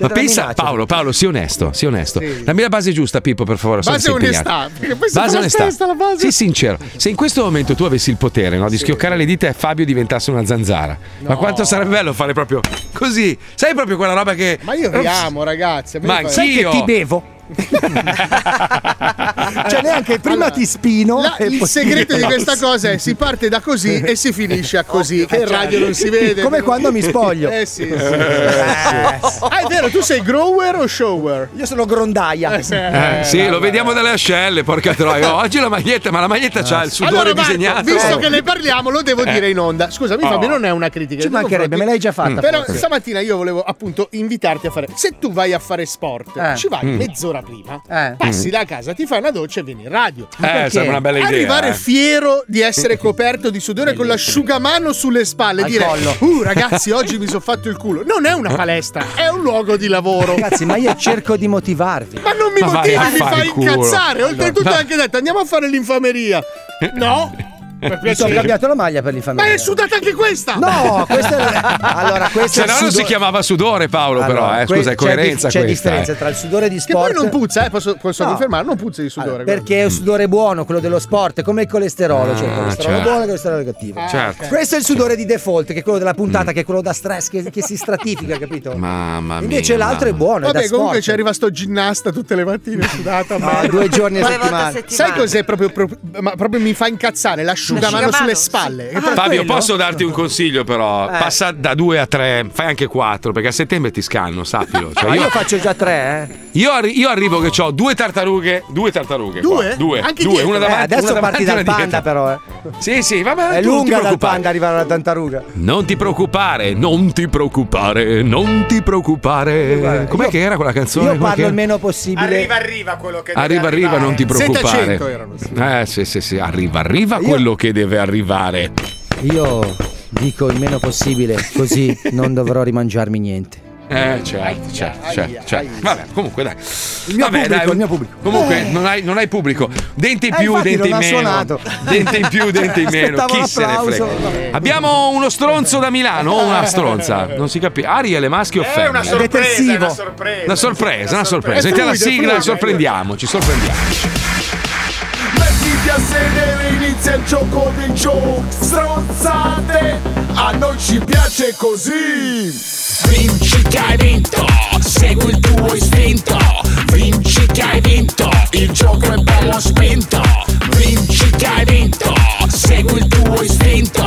[SPEAKER 6] Cioè,
[SPEAKER 4] Ma
[SPEAKER 3] della
[SPEAKER 4] pensa,
[SPEAKER 3] minaccia.
[SPEAKER 4] Paolo, Paolo, sii onesto, sii onesto.
[SPEAKER 3] Sì.
[SPEAKER 4] Dammi la base giusta, Pippo, per favore. so che
[SPEAKER 3] Base
[SPEAKER 4] sei impegnato.
[SPEAKER 3] onestà, perché poi se te
[SPEAKER 4] Base
[SPEAKER 3] la
[SPEAKER 4] onestà.
[SPEAKER 3] testa la base-
[SPEAKER 4] Sii sincero. Se in questo momento tu avessi il potere no, di schioccare le dita e Fabio diventasse una zanzara, ma quanto sarebbe bello fare proprio così. Sai proprio quella roba che.
[SPEAKER 3] Ma io vi amo, ragazzi. a me
[SPEAKER 4] Ma
[SPEAKER 3] fa-
[SPEAKER 4] Sai che anch'io. ti bevo?
[SPEAKER 6] Cioè, neanche prima ti spino.
[SPEAKER 3] La-
[SPEAKER 6] e
[SPEAKER 3] il
[SPEAKER 6] poi-
[SPEAKER 3] segreto di questa cosa è si parte da così e si finisce a così, che in radio non si vede.
[SPEAKER 6] Come quando mi spoglio.
[SPEAKER 3] Eh sì, sì. Ah, è vero, tu sei grower o shower?
[SPEAKER 6] Io sono grondaia.
[SPEAKER 4] Eh, sì, lo vediamo dalle ascelle, porca troia. Oggi la maglietta, ma la maglietta c'ha il sudore
[SPEAKER 3] Allora, Marco,
[SPEAKER 4] disegnato.
[SPEAKER 3] visto che ne parliamo, lo devo
[SPEAKER 4] Eh.
[SPEAKER 3] dire in onda. Scusami,
[SPEAKER 4] Oh.
[SPEAKER 3] Fabio, non è una critica.
[SPEAKER 6] Ci
[SPEAKER 3] nei tuoi
[SPEAKER 6] mancherebbe,
[SPEAKER 3] confronti.
[SPEAKER 6] me l'hai già fatta,
[SPEAKER 3] Mm. Però
[SPEAKER 6] forse.
[SPEAKER 3] stamattina io volevo appunto invitarti a fare. Se tu vai a fare sport,
[SPEAKER 6] Eh.
[SPEAKER 3] ci vai
[SPEAKER 6] Mm.
[SPEAKER 3] mezz'ora prima,
[SPEAKER 6] Eh.
[SPEAKER 3] passi
[SPEAKER 6] Mm.
[SPEAKER 3] da casa, ti fai una doccia e vieni in radio.
[SPEAKER 4] Ma Eh, perché? sembra una bella idea,
[SPEAKER 3] Arrivare
[SPEAKER 4] eh.
[SPEAKER 3] fiero di essere coperto di sudore con l'asciugamano sulle spalle e
[SPEAKER 6] Al
[SPEAKER 3] dire:
[SPEAKER 6] collo.
[SPEAKER 3] Uh, ragazzi, oggi mi sono fatto il culo. Non è una palestra, è un luogo di lavoro.
[SPEAKER 6] Ragazzi, ma io cerco di motivarvi.
[SPEAKER 3] Ma non mi
[SPEAKER 6] Ma vai
[SPEAKER 3] motivi,
[SPEAKER 6] a
[SPEAKER 3] mi
[SPEAKER 6] fare
[SPEAKER 3] fai
[SPEAKER 6] il culo.
[SPEAKER 3] incazzare. Oltretutto
[SPEAKER 6] Allora. Eh.
[SPEAKER 3] hai anche detto andiamo a fare l'infameria. No, per
[SPEAKER 6] Mi sono
[SPEAKER 3] piacere.
[SPEAKER 6] cambiato la maglia per l'infamia.
[SPEAKER 3] Ma è sudata anche questa!
[SPEAKER 6] No, questa è- Allora, questo
[SPEAKER 4] Se
[SPEAKER 6] è il
[SPEAKER 4] no non si
[SPEAKER 6] sudore-
[SPEAKER 4] chiamava sudore, Paolo, però. Eh.
[SPEAKER 6] que-
[SPEAKER 4] Scusa, è
[SPEAKER 6] c'è
[SPEAKER 4] coerenza
[SPEAKER 6] dif-
[SPEAKER 4] questa.
[SPEAKER 6] C'è differenza
[SPEAKER 4] eh.
[SPEAKER 6] tra il sudore di
[SPEAKER 3] Che poi
[SPEAKER 6] sport.
[SPEAKER 3] non puzza, eh, posso, posso
[SPEAKER 6] No.
[SPEAKER 3] confermare, non puzza di sudore. guarda.
[SPEAKER 6] Perché è un sudore buono, quello dello sport, è come il colesterolo, cioè il
[SPEAKER 4] Ah,
[SPEAKER 6] colesterolo
[SPEAKER 4] certo.
[SPEAKER 6] buono e il colesterolo cattivo.
[SPEAKER 4] Certo. Mm.
[SPEAKER 6] Questo è il sudore di default, che è quello della puntata, che è quello da stress, che, che si stratifica, capito?
[SPEAKER 4] Mamma mia.
[SPEAKER 6] Invece l'altro è buono, è
[SPEAKER 3] Vabbè,
[SPEAKER 6] da
[SPEAKER 3] comunque
[SPEAKER 6] sport.
[SPEAKER 3] ci arriva sto ginnasta tutte le mattine sudata. merda.
[SPEAKER 6] due giorni
[SPEAKER 3] Ma-
[SPEAKER 6] a settimana.
[SPEAKER 3] Sai cos'è proprio, pro- ma proprio mi fa incazzare? L'asciugamano
[SPEAKER 6] L'asciugamano,
[SPEAKER 3] sulle spalle.
[SPEAKER 6] Ah,
[SPEAKER 4] Fabio, posso darti un consiglio, però?
[SPEAKER 6] Eh.
[SPEAKER 4] Passa da 2 a 3, fai anche 4, perché a settembre ti scanno, sappilo. Cioè,
[SPEAKER 6] Ma
[SPEAKER 4] io,
[SPEAKER 6] io faccio già tre, eh.
[SPEAKER 4] io arri- io arrivo che ho due tartarughe. Due tartarughe. qua.
[SPEAKER 6] Due?
[SPEAKER 4] Due.
[SPEAKER 6] Anche
[SPEAKER 4] due.
[SPEAKER 6] dietro?
[SPEAKER 4] Una
[SPEAKER 6] Eh,
[SPEAKER 4] davanti.
[SPEAKER 6] adesso
[SPEAKER 4] una davanti
[SPEAKER 6] parti
[SPEAKER 4] e
[SPEAKER 6] dal
[SPEAKER 4] una
[SPEAKER 6] panda,
[SPEAKER 4] dietro.
[SPEAKER 6] però, eh.
[SPEAKER 4] Sì, sì, va bene.
[SPEAKER 6] È lunga dal
[SPEAKER 4] preoccupare.
[SPEAKER 6] panda arrivare alla tantaruga.
[SPEAKER 4] Non ti preoccupare, non ti preoccupare, non ti preoccupare. Com'è che era quella canzone?
[SPEAKER 6] Io
[SPEAKER 4] Com'è che
[SPEAKER 6] parlo
[SPEAKER 4] era?
[SPEAKER 6] il meno possibile.
[SPEAKER 9] Arriva, arriva quello che
[SPEAKER 4] Arriva,
[SPEAKER 9] deve
[SPEAKER 4] arriva,
[SPEAKER 9] arrivare.
[SPEAKER 4] non ti preoccupare.
[SPEAKER 9] 700 erano, sì.
[SPEAKER 4] Eh, sì, sì, sì, arriva, arriva quello che deve arrivare.
[SPEAKER 6] Io Dico il meno possibile, così non dovrò rimangiarmi niente.
[SPEAKER 4] Eh, certo, certo, certo, certo. Vabbè, comunque dai. Il
[SPEAKER 6] mio
[SPEAKER 4] Vabbè,
[SPEAKER 6] pubblico,
[SPEAKER 4] dai.
[SPEAKER 6] il mio pubblico.
[SPEAKER 4] Comunque
[SPEAKER 6] Eh.
[SPEAKER 4] non, hai, non hai pubblico. Dente in
[SPEAKER 6] Eh,
[SPEAKER 4] più,
[SPEAKER 6] infatti
[SPEAKER 4] dente in
[SPEAKER 6] non ha
[SPEAKER 4] meno.
[SPEAKER 6] suonato.
[SPEAKER 4] Dente in più, dente in meno.
[SPEAKER 6] Aspettavo
[SPEAKER 4] Chi se ne
[SPEAKER 6] l'applauso.
[SPEAKER 4] frega. Abbiamo uno stronzo da Milano o una stronza? Non si capisce. Ariel, maschi o femmine?
[SPEAKER 2] una sorpresa, è una
[SPEAKER 4] sorpresa. Una sorpresa, una sorpresa.
[SPEAKER 2] È
[SPEAKER 4] Sentiamo la
[SPEAKER 2] fluido, è
[SPEAKER 4] sigla e
[SPEAKER 2] fluido.
[SPEAKER 4] sorprendiamo, ci sorprendiamo.
[SPEAKER 2] Mettiti a sedere, inizia il gioco del show. Stronzate, a noi ci piace così. Vinci che hai vinto, segui il tuo istinto. Vinci che hai vinto, il gioco è bello spinto. Vinci che hai vinto, segui il tuo istinto.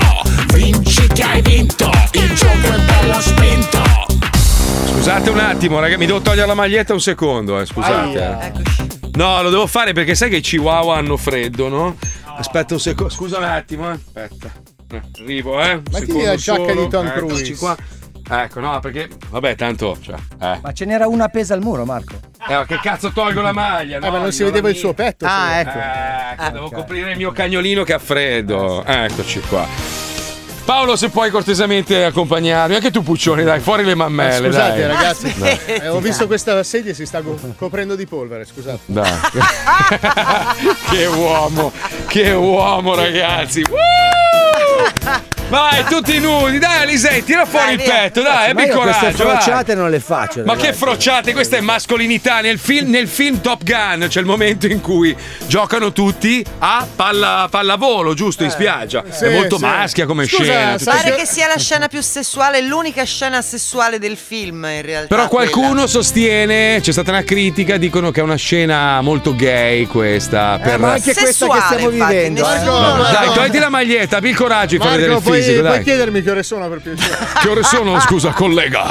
[SPEAKER 2] Vinci che hai vinto, il gioco è bello spinto.
[SPEAKER 4] Scusate un attimo, raga, mi devo togliere la maglietta un secondo, eh, scusate.
[SPEAKER 9] Ecco.
[SPEAKER 4] No, lo devo fare perché sai che i chihuahua hanno freddo, no? Aspetta un secondo, scusa un attimo, eh. Aspetta. Eh, Arrivo, eh. un
[SPEAKER 3] Mettiti
[SPEAKER 4] secondo
[SPEAKER 3] la giacca
[SPEAKER 4] solo.
[SPEAKER 3] di Tom
[SPEAKER 4] Eccoci
[SPEAKER 3] Cruise.
[SPEAKER 4] qua. Ecco, no, perché vabbè, tanto cioè, eh.
[SPEAKER 6] Ma ce n'era una appesa al muro, Marco.
[SPEAKER 4] Eh, ma che cazzo tolgo la maglia?
[SPEAKER 3] Eh, ma non si vedeva il suo petto. Eh,
[SPEAKER 6] Ah,
[SPEAKER 3] se-
[SPEAKER 6] ecco.
[SPEAKER 4] Ecco, devo coprire il mio cagnolino che ha freddo. Eccoci qua. Paolo, se puoi cortesemente accompagnarmi, anche tu Puccioni, dai, fuori le mammelle.
[SPEAKER 3] Scusate
[SPEAKER 4] dai.
[SPEAKER 3] ragazzi,
[SPEAKER 4] Dai.
[SPEAKER 3] eh, ho visto questa sedia e si sta co- coprendo di polvere, scusate.
[SPEAKER 4] Dai. che uomo, che uomo ragazzi. Woo! Vai, tutti nudi, dai Alisei, tira fuori il petto, Eh, dai,
[SPEAKER 6] Ma
[SPEAKER 4] abbi
[SPEAKER 6] io Queste
[SPEAKER 4] coraggio. vai.
[SPEAKER 6] frociate non le faccio.
[SPEAKER 4] Ma
[SPEAKER 6] ragazzi.
[SPEAKER 4] che frocciate, questa è mascolinità. Nel film, nel film Top Gun c'è il momento in cui giocano tutti a palla- pallavolo, giusto? In spiaggia.
[SPEAKER 2] sì,
[SPEAKER 4] è molto
[SPEAKER 2] sì.
[SPEAKER 4] maschia come
[SPEAKER 2] Scusa,
[SPEAKER 4] scena. tutto-
[SPEAKER 8] Pare che sia la scena più sessuale, l'unica scena sessuale del film in realtà.
[SPEAKER 4] Però
[SPEAKER 8] Ah, quella.
[SPEAKER 4] qualcuno sostiene, c'è stata una critica, dicono che è una scena molto gay questa. per-
[SPEAKER 6] ma anche questa che stiamo vivendo. eh.
[SPEAKER 4] No, Dai, togli la maglietta, abbi il coraggio di far vedere
[SPEAKER 3] Marco,
[SPEAKER 4] il
[SPEAKER 3] puoi,
[SPEAKER 4] fisico,
[SPEAKER 3] puoi
[SPEAKER 4] dai.
[SPEAKER 3] chiedermi che ore sono per piacere?
[SPEAKER 4] Che ore sono, scusa, collega?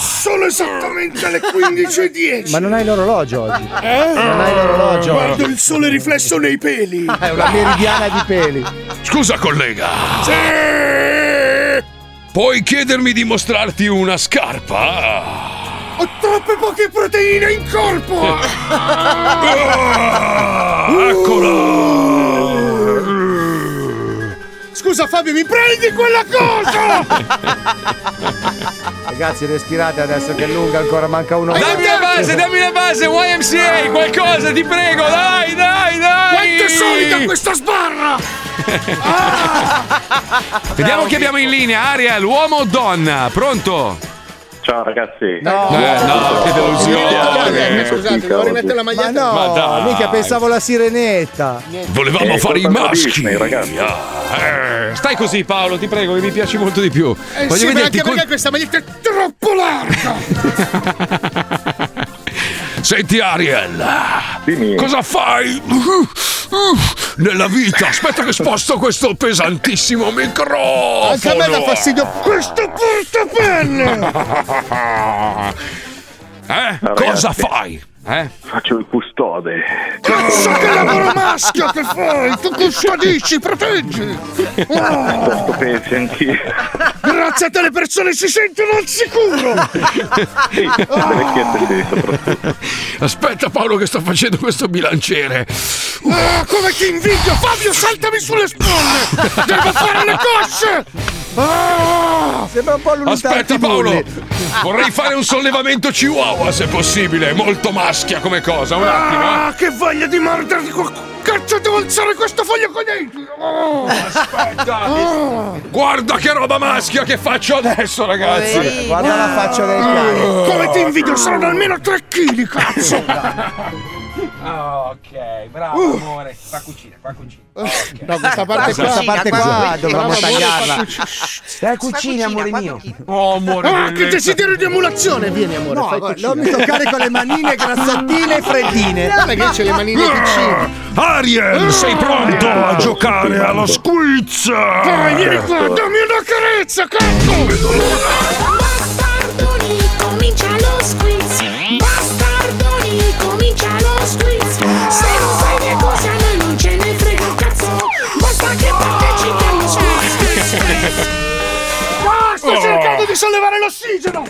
[SPEAKER 3] sono esattamente alle 15.10.
[SPEAKER 6] Ma non hai l'orologio oggi.
[SPEAKER 2] Eh?
[SPEAKER 6] Non hai l'orologio.
[SPEAKER 2] Guardo il sole riflesso nei peli.
[SPEAKER 6] Ah, è una meridiana di peli.
[SPEAKER 4] Scusa, collega. Puoi chiedermi di mostrarti una scarpa?
[SPEAKER 2] Ho troppe poche proteine in corpo.
[SPEAKER 4] Ah,
[SPEAKER 2] Uh.
[SPEAKER 3] Scusa Fabio, mi prendi quella cosa!
[SPEAKER 6] Ragazzi, respirate adesso che è lunga ancora, manca un'ora.
[SPEAKER 4] Dammi la base, dammi la base, YMCA, qualcosa, ti prego, dai, dai, dai!
[SPEAKER 2] Quanto è solida questa sbarra!
[SPEAKER 4] Vediamo chi abbiamo in linea, Ariel, uomo o donna? Pronto?
[SPEAKER 20] Ciao ragazzi.
[SPEAKER 6] No,
[SPEAKER 4] Eh, no, che delusione.
[SPEAKER 3] eh, Scusate, devo rimettere la maglietta.
[SPEAKER 6] No,
[SPEAKER 4] Ma dai.
[SPEAKER 6] mica pensavo alla sirenetta.
[SPEAKER 4] Volevamo
[SPEAKER 20] Eh,
[SPEAKER 4] fare i
[SPEAKER 20] colpa
[SPEAKER 4] maschi.
[SPEAKER 20] Disney, ragazzi.
[SPEAKER 4] Ah, eh. Stai così, Paolo, ti prego, che mi piaci molto di più.
[SPEAKER 3] Eh,
[SPEAKER 4] Voglio
[SPEAKER 3] sì, ma
[SPEAKER 4] vederti
[SPEAKER 3] anche
[SPEAKER 4] col-
[SPEAKER 3] perché questa maglietta è troppo larga!
[SPEAKER 4] Senti, Ariel, cosa fai nella vita? Aspetta, che sposto questo pesantissimo microfono.
[SPEAKER 3] Anche a me dà fastidio questo portapenne!
[SPEAKER 4] Eh?
[SPEAKER 20] Ragazzi.
[SPEAKER 4] Cosa fai? Eh?
[SPEAKER 20] Faccio il custode.
[SPEAKER 3] Cazzo
[SPEAKER 4] Oh.
[SPEAKER 3] che lavoro
[SPEAKER 4] Ah,
[SPEAKER 3] maschio che fai! Tu custodisci, proteggi! Oh,
[SPEAKER 20] Sto pensi
[SPEAKER 3] grazie a te le persone si sentono al Ah,
[SPEAKER 20] Sì,
[SPEAKER 3] sicuro!
[SPEAKER 20] le vecchiette sì, soprattutto.
[SPEAKER 4] Aspetta, Paolo, che sto facendo questo bilanciere.
[SPEAKER 3] Ah, come ti invidio! Fabio, saltami sulle spalle! Devo fare le cosce! Ah!
[SPEAKER 6] Sembra un po'
[SPEAKER 4] Aspetta, Paolo, vorrei fare un sollevamento chihuahua se possibile. Molto maschia come cosa. Un attimo, eh.
[SPEAKER 3] Ah, che voglia di morderti! qua- Cazzo, devo alzare questo foglio con i denti! Oh, Ah.
[SPEAKER 4] aspetta! eh. Guarda che roba maschia che faccio adesso, ragazzi!
[SPEAKER 6] Guarda
[SPEAKER 3] Ah.
[SPEAKER 6] la faccia del cane.
[SPEAKER 3] Come ti invidio, saranno almeno 3 kg, cazzo! Uh.
[SPEAKER 4] ok, bravo amore. Qua cucina, qua cucina.
[SPEAKER 3] No, questa parte qua,
[SPEAKER 6] Questa parte qua dovremmo
[SPEAKER 3] Amore,
[SPEAKER 6] tagliarla.
[SPEAKER 3] fa cuci-
[SPEAKER 6] Stai cucina, amore mio.
[SPEAKER 4] Oh, amore.
[SPEAKER 3] Ah, che desiderio di emulazione! Vieni, amore,
[SPEAKER 6] No,
[SPEAKER 3] fai
[SPEAKER 6] guarda,
[SPEAKER 3] cucina.
[SPEAKER 6] non mi toccare con le manine grassattine e freddine.
[SPEAKER 3] Guarda che c'è le manine piccine. Eh,
[SPEAKER 2] Ariel, sei pronto a giocare Eh, allo squiz?
[SPEAKER 3] Vai, vieni qua, dammi una carezza, cazzo!
[SPEAKER 5] Bastardoni, comincia lo squiz. Bastardoni, comincia lo squiz. Se non sai che cosa noi non ce ne frega un cazzo. Basta che partecipi allo squiz. squiz, squiz.
[SPEAKER 3] Ah, sto
[SPEAKER 2] Oh.
[SPEAKER 3] cercando di sollevare l'ossigeno!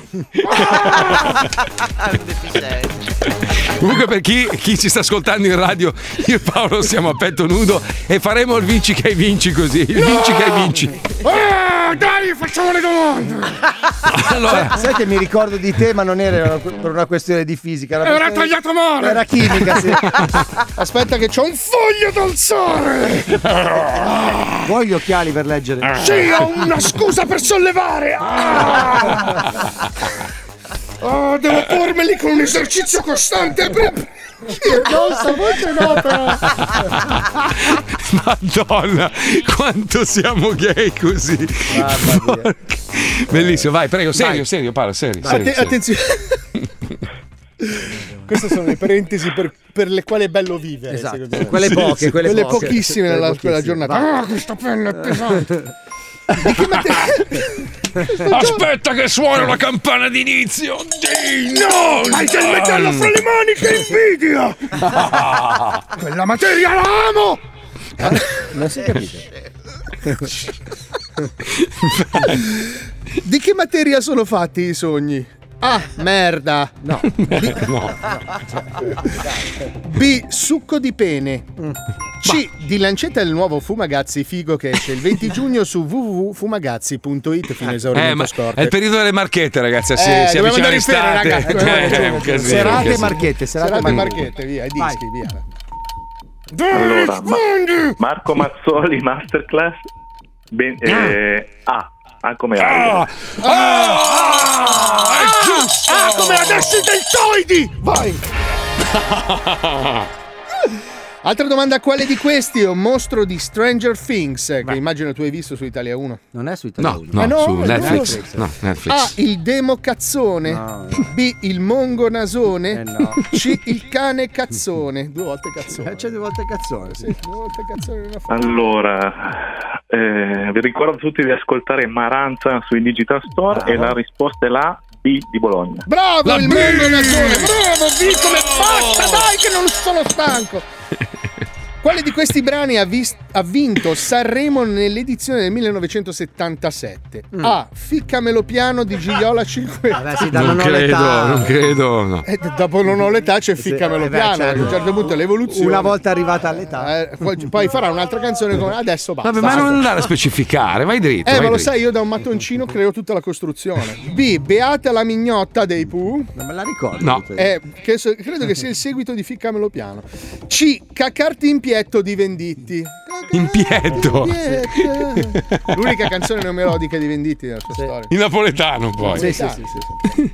[SPEAKER 4] Comunque, per chi, chi ci sta ascoltando in radio, io e Paolo siamo a petto nudo e faremo il vinci che vinci così. Il vinci che vinci.
[SPEAKER 3] Ah! Eh, dai, facciamo le domande!
[SPEAKER 6] Sai- Sai che mi ricordo di te, ma non era una- per una questione di fisica. Era,
[SPEAKER 3] Era
[SPEAKER 6] per-
[SPEAKER 3] tagliato male!
[SPEAKER 6] Era chimica, sì.
[SPEAKER 3] Aspetta che c'ho un foglio dal sole!
[SPEAKER 6] Vuoi gli occhiali per leggere?
[SPEAKER 3] Sì, ho una scusa per sollevare! Ah! Oh, devo pormeli con un esercizio costante! per-
[SPEAKER 5] Non so, forse no, però.
[SPEAKER 4] Madonna, quanto siamo gay così. Porca- Bellissimo, vai, prego, serio, serio, parla, serio. serio,
[SPEAKER 3] Atte-
[SPEAKER 4] serio.
[SPEAKER 3] attenzione. Queste sono le parentesi per, per le quali è bello vivere.
[SPEAKER 6] Esatto.
[SPEAKER 3] secondo me.
[SPEAKER 6] Quelle poche, quelle poche.
[SPEAKER 3] pochissime
[SPEAKER 6] Quelle
[SPEAKER 3] nella quella
[SPEAKER 6] pochissime,
[SPEAKER 3] giornata.
[SPEAKER 6] vai.
[SPEAKER 3] Ah, questa penna è pesante.
[SPEAKER 1] Aspetta che suona la campana d'inizio! Dì, no!
[SPEAKER 3] Hai del metallo fra le mani che invidia! Quella materia la amo!
[SPEAKER 6] Eh, Non si capisce.
[SPEAKER 3] Di che materia sono fatti i sogni? A. Merda. No.
[SPEAKER 4] No.
[SPEAKER 7] Ah,
[SPEAKER 3] B. Succo di pene.
[SPEAKER 4] Mm.
[SPEAKER 3] C. Di Lancetta è il nuovo Fumagazzi figo che esce il 20 giugno su www.fumagazzi.it fino a
[SPEAKER 4] Eh,
[SPEAKER 3] esaurimento
[SPEAKER 4] ma
[SPEAKER 3] scorte.
[SPEAKER 4] è il periodo delle marchette, ragazzi. Si,
[SPEAKER 3] Eh,
[SPEAKER 4] si avvicina
[SPEAKER 3] dobbiamo andare in ferie,
[SPEAKER 4] l'estate.
[SPEAKER 3] ragazzi, dobbiamo
[SPEAKER 4] Eh,
[SPEAKER 3] andare
[SPEAKER 4] è
[SPEAKER 3] in
[SPEAKER 4] un
[SPEAKER 3] ferie.
[SPEAKER 4] casino.
[SPEAKER 3] Serate
[SPEAKER 4] un casino. Mm.
[SPEAKER 6] marchette, serate
[SPEAKER 3] Serate
[SPEAKER 6] marchette.
[SPEAKER 3] marchette, via, i dischi, via.
[SPEAKER 20] Allora, Ma- Marco Mazzoli, Masterclass. Ben- eh, A. A come albero.
[SPEAKER 3] Ah, è giusto! Ah, come la destra deltoidi! Vai! Altra domanda, quale di questi è un mostro di Stranger Things? eh, Che immagino tu hai visto su Italia 1.
[SPEAKER 6] Non è su Italia
[SPEAKER 4] No,
[SPEAKER 6] Uno.
[SPEAKER 4] no,
[SPEAKER 3] Ah, no,
[SPEAKER 4] su
[SPEAKER 3] no,
[SPEAKER 4] Netflix.
[SPEAKER 3] no.
[SPEAKER 4] No, Netflix.
[SPEAKER 3] A. Il demo cazzone. B. Il mongo nasone. C. Il cane cazzone. Due volte cazzone. C'è due volte cazzone. Sì, due volte cazzone in una foto.
[SPEAKER 20] Allora, eh, vi ricordo tutti di ascoltare Maranza sui Digital Store e
[SPEAKER 3] Ah.
[SPEAKER 20] la risposta è la B di Bologna.
[SPEAKER 3] Bravo
[SPEAKER 20] La
[SPEAKER 3] il
[SPEAKER 20] B!
[SPEAKER 3] mondo nasone. Bravo, vi come basta, dai che non sono stanco. Quale di questi brani ha, vis- ha vinto Sanremo nell'edizione del 1977? A. Ficcamelo piano di Gigliola 5.
[SPEAKER 4] Non credo, non credo, no.
[SPEAKER 3] Eh, d- dopo non ho l'età c'è
[SPEAKER 6] eh,
[SPEAKER 3] ficcamelo
[SPEAKER 6] beh,
[SPEAKER 3] piano,
[SPEAKER 6] certo.
[SPEAKER 3] a un certo punto è l'evoluzione.
[SPEAKER 6] Una volta arrivata all'età.
[SPEAKER 3] Eh, poi, poi farà un'altra canzone come adesso basta.
[SPEAKER 4] Vabbè, ma non andare a specificare, vai dritto.
[SPEAKER 3] Eh,
[SPEAKER 4] vai
[SPEAKER 3] ma lo
[SPEAKER 4] dritto.
[SPEAKER 3] sai, io da un mattoncino creo tutta la costruzione. B. Beata la mignotta dei Pooh. Non me la ricordo. Cioè,
[SPEAKER 4] No.
[SPEAKER 3] credo che sia il seguito di Ficcamelo piano. C. Cacarti in pietto di Venditti.
[SPEAKER 4] In pietto.
[SPEAKER 7] Ah,
[SPEAKER 3] Pietto. L'unica canzone non melodica di Venditti nella sua storia.
[SPEAKER 4] In napoletano poi.
[SPEAKER 3] Sì, sì, sì,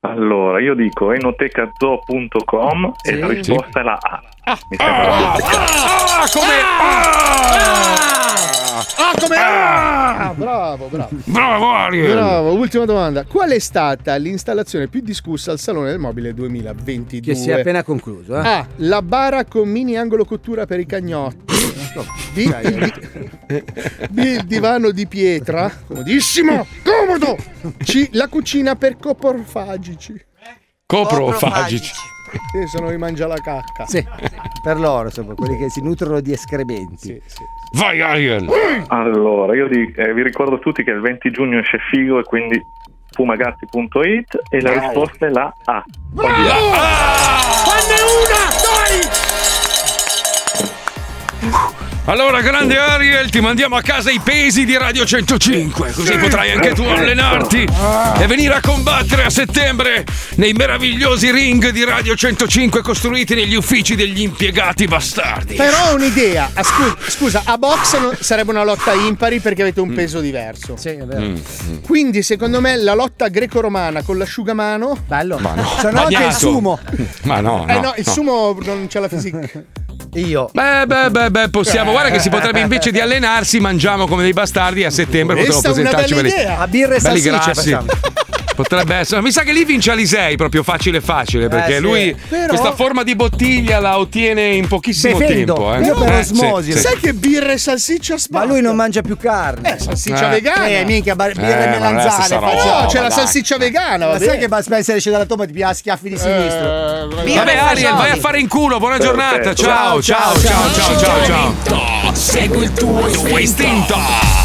[SPEAKER 20] Allora, io dico enotecazoo.com e la risposta è la A. Mi sembra
[SPEAKER 3] Ah, come Ah, ah, come ah! Bravo, bravo.
[SPEAKER 4] Bravo Ariel.
[SPEAKER 3] Bravo, ultima domanda. Qual è stata l'installazione più discussa al Salone del Mobile 2022?
[SPEAKER 6] Che si è appena concluso. Eh?
[SPEAKER 3] A. La bara con mini angolo cottura per i cagnotti. B. B, Il divano di pietra. Comodissimo! Comodo! C. La cucina per coprofagici.
[SPEAKER 4] Coprofagici.
[SPEAKER 3] Sì, sono i mangia la cacca.
[SPEAKER 6] Sì, per loro, insomma, quelli che si nutrono di escrementi.
[SPEAKER 4] Vai Ariel.
[SPEAKER 20] Allora, io di- eh, vi ricordo tutti che il 20 giugno esce Figo e quindi fumagazzi.it e la risposta è la A.
[SPEAKER 4] Ah!
[SPEAKER 5] Fanne una,
[SPEAKER 4] Allora, grande Ariel, ti mandiamo a casa i pesi di Radio 105, così
[SPEAKER 1] Sì.
[SPEAKER 4] potrai anche tu allenarti
[SPEAKER 3] Ah!
[SPEAKER 4] Eh, e venire a combattere a settembre nei meravigliosi ring di Radio 105 costruiti negli uffici degli impiegati bastardi.
[SPEAKER 3] Però ho un'idea. Ah, scu- scusa, a box non- sarebbe una lotta impari perché avete
[SPEAKER 6] Mm.
[SPEAKER 3] un peso diverso. Sì, è
[SPEAKER 1] Mm.
[SPEAKER 3] vero. Quindi, secondo me, la lotta greco-romana con l'asciugamano. Bello.
[SPEAKER 4] Ma no,
[SPEAKER 3] Se no, anche il
[SPEAKER 4] bagnato.
[SPEAKER 3] sumo.
[SPEAKER 4] Ma no,
[SPEAKER 3] eh
[SPEAKER 4] no,
[SPEAKER 3] no, il
[SPEAKER 4] no.
[SPEAKER 3] sumo non c'è la fisica.
[SPEAKER 6] Io.
[SPEAKER 4] Beh, beh, beh, beh, possiamo. Guarda che si potrebbe invece di allenarsi, mangiamo come dei bastardi e a settembre potremmo
[SPEAKER 6] Questa è una
[SPEAKER 4] presentarci
[SPEAKER 6] bella
[SPEAKER 4] belli-
[SPEAKER 6] idea. A birra e
[SPEAKER 4] belli
[SPEAKER 6] salsicce
[SPEAKER 4] grassi.
[SPEAKER 6] facciamo.
[SPEAKER 4] Potrebbe essere, mi sa che lì vince Alisei proprio facile facile perché
[SPEAKER 6] Eh, sì.
[SPEAKER 4] lui
[SPEAKER 6] Però-
[SPEAKER 4] questa forma di bottiglia la ottiene in pochissimo
[SPEAKER 6] Bevendo.
[SPEAKER 4] tempo. Eh.
[SPEAKER 6] Io per
[SPEAKER 4] Eh,
[SPEAKER 6] osmosi.
[SPEAKER 4] sì, sì.
[SPEAKER 6] Sai
[SPEAKER 3] che birra e salsiccia spacca?
[SPEAKER 6] Ma lui non mangia più carne.
[SPEAKER 3] Eh, salsiccia
[SPEAKER 6] Eh.
[SPEAKER 3] vegana.
[SPEAKER 6] Eh, mica bar- birra
[SPEAKER 4] Eh,
[SPEAKER 6] e
[SPEAKER 4] ma non è la
[SPEAKER 6] melanzane.
[SPEAKER 4] stessa
[SPEAKER 6] facciamo.
[SPEAKER 4] roba, Eh.
[SPEAKER 3] No, c'è la dai. salsiccia vegana, va
[SPEAKER 6] Ma sai
[SPEAKER 3] bene. Eh,
[SPEAKER 6] che Bud Spencer esce dalla tomba e ti piglia a schiaffi di sinistra.
[SPEAKER 4] Vabbè Ariel, vai a fare in culo, buona giornata. Ciao, ciao, ciao, ciao, ciao, ciao.
[SPEAKER 5] dai! Segui il tuo
[SPEAKER 4] Tuo istinto.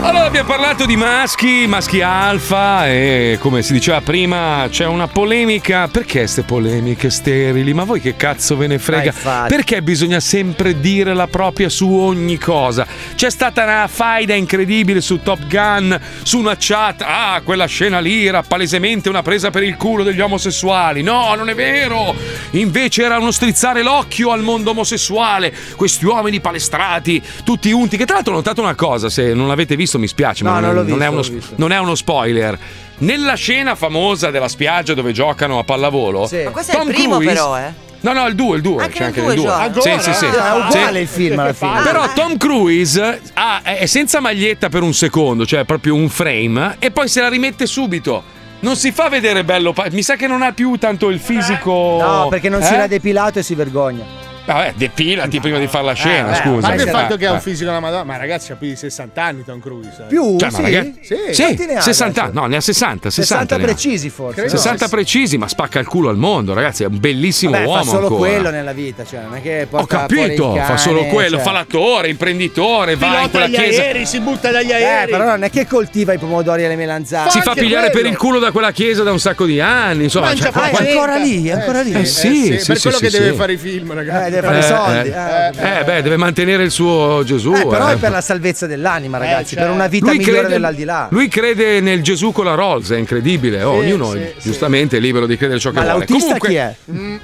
[SPEAKER 4] Allora abbiamo parlato di maschi, maschi alfa e come si diceva prima c'è una polemica. Perché queste polemiche sterili? Ma voi che cazzo ve ne frega? Perché bisogna sempre dire la propria su ogni cosa? C'è stata una faida incredibile su Top Gun, su una chat. Ah, quella scena lì era palesemente una presa per il culo degli omosessuali. No, non è vero! Invece era uno strizzare l'occhio al mondo omosessuale. Questi uomini palestrati, tutti unti. Che tra l'altro ho notato una cosa, se non l'avete visto mi spiace, ma
[SPEAKER 17] No, non l'ho visto,
[SPEAKER 4] è uno,
[SPEAKER 17] l'ho
[SPEAKER 4] sp-
[SPEAKER 17] visto.
[SPEAKER 4] non è uno spoiler. Nella scena famosa della spiaggia dove giocano a pallavolo,
[SPEAKER 8] Ma questo è il
[SPEAKER 4] Tom
[SPEAKER 8] primo
[SPEAKER 4] Cruise-
[SPEAKER 8] però, eh.
[SPEAKER 4] No, no, il 2, il 2, c'è
[SPEAKER 8] nel
[SPEAKER 4] anche
[SPEAKER 8] due Ah,
[SPEAKER 4] il 2.
[SPEAKER 8] gioca.
[SPEAKER 4] Sì, sì,
[SPEAKER 8] Ancora?
[SPEAKER 4] sì.
[SPEAKER 8] Era uguale il film alla fine.
[SPEAKER 4] Però Tom Cruise ha- è senza maglietta per un secondo, cioè proprio un frame, e poi se la rimette subito. Non si fa vedere bello, pa- mi sa che non ha più tanto il fisico.
[SPEAKER 6] No, perché non
[SPEAKER 4] eh?
[SPEAKER 6] si l'ha depilato e si vergogna.
[SPEAKER 4] Vabbè, depilati prima di fare la scena,
[SPEAKER 6] beh,
[SPEAKER 4] scusa.
[SPEAKER 6] ma
[SPEAKER 3] parte il
[SPEAKER 4] Eh,
[SPEAKER 3] fatto che ha
[SPEAKER 4] eh.
[SPEAKER 3] un fisico della Madonna, ma ragazzi, ha più di 60 anni Tom Cruise. eh.
[SPEAKER 4] Cioè, ma ragazzi-
[SPEAKER 3] Sì,
[SPEAKER 4] sì,
[SPEAKER 3] quanti ne ha
[SPEAKER 4] 60, no, ne ha 60, 60,
[SPEAKER 6] 60
[SPEAKER 4] ne ha.
[SPEAKER 6] precisi forse.
[SPEAKER 4] Credo 60 precisi, ma spacca il culo al mondo, ragazzi, è un bellissimo
[SPEAKER 6] Vabbè,
[SPEAKER 4] uomo
[SPEAKER 6] fa solo
[SPEAKER 4] ancora.
[SPEAKER 6] quello nella vita, cioè non è che porta
[SPEAKER 4] Ho capito,
[SPEAKER 6] fuori il
[SPEAKER 4] fa solo
[SPEAKER 6] cane,
[SPEAKER 4] quello,
[SPEAKER 6] cioè.
[SPEAKER 4] fa l'attore, imprenditore, va in
[SPEAKER 6] Pilota
[SPEAKER 4] quella
[SPEAKER 6] gli
[SPEAKER 4] chiesa.
[SPEAKER 6] aerei,
[SPEAKER 3] si butta dagli
[SPEAKER 6] Eh, però non è che coltiva i pomodori e le melanzane.
[SPEAKER 4] si fa pigliare per il culo da quella chiesa da un sacco di anni, insomma,
[SPEAKER 6] Mangia
[SPEAKER 4] cioè,
[SPEAKER 6] poi
[SPEAKER 4] quanti-
[SPEAKER 6] è ancora lì, è ancora lì.
[SPEAKER 4] Eh, sì, sì,
[SPEAKER 3] per
[SPEAKER 4] sì,
[SPEAKER 3] quello
[SPEAKER 4] sì,
[SPEAKER 3] che
[SPEAKER 4] sì.
[SPEAKER 3] deve fare i film, ragazzi.
[SPEAKER 6] Eh, deve fare i soldi.
[SPEAKER 4] Eh,
[SPEAKER 6] eh.
[SPEAKER 4] eh, beh, deve mantenere il suo Gesù.
[SPEAKER 6] Eh, però
[SPEAKER 4] eh.
[SPEAKER 6] è per la salvezza dell'anima, ragazzi,
[SPEAKER 4] cioè.
[SPEAKER 6] per una vita
[SPEAKER 4] Lui
[SPEAKER 6] migliore
[SPEAKER 4] crede-
[SPEAKER 6] dell'aldilà.
[SPEAKER 4] Lui crede nel Gesù con la Rolls, è incredibile. Oh, ognuno giustamente è libero di credere ciò
[SPEAKER 6] Ma
[SPEAKER 4] che vuole.
[SPEAKER 6] l'autista
[SPEAKER 4] Comunque,
[SPEAKER 6] chi è?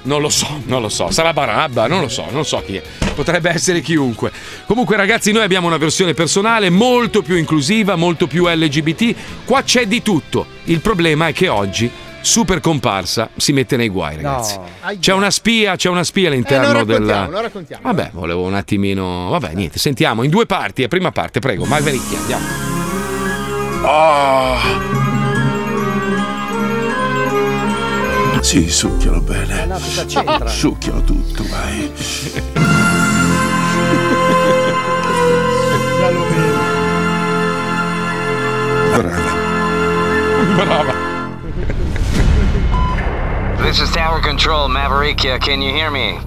[SPEAKER 4] Non lo so, non lo so. Sarà Barabba, non lo so, non so chi è. Potrebbe essere chiunque. Comunque, ragazzi, noi abbiamo una versione personale molto più inclusiva, molto più LGBT. Qua c'è di tutto. Il problema è che oggi. Super comparsa si mette nei guai, ragazzi. C'è una spia, c'è una spia
[SPEAKER 3] Eh,
[SPEAKER 4] all'interno
[SPEAKER 3] non raccontiamo,
[SPEAKER 4] della.
[SPEAKER 3] non raccontiamo.
[SPEAKER 4] Vabbè, volevo un attimino. Vabbè, niente, sentiamo in due parti. E prima parte, prego, Marvericchia, andiamo.
[SPEAKER 21] Sì, succhialo bene.
[SPEAKER 6] No, cosa c'entra?
[SPEAKER 21] Succhialo tutto, vai.
[SPEAKER 22] This is Tower Control, Maverickia, can you hear me?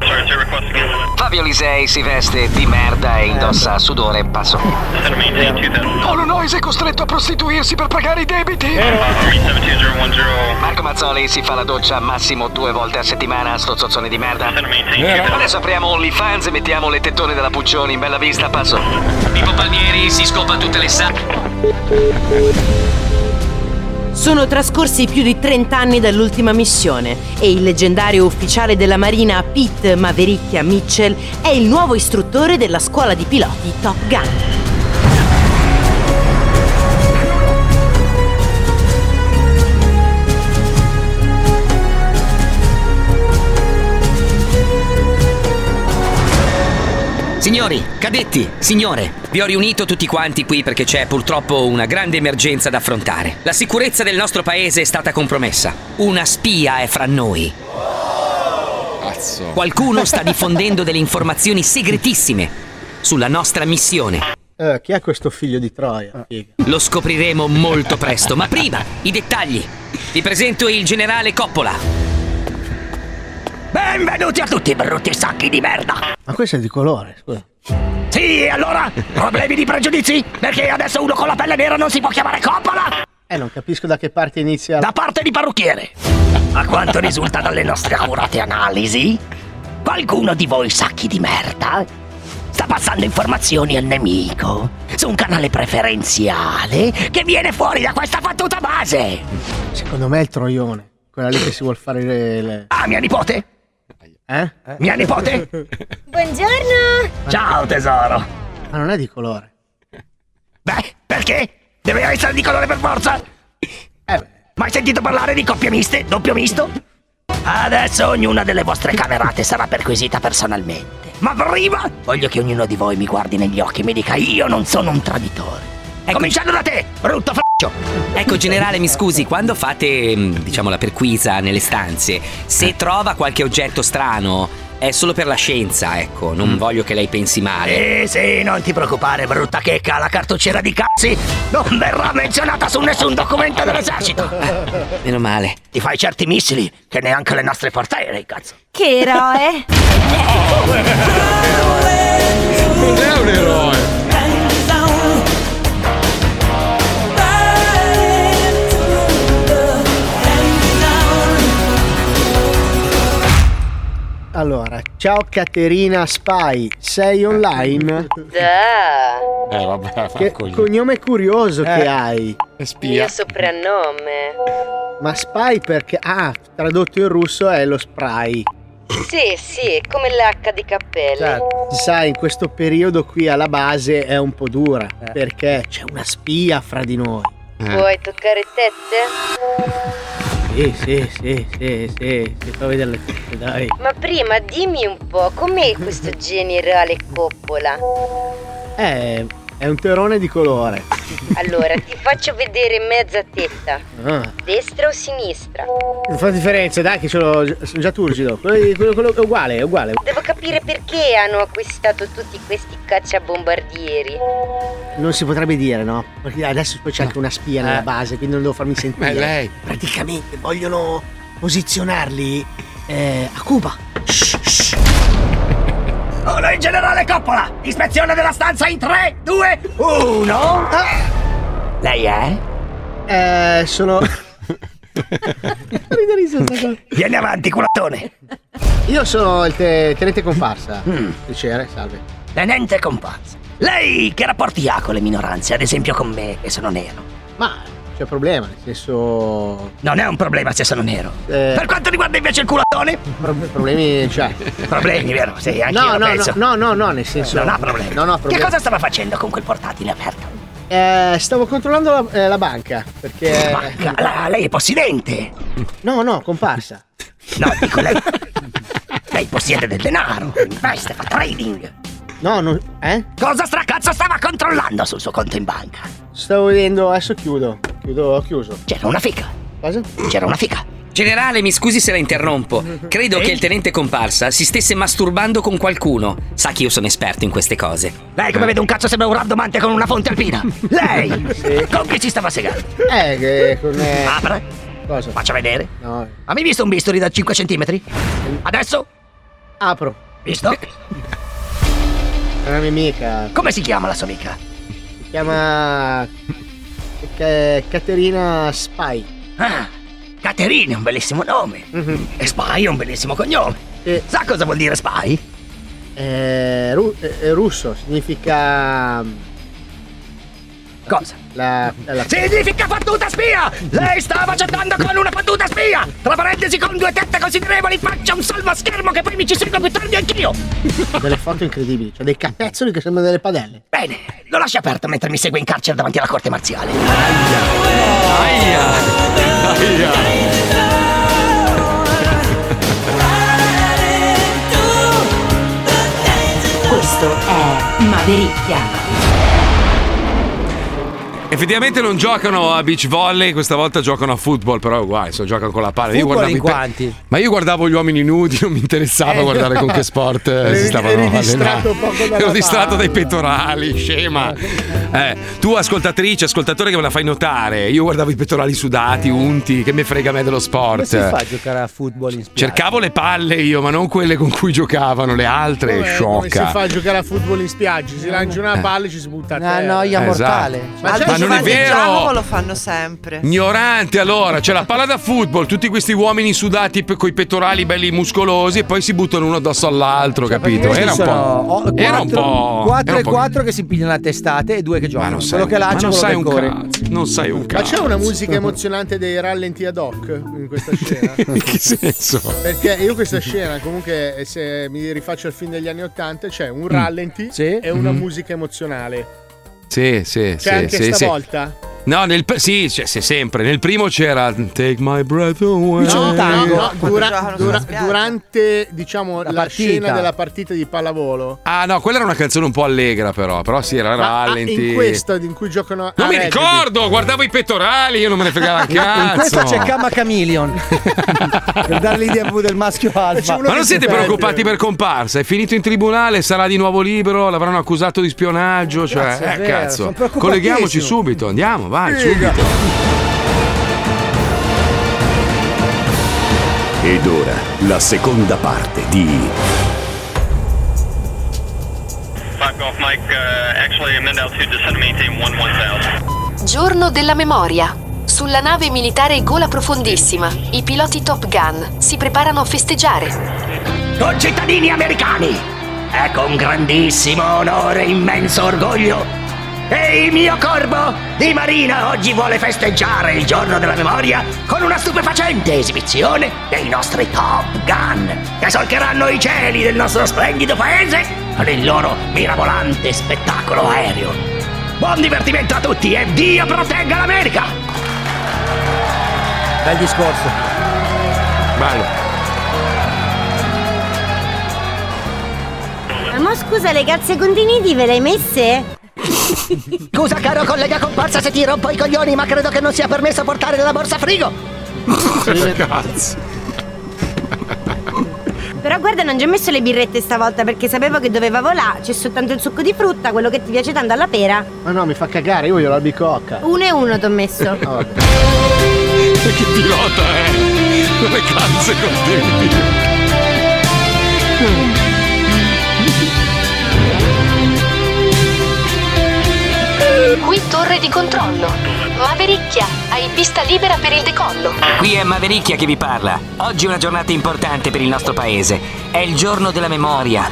[SPEAKER 22] Fabio Lisei si veste di merda e indossa sudore e passo. Illinois è costretto a prostituirsi per pagare i debiti. Marco Mazzoli si fa la doccia massimo due volte a settimana, sto zozzone di merda. Adesso apriamo OnlyFans e mettiamo le tettone della Puccioni in bella vista, passo. Pippo Palmieri si scopa tutte le sacche.
[SPEAKER 23] Sono trascorsi più di 30 anni dall'ultima missione e il leggendario ufficiale della Marina Pete Mavericchia Mitchell è il nuovo istruttore della scuola di piloti Top Gun.
[SPEAKER 24] Signori, cadetti, signore, vi ho riunito tutti quanti qui perché c'è purtroppo una grande emergenza da affrontare. La sicurezza del nostro paese è stata compromessa. Una spia è fra noi. Qualcuno sta diffondendo delle informazioni segretissime sulla nostra missione.
[SPEAKER 7] Eh, chi è questo figlio di
[SPEAKER 25] Ah.
[SPEAKER 7] Troia?
[SPEAKER 24] Lo scopriremo molto presto, ma prima i dettagli. Vi presento il generale Coppola.
[SPEAKER 25] Benvenuti a tutti, brutti sacchi di merda!
[SPEAKER 7] Ma questo è di colore, scusa.
[SPEAKER 25] Sì, e allora? Problemi di pregiudizi? Perché adesso uno con la pelle nera non si può chiamare coppola?
[SPEAKER 7] Eh, non capisco da che parte inizia.
[SPEAKER 25] Da parte di parrucchiere! A quanto risulta dalle nostre accurate analisi, qualcuno di voi sacchi di merda sta passando informazioni al nemico su un canale preferenziale che viene fuori da questa fattuta base!
[SPEAKER 7] Secondo me è il troione. Quella lì che si vuol fare le. le-
[SPEAKER 25] Ah, mia nipote?
[SPEAKER 7] Eh?
[SPEAKER 25] Mia nipote?
[SPEAKER 16] Buongiorno!
[SPEAKER 25] Ciao tesoro!
[SPEAKER 7] Ma non è di colore.
[SPEAKER 25] Beh, perché? Deve essere di colore per forza? Eh, mai sentito parlare di coppie miste, doppio misto? Adesso ognuna delle vostre camerate sarà perquisita personalmente. Ma prima voglio che ognuno di voi mi guardi negli occhi e mi dica io non sono un traditore. Cominciando da te, brutto f***o!
[SPEAKER 24] Ecco, generale, mi scusi, quando fate, mh, diciamo, la perquisa nelle stanze,
[SPEAKER 25] Eh.
[SPEAKER 24] se trova qualche oggetto strano, è solo per la scienza, ecco,
[SPEAKER 25] Mm.
[SPEAKER 24] non voglio che lei pensi male.
[SPEAKER 25] Sì, Eh, sì, non ti preoccupare, brutta checca, la cartucciera di cazzi non verrà menzionata su nessun documento dell'esercito.
[SPEAKER 24] Meno male.
[SPEAKER 25] Ti fai certi missili che neanche le nostre portiere, cazzo.
[SPEAKER 23] Che eroe!
[SPEAKER 4] Non è un eroe.
[SPEAKER 7] Ciao Caterina Spy, sei online?
[SPEAKER 10] Eh, vabbè,
[SPEAKER 7] Che cognome curioso
[SPEAKER 25] Eh.
[SPEAKER 7] che hai.
[SPEAKER 10] Mio soprannome.
[SPEAKER 7] Ma Spy perché... Ah, tradotto in russo è lo spray.
[SPEAKER 10] Sì, sì, come l'H di cappella.
[SPEAKER 7] Certo. Sai, in questo periodo qui alla base è un po' dura,
[SPEAKER 10] Eh.
[SPEAKER 7] perché c'è una spia fra di noi.
[SPEAKER 13] Eh.
[SPEAKER 10] Vuoi toccare tette?
[SPEAKER 7] Sì, sì, sì, sì, sì, ti fa vedere le tette, dai.
[SPEAKER 10] Ma prima dimmi un po', com'è questo generale Coppola?
[SPEAKER 7] Eh, è un terone di colore.
[SPEAKER 10] Allora, ti faccio vedere mezza tetta.
[SPEAKER 7] Ah.
[SPEAKER 10] Destra o sinistra?
[SPEAKER 7] Non fa differenza, dai, che ce l'ho- sono già turgido. Quello, di- quello- quello è uguale, è uguale.
[SPEAKER 10] Devo capire perché hanno acquistato tutti questi cacciabombardieri.
[SPEAKER 7] Non si potrebbe dire, no? Perché adesso poi c'è anche una spia nella base, quindi non devo farmi sentire.
[SPEAKER 10] Eh. Ma è lei.
[SPEAKER 7] Praticamente vogliono posizionarli eh, a Cuba.
[SPEAKER 25] Ora il generale Coppola! Ispezione della stanza in 3, 2, 1. Lei è?
[SPEAKER 7] Eh, sono.
[SPEAKER 25] Vieni avanti, culattone.
[SPEAKER 7] Io sono il te- tenente comparsa. Piacere, salve.
[SPEAKER 25] Mm. Tenente comparsa. Lei che rapporti ha con le minoranze, ad esempio con me, che sono nero?
[SPEAKER 7] Ma c'è problema, nel senso.
[SPEAKER 25] Non è un problema se sono nero.
[SPEAKER 7] Eh.
[SPEAKER 25] Per quanto riguarda invece il culattone?
[SPEAKER 7] problemi, cioè.
[SPEAKER 25] Problemi, vero? Sì, anche
[SPEAKER 7] no,
[SPEAKER 25] io lo
[SPEAKER 7] no,
[SPEAKER 25] penso.
[SPEAKER 7] no, no, no, no, nel senso.
[SPEAKER 25] Non ha problemi.
[SPEAKER 7] Non ho problemi.
[SPEAKER 25] Che cosa stava facendo con quel portatile aperto?
[SPEAKER 7] Eh, stavo controllando la, eh, la banca. Perché.
[SPEAKER 25] Banca? La- lei è possidente?
[SPEAKER 7] No, no, comparsa.
[SPEAKER 25] No, dico lei. lei possiede del denaro, investe, fa trading.
[SPEAKER 7] No, non. Eh?
[SPEAKER 25] Cosa stracazzo stava controllando sul suo conto in banca?
[SPEAKER 7] Stavo vedendo, adesso chiudo. Chiudo, ho chiuso.
[SPEAKER 25] C'era una fica.
[SPEAKER 7] Cosa?
[SPEAKER 25] C'era una fica.
[SPEAKER 24] Generale, mi scusi se la interrompo. Credo che il tenente comparsa si stesse masturbando con qualcuno. Sa che io sono esperto in queste cose. Eh.
[SPEAKER 25] Lei
[SPEAKER 7] Eh.
[SPEAKER 25] come vede un cazzo sembra un rabdomante con una fonte alpina. Lei! Con chi ci stava segando?
[SPEAKER 7] Eh, che con. eh,
[SPEAKER 25] Apre.
[SPEAKER 7] Cosa?
[SPEAKER 25] Faccia vedere.
[SPEAKER 7] No.
[SPEAKER 25] Ha mai visto un bisturi da 5 cm? Adesso?
[SPEAKER 7] Apro.
[SPEAKER 25] Visto?
[SPEAKER 7] È una mia amica.
[SPEAKER 25] Come si chiama la sua amica?
[SPEAKER 7] Si chiama. Ca- Caterina Spy.
[SPEAKER 25] Ah, Caterina è un bellissimo nome.
[SPEAKER 7] Mhm.
[SPEAKER 25] E Spy è un bellissimo cognome. Eh, Sa cosa vuol dire Spy?
[SPEAKER 7] È, Eh, ru- è russo, significa. mm,
[SPEAKER 25] Cosa?
[SPEAKER 7] La. la-
[SPEAKER 25] Significa fattuta spia! Lei stava chattando con una fattuta spia! Tra parentesi con due tette considerevoli faccia un salvaschermo che poi mi ci seguo più tardi anch'io!
[SPEAKER 7] delle foto incredibili, cioè dei capezzoli che sembrano delle padelle.
[SPEAKER 25] Bene, lo lascia aperto mentre mi segue in carcere davanti alla corte marziale.
[SPEAKER 5] Questo è Mavericchia.
[SPEAKER 4] Effettivamente non giocano a beach volley, questa volta giocano a football, però è uguale, so, giocano con la palla.
[SPEAKER 10] Football
[SPEAKER 4] guardavo
[SPEAKER 10] in
[SPEAKER 4] i pe-
[SPEAKER 10] quanti?
[SPEAKER 4] Ma io guardavo gli uomini nudi, non mi interessava
[SPEAKER 10] Eh,
[SPEAKER 4] guardare
[SPEAKER 10] no.
[SPEAKER 4] con che sport eh,
[SPEAKER 10] Eri-
[SPEAKER 4] si stavano
[SPEAKER 10] eri distratto
[SPEAKER 4] allenando.
[SPEAKER 10] poco dalla
[SPEAKER 4] Ero
[SPEAKER 10] palla.
[SPEAKER 4] distratto dai pettorali, scema. Eh, tu ascoltatrice, ascoltatore che me la fai notare, io guardavo i pettorali sudati, unti, che me frega a me dello
[SPEAKER 6] Come si fa a
[SPEAKER 4] sport.
[SPEAKER 6] giocare a football in spiaggia?
[SPEAKER 4] Cercavo le palle io, ma non quelle con cui giocavano, le altre,
[SPEAKER 3] Come- Come si
[SPEAKER 4] sciocca.
[SPEAKER 3] fa a giocare a football in spiaggia? Si lancia Eh. una palla e ci si butta a terra.
[SPEAKER 4] noia Esatto. mortale. Ma
[SPEAKER 3] c'è-
[SPEAKER 4] Ma non è vero!
[SPEAKER 8] Giacomo lo fanno sempre.
[SPEAKER 4] Ignorante allora, c'è la palla da football, tutti questi uomini sudati pe- coi pettorali belli muscolosi e poi si buttano uno addosso all'altro,
[SPEAKER 3] Cioè,
[SPEAKER 4] capito?
[SPEAKER 6] Questi
[SPEAKER 4] Era un
[SPEAKER 6] sono
[SPEAKER 4] po'.
[SPEAKER 6] o-
[SPEAKER 4] era un
[SPEAKER 6] quattro-
[SPEAKER 4] po'.
[SPEAKER 6] quattro
[SPEAKER 4] era un
[SPEAKER 6] e
[SPEAKER 4] po'-
[SPEAKER 6] 4 che si pigliano a testate e due che giocano.
[SPEAKER 4] non sai-
[SPEAKER 6] quello che
[SPEAKER 4] ma
[SPEAKER 6] lancia
[SPEAKER 4] non
[SPEAKER 6] quello
[SPEAKER 4] sai
[SPEAKER 6] che
[SPEAKER 4] un
[SPEAKER 6] corre.
[SPEAKER 4] cazzo, non sai un
[SPEAKER 3] Ma
[SPEAKER 4] cazzo.
[SPEAKER 3] c'è una musica emozionante dei rallenti ad hoc in questa scena?
[SPEAKER 4] In che senso?
[SPEAKER 3] Perché io questa scena, comunque, eh, se mi rifaccio al film degli anni Ottanta, c'è
[SPEAKER 4] Mm.
[SPEAKER 3] un rallenti e una
[SPEAKER 4] Mhm.
[SPEAKER 3] musica emozionale.
[SPEAKER 4] Sì, sì,
[SPEAKER 3] C'è
[SPEAKER 4] sì,
[SPEAKER 3] anche
[SPEAKER 4] sì, sì.
[SPEAKER 3] stavolta?
[SPEAKER 4] No, nel pr- sì, c'è, c'è sempre. Nel primo c'era Take my breath away.
[SPEAKER 3] No, no, no, dura- dura- durante diciamo, la,
[SPEAKER 4] partita.
[SPEAKER 3] scena della partita di pallavolo.
[SPEAKER 4] Ah, no, quella era una canzone un po' allegra, però. Però sì, era
[SPEAKER 3] Ma, ah,
[SPEAKER 4] rallenti.
[SPEAKER 3] in questa in cui giocano a
[SPEAKER 6] Ah,
[SPEAKER 4] non mi
[SPEAKER 3] rugby.
[SPEAKER 4] ricordo, guardavo i pettorali, io non me ne fregava un cazzo.
[SPEAKER 6] eh, In questa c'è Kama Ah, Chameleon per dare l'idea proprio del maschio alfa.
[SPEAKER 4] Ma non siete preoccupati per comparsa? È finito in tribunale, sarà di nuovo libero, l'avranno accusato di spionaggio. Cioè,
[SPEAKER 6] Cazzo, è
[SPEAKER 4] eh,
[SPEAKER 6] vero, sono
[SPEAKER 4] cazzo.
[SPEAKER 6] preoccupatissimo.
[SPEAKER 4] Colleghiamoci subito, andiamo, vai,
[SPEAKER 6] Figa.
[SPEAKER 4] subito.
[SPEAKER 12] Ed ora la seconda parte di
[SPEAKER 13] Fuck off, Mike. Uh, actually, I'm in altitude. Descend to maintain one one thousand.
[SPEAKER 14] Giorno della memoria. Sulla nave militare Gola Profondissima, i piloti Top Gun si preparano a festeggiare.
[SPEAKER 25] concittadini americani. È con grandissimo onore e immenso orgoglio e il mio corpo di marina oggi vuole festeggiare il giorno della memoria con una stupefacente esibizione dei nostri Top Gun che solcheranno i cieli del nostro splendido paese con il loro mirabolante spettacolo aereo. Buon divertimento a tutti e Dio protegga l'America!
[SPEAKER 6] Bel discorso.
[SPEAKER 10] Bello.
[SPEAKER 13] Ma scusa, le calze conteniti ve le hai messe?
[SPEAKER 25] Scusa caro collega comparsa se ti rompo i coglioni ma credo che non sia permesso portare la borsa a frigo
[SPEAKER 10] Cazzo.
[SPEAKER 13] Però guarda, non ci ho messo le birrette stavolta perché sapevo che doveva volare. C'è soltanto il succo di frutta, quello che ti piace tanto alla pera.
[SPEAKER 7] Ma no, mi fa cagare, io voglio l'albicocca.
[SPEAKER 13] Uno e uno ti ho messo.
[SPEAKER 5] Che eh. pilota è? Con le calze contenti.
[SPEAKER 14] Qui torre di controllo. Mavericchia, hai pista libera per il decollo.
[SPEAKER 24] Qui è Mavericchia che vi parla. Oggi è una giornata importante per il nostro paese. È il giorno della memoria.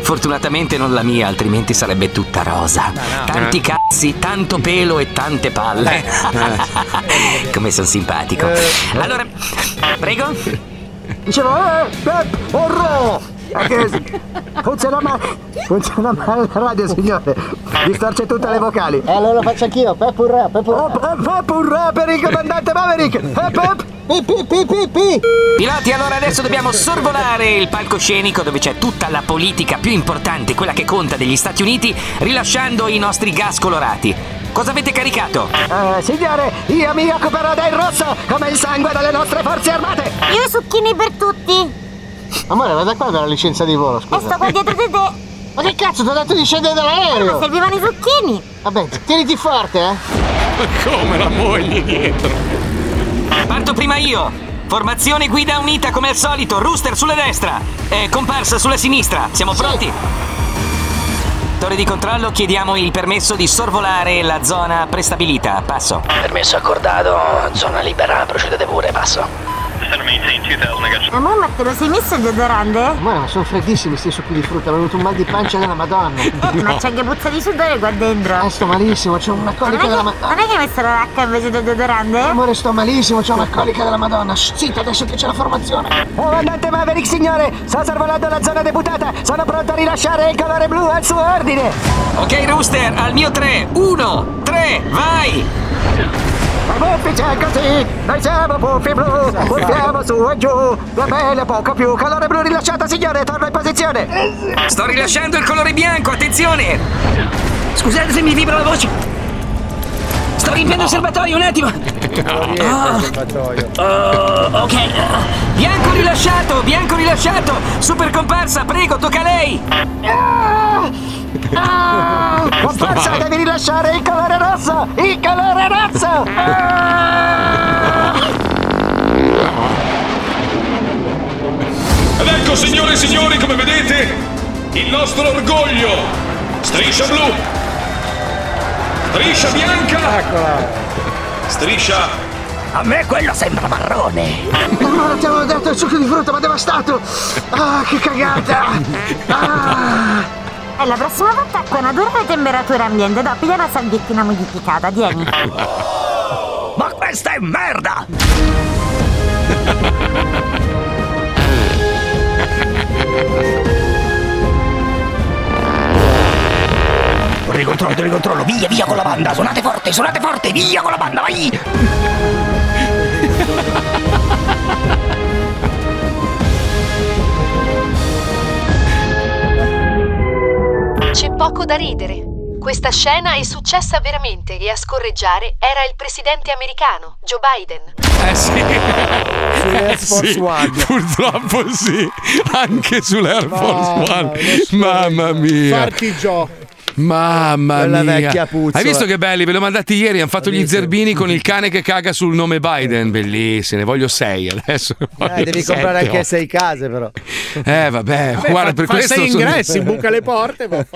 [SPEAKER 24] Fortunatamente non la mia, altrimenti sarebbe tutta rosa. Tanti
[SPEAKER 25] Eh.
[SPEAKER 24] cazzi, tanto pelo e tante palle. Come sono simpatico.
[SPEAKER 5] Eh.
[SPEAKER 10] Eh.
[SPEAKER 24] Allora, prego.
[SPEAKER 25] Dicevo, eh, eh, orro! Anche- Funziona male, funziona male la radio signore, distorce tutte le vocali.
[SPEAKER 7] Eh,
[SPEAKER 25] E allora lo faccio anch'io, pep urrà, pep urrà. pep urrà per il comandante Maverick! Pep pep! Pi, pi, pi, pi, pi.
[SPEAKER 24] Piloti, allora adesso dobbiamo sorvolare il palcoscenico dove c'è tutta la politica più importante, quella che conta degli Stati Uniti, rilasciando i nostri gas colorati. Cosa avete caricato?
[SPEAKER 25] Eh, signore, io mi occuperò del rosso come il sangue delle nostre forze armate! Io succhini per tutti!
[SPEAKER 7] Amore, vada qua per la licenza di volo, scusa.
[SPEAKER 25] E sto qua
[SPEAKER 7] dietro di te. Ma che cazzo, ti ho detto di scendere dall'aereo?
[SPEAKER 5] Eh, ma
[SPEAKER 7] servivano i zucchini. Vabbè, tieniti forte, eh.
[SPEAKER 5] Ma come la moglie dietro?
[SPEAKER 24] Parto prima io. Formazione guida unita come al solito, rooster sulla destra, eh, comparsa sulla sinistra. Siamo pronti? Torre di controllo, chiediamo il permesso di sorvolare la zona prestabilita. Passo.
[SPEAKER 25] Permesso accordato, zona libera, procedete pure, passo.
[SPEAKER 7] Amore, Eh, ma te lo sei messo il deodorante? Amore, ma sono freddissimi sti succhi di frutta, mi è venuto un mal di pancia della madonna.
[SPEAKER 5] ma c'è
[SPEAKER 7] anche puzza di sudore qua dentro. Ah, sto malissimo, c'ho una colica della madonna. Non è che hai messo la lacca invece del deodorante? Amore, sto malissimo, c'ho una colica della madonna. Shh, Zitto, adesso che c'è la formazione.
[SPEAKER 25] Comandante Oh, Maverick, signore, sto sorvolando la zona deputata, sono pronto a rilasciare il colore blu al suo ordine!
[SPEAKER 24] Ok, rooster, al mio 3. 1, 3, vai!
[SPEAKER 25] Ma buffi c'è così, noi siamo buffi blu, buffiamo su e giù, la bella poco più, colore blu rilasciata signore, torna in posizione!
[SPEAKER 24] Sto rilasciando il colore bianco, attenzione! Scusate se mi vibra la voce. Sto riempiendo il serbatoio, un attimo. Ah. Ah, ok. Bianco rilasciato, bianco rilasciato. Super comparsa, prego, tocca a lei.
[SPEAKER 5] Ah!
[SPEAKER 25] Comparsa, devi rilasciare il colore rosso, il colore rosso!
[SPEAKER 5] Ed ecco, signore e signori, come vedete, il nostro orgoglio. Striscia blu. Striscia bianca. Striscia.
[SPEAKER 25] A me quello sembra marrone.
[SPEAKER 7] Amore, ti avevo detto il succo di frutta, ma devastato. Ah, che cagata. Ah. La prossima volta appena dura la temperatura ambiente, dopo la salviettina modificata, vieni.
[SPEAKER 25] Ma questa è merda! Torre di controllo, torre di controllo, via, via con la banda, suonate forte, suonate forte, via con la banda, vai!
[SPEAKER 14] C'è poco da ridere. Questa scena è successa veramente e a scorreggiare era il presidente americano, Joe Biden.
[SPEAKER 5] Eh sì. Eh
[SPEAKER 6] Force
[SPEAKER 5] sì, Purtroppo sì. Anche sull'Air Force One. Mamma mia.
[SPEAKER 3] Farti gio.
[SPEAKER 4] Mamma
[SPEAKER 6] Quella
[SPEAKER 4] mia.
[SPEAKER 6] vecchia puzzola.
[SPEAKER 4] Hai visto che belli? Ve li ho mandati ieri. Hanno fatto gli zerbini con il cane che caga sul nome Biden. Bellissime, ne voglio sei adesso. ne voglio
[SPEAKER 6] Eh, devi
[SPEAKER 4] sette,
[SPEAKER 6] comprare
[SPEAKER 4] otto.
[SPEAKER 6] anche sei case però.
[SPEAKER 4] Eh, vabbè, guarda, per questo. sono-
[SPEAKER 3] ingressi, buca le porte.
[SPEAKER 4] Che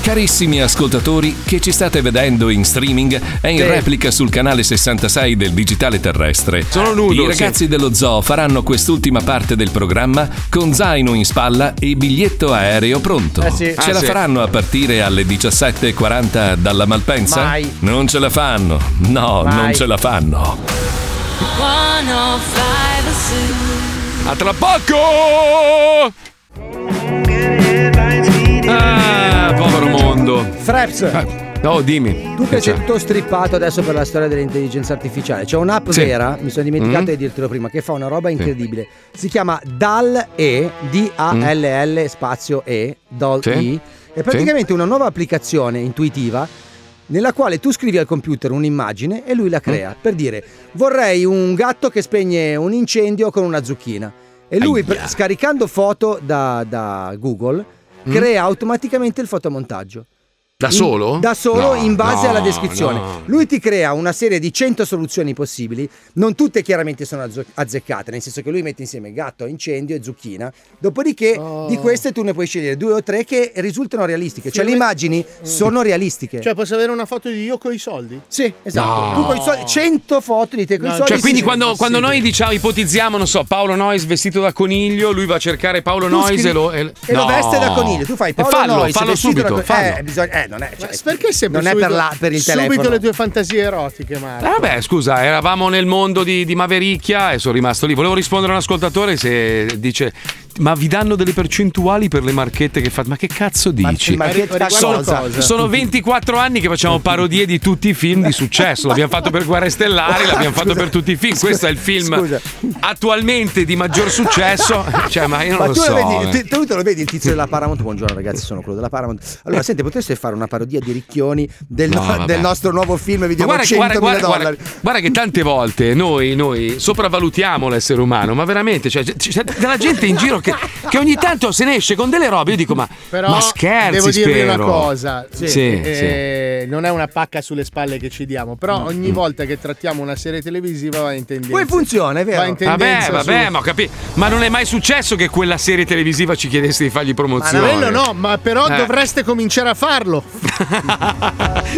[SPEAKER 1] Carissimi ascoltatori che ci state vedendo in streaming e in
[SPEAKER 4] Sì.
[SPEAKER 1] replica sul canale 66 del Digitale Terrestre.
[SPEAKER 4] Sono nudo,
[SPEAKER 1] I
[SPEAKER 4] sì.
[SPEAKER 1] ragazzi dello zoo faranno quest'ultima parte del programma con zaino in spalla e biglietto aereo pronto.
[SPEAKER 11] Eh sì.
[SPEAKER 1] Ce
[SPEAKER 11] Ah,
[SPEAKER 1] la
[SPEAKER 11] sì.
[SPEAKER 1] faranno a partire alle 17.40 dalla Malpensa?
[SPEAKER 11] Mai.
[SPEAKER 1] Non ce la fanno. No,
[SPEAKER 11] Mai.
[SPEAKER 1] non ce la fanno.
[SPEAKER 4] A tra poco! Ah, povero mondo.
[SPEAKER 6] Fraps.
[SPEAKER 4] No, dimmi. Eh,
[SPEAKER 6] Tu
[SPEAKER 4] Che
[SPEAKER 6] che
[SPEAKER 4] c'è?
[SPEAKER 6] sei tutto strippato adesso per la storia dell'intelligenza artificiale. C'è un'app
[SPEAKER 4] Sì.
[SPEAKER 6] vera, mi sono dimenticato
[SPEAKER 4] Mm.
[SPEAKER 6] di dirtelo prima, che fa una roba incredibile. Si chiama DAL E, D-A-L-L spazio E, DAL
[SPEAKER 4] Mm. Sì.
[SPEAKER 6] E. È praticamente una nuova applicazione intuitiva nella quale tu scrivi al computer un'immagine e lui la crea.
[SPEAKER 4] Mm.
[SPEAKER 6] Per dire, vorrei un gatto che spegne un incendio con una zucchina. E lui, per- scaricando foto da, da Google,
[SPEAKER 4] Mm.
[SPEAKER 6] crea automaticamente il fotomontaggio.
[SPEAKER 4] Da
[SPEAKER 6] In-
[SPEAKER 4] solo?
[SPEAKER 6] da solo
[SPEAKER 4] No,
[SPEAKER 6] in base
[SPEAKER 4] no,
[SPEAKER 6] alla descrizione.
[SPEAKER 4] no.
[SPEAKER 6] Lui ti crea una serie di 100 soluzioni possibili, non tutte chiaramente sono azzo- azzeccate, nel senso che lui mette insieme gatto, incendio e zucchina. Dopodiché di
[SPEAKER 4] Oh.
[SPEAKER 6] queste tu ne puoi scegliere due o tre che risultano realistiche, cioè le immagini sono realistiche.
[SPEAKER 3] Cioè, posso avere una foto di io con i soldi?
[SPEAKER 6] Sì, esatto.
[SPEAKER 4] No.
[SPEAKER 6] Tu con i soldi- 100 foto di te con i soldi.
[SPEAKER 4] Cioè, quindi
[SPEAKER 6] sì.
[SPEAKER 4] quando, quando noi diciamo, ipotizziamo, non so, Paolo Noyes vestito da coniglio, lui va a cercare Paolo
[SPEAKER 6] Tu
[SPEAKER 4] Noyes
[SPEAKER 6] scrivi-
[SPEAKER 4] e lo. E,
[SPEAKER 6] e lo
[SPEAKER 4] No.
[SPEAKER 6] veste da coniglio, tu fai
[SPEAKER 4] E
[SPEAKER 6] Paolo
[SPEAKER 4] fallo,
[SPEAKER 6] Noyes,
[SPEAKER 4] fallo
[SPEAKER 6] vestito da
[SPEAKER 4] subito.
[SPEAKER 6] co-
[SPEAKER 4] fallo.
[SPEAKER 6] Eh, bisogna- eh, non è, cioè,
[SPEAKER 3] Perché sempre
[SPEAKER 6] non è
[SPEAKER 3] subito-
[SPEAKER 6] per, la- per il
[SPEAKER 3] Subito
[SPEAKER 6] telefono.
[SPEAKER 3] le tue fantasie erotiche, Marco.
[SPEAKER 4] Eh, Vabbè, scusa, eravamo nel mondo di, di Mavericchia e sono rimasto lì. Volevo rispondere a un ascoltatore se dice: Ma vi danno delle percentuali per le marchette che fate? Ma che cazzo dici?
[SPEAKER 6] ma che- ma
[SPEAKER 4] sono,
[SPEAKER 6] cosa?
[SPEAKER 4] sono 24 anni che facciamo parodie di tutti i film di successo. L'abbiamo fatto per Guerre Stellari, l'abbiamo fatto per tutti i film. Questo è il film attualmente di maggior successo. Cioè, ma io non
[SPEAKER 6] Ma
[SPEAKER 4] lo
[SPEAKER 6] tu,
[SPEAKER 4] so.
[SPEAKER 6] vedi,
[SPEAKER 4] eh.
[SPEAKER 6] ti- tu te lo vedi il tizio della Paramount? Buongiorno ragazzi, sono quello della Paramount. Allora, senti, potreste fare una parodia di Ricchioni del,
[SPEAKER 4] No,
[SPEAKER 6] no-
[SPEAKER 4] vabbè.
[SPEAKER 6] del nostro nuovo film?
[SPEAKER 4] Ma
[SPEAKER 6] Vi diamo 100.000 dollari.
[SPEAKER 4] guarda- guarda che tante volte noi, noi sopravvalutiamo l'essere umano, ma veramente cioè, c- c'è della gente in giro che, che ogni tanto se ne esce con delle robe. Io dico, ma,
[SPEAKER 3] Però
[SPEAKER 4] ma scherzi,
[SPEAKER 3] devo dirvi
[SPEAKER 4] spero.
[SPEAKER 3] una cosa,
[SPEAKER 4] Sì,
[SPEAKER 3] eh, non è una pacca sulle spalle che ci diamo,
[SPEAKER 4] Mm.
[SPEAKER 3] però ogni volta che trattiamo una serie televisiva va in tendenza.
[SPEAKER 6] Poi funziona, è vero.
[SPEAKER 3] Va in
[SPEAKER 4] Vabbè,
[SPEAKER 3] tendenza
[SPEAKER 4] vabbè,
[SPEAKER 3] su-
[SPEAKER 4] ma ho capito. Ma non è mai successo che quella serie televisiva ci chiedesse di fargli
[SPEAKER 3] Ma
[SPEAKER 4] promozione.
[SPEAKER 3] quello no, ma però
[SPEAKER 4] Eh.
[SPEAKER 3] dovreste cominciare a farlo.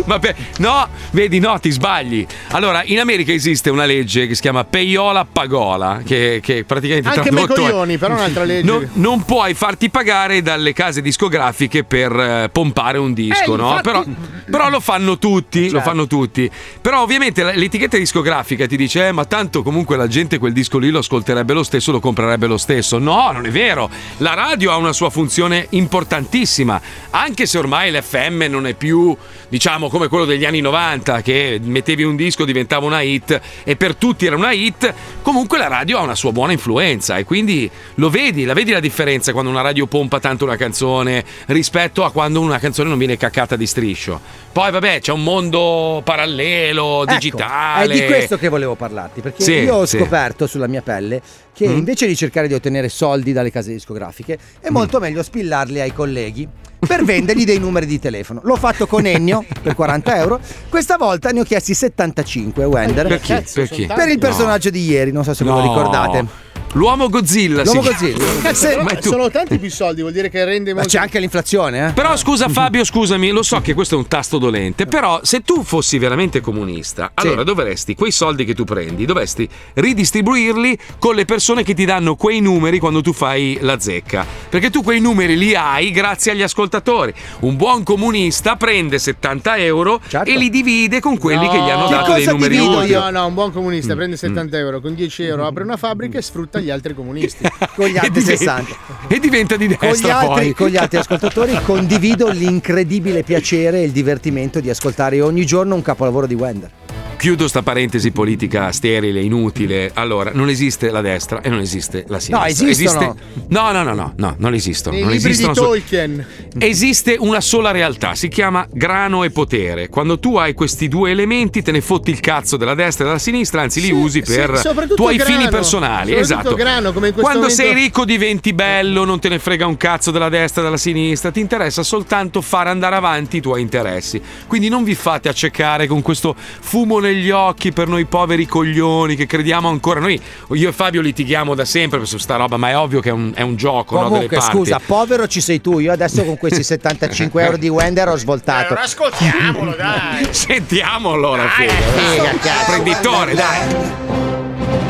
[SPEAKER 4] Ma per- no, vedi, no, ti sbagli. Allora, in America esiste una legge che si chiama Peiola Pagola, che, che praticamente
[SPEAKER 3] Anche me
[SPEAKER 4] tradotto è-
[SPEAKER 3] coglioni, però è un'altra legge.
[SPEAKER 4] Non, non puoi farti pagare dalle case discografiche per eh, pompare un disco,
[SPEAKER 3] Eh,
[SPEAKER 4] no?
[SPEAKER 3] infatti- Certo.
[SPEAKER 4] Però, però lo fanno tutti, lo fanno tutti. Però ovviamente la- l'etichetta discografica ti dice, "Eh, ma tanto comunque la gente quel disco lì lo ascolterebbe lo stesso, lo comprerebbe lo stesso. No, non è vero. La radio ha una sua funzione importantissima, anche se ormai l'FM non è più, diciamo, come quello degli anni 90, che mettevi un disco, diventava una hit e per tutti era una hit, comunque la radio ha una sua buona influenza e quindi lo vedi, la vedi la differenza quando una radio pompa tanto una canzone rispetto a quando una canzone non viene caccata di striscio. Poi Eh, vabbè, c'è un mondo parallelo,
[SPEAKER 6] Ecco,
[SPEAKER 4] digitale.
[SPEAKER 6] È di questo che volevo parlarti, perché
[SPEAKER 4] Sì,
[SPEAKER 6] io ho
[SPEAKER 4] sì.
[SPEAKER 6] scoperto sulla mia pelle che
[SPEAKER 4] Mm.
[SPEAKER 6] invece di cercare di ottenere soldi dalle case discografiche, è molto meglio spillarli ai colleghi per vendergli dei numeri di telefono. L'ho fatto con Ennio per 40 euro, questa volta ne ho chiesti 75 Wender.
[SPEAKER 4] Per chi? Per chi?
[SPEAKER 6] Per il
[SPEAKER 4] No.
[SPEAKER 6] personaggio di ieri, non so se ve
[SPEAKER 4] No.
[SPEAKER 6] lo ricordate.
[SPEAKER 4] L'uomo Godzilla.
[SPEAKER 6] L'uomo
[SPEAKER 4] si
[SPEAKER 6] Godzilla.
[SPEAKER 4] chiama.
[SPEAKER 3] Cazzo, però
[SPEAKER 4] Ma tu-
[SPEAKER 3] Eh, sono tanti più soldi, vuol dire che rende
[SPEAKER 6] Ma
[SPEAKER 3] molto.
[SPEAKER 6] c'è anche l'inflazione, eh?
[SPEAKER 4] Però scusa Fabio, scusami, lo so che questo è un tasto dolente, però se tu fossi veramente comunista, allora dovresti quei soldi che tu prendi, dovresti ridistribuirli con le persone che ti danno quei numeri quando tu fai la zecca, perché tu quei numeri li hai grazie agli ascoltatori. Un buon comunista prende 70 euro
[SPEAKER 6] Certo.
[SPEAKER 4] e li divide con quelli che gli hanno dato dei numeri Mm, utili.
[SPEAKER 3] No, no, un buon comunista prende 70 euro, con 10 euro apre una fabbrica e sfrutta gli altri comunisti.
[SPEAKER 6] con gli altri 60.
[SPEAKER 4] E diventa di
[SPEAKER 6] Con gli,
[SPEAKER 4] destra
[SPEAKER 6] altri,
[SPEAKER 4] poi.
[SPEAKER 6] con gli altri ascoltatori condivido l'incredibile piacere e il divertimento di ascoltare ogni giorno un capolavoro di Wender.
[SPEAKER 4] Chiudo sta parentesi politica sterile, inutile. Allora, non esiste la destra e non esiste la sinistra.
[SPEAKER 3] esistono.
[SPEAKER 4] Esiste- No, no, no, no, no, non esistono.
[SPEAKER 3] Nei
[SPEAKER 4] non
[SPEAKER 3] libri di
[SPEAKER 4] esistono solo-
[SPEAKER 3] Tolkien.
[SPEAKER 4] Esiste una sola realtà, si chiama grano e potere. Quando tu hai questi due elementi, te ne fotti il cazzo della destra e della sinistra, anzi li usi
[SPEAKER 3] Eh sì,
[SPEAKER 4] per
[SPEAKER 3] soprattutto
[SPEAKER 4] tuoi
[SPEAKER 3] grano.
[SPEAKER 4] fini personali.
[SPEAKER 3] Soprattutto
[SPEAKER 4] Esatto.
[SPEAKER 3] grano, come in questo
[SPEAKER 4] Quando sei
[SPEAKER 3] momento-
[SPEAKER 4] ricco diventi bello, non te ne frega un cazzo della destra e della sinistra, ti interessa soltanto far andare avanti i tuoi interessi. Quindi non vi fate accecare con questo fumo negli occhi per noi poveri coglioni che crediamo ancora. Noi, io e Fabio litighiamo da sempre su sta roba, ma è ovvio che è un, è un gioco, no? Delle
[SPEAKER 6] Comunque,
[SPEAKER 4] parti.
[SPEAKER 6] scusa, povero ci sei tu. Io adesso con questi 75 euro di Wender ho
[SPEAKER 12] Eh,
[SPEAKER 6] svoltato.
[SPEAKER 4] ascoltiamolo, dai. Sentiamo allora, figa. Prenditore, dai.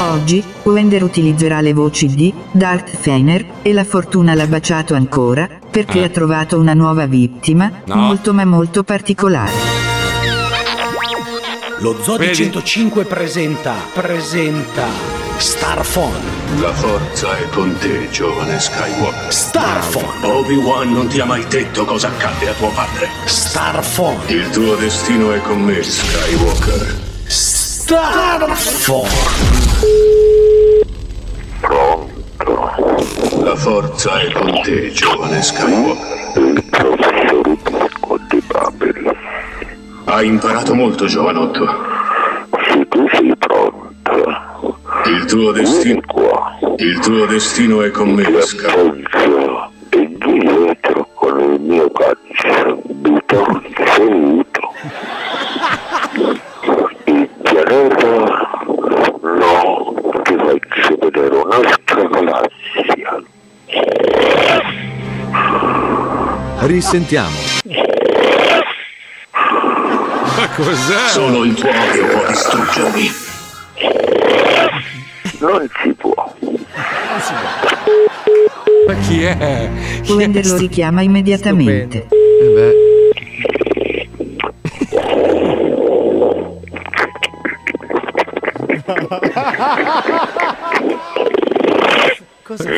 [SPEAKER 11] Oggi, Wender utilizzerà le voci di Darth Fener e la fortuna l'ha baciato ancora perché
[SPEAKER 12] Ah.
[SPEAKER 11] ha trovato una nuova vittima,
[SPEAKER 12] No.
[SPEAKER 11] molto ma molto particolare.
[SPEAKER 12] Lo Zoo di 105 presenta, presenta Starphone.
[SPEAKER 10] La forza è con te, giovane Skywalker.
[SPEAKER 12] Starphone.
[SPEAKER 10] Obi-Wan non ti ha mai detto cosa accadde a tuo padre.
[SPEAKER 12] Starphone.
[SPEAKER 10] Il tuo destino è con me, Skywalker.
[SPEAKER 12] Starphone.
[SPEAKER 10] La forza è con te, giovane Skywalker. Hai imparato molto, giovanotto. Se tu sei pronto. Il tuo destino. Il tuo destino è con me, Skywalker. E dietro con il mio cazzo mi torceduto. Il pianeta. No, ti faccio vedere un'altra galassia.
[SPEAKER 1] Risentiamo.
[SPEAKER 10] Ma cos'è? Solo il cuore può distruggermi. Non si può.
[SPEAKER 4] Ma chi è? Eh
[SPEAKER 11] Wender lo richiama immediatamente.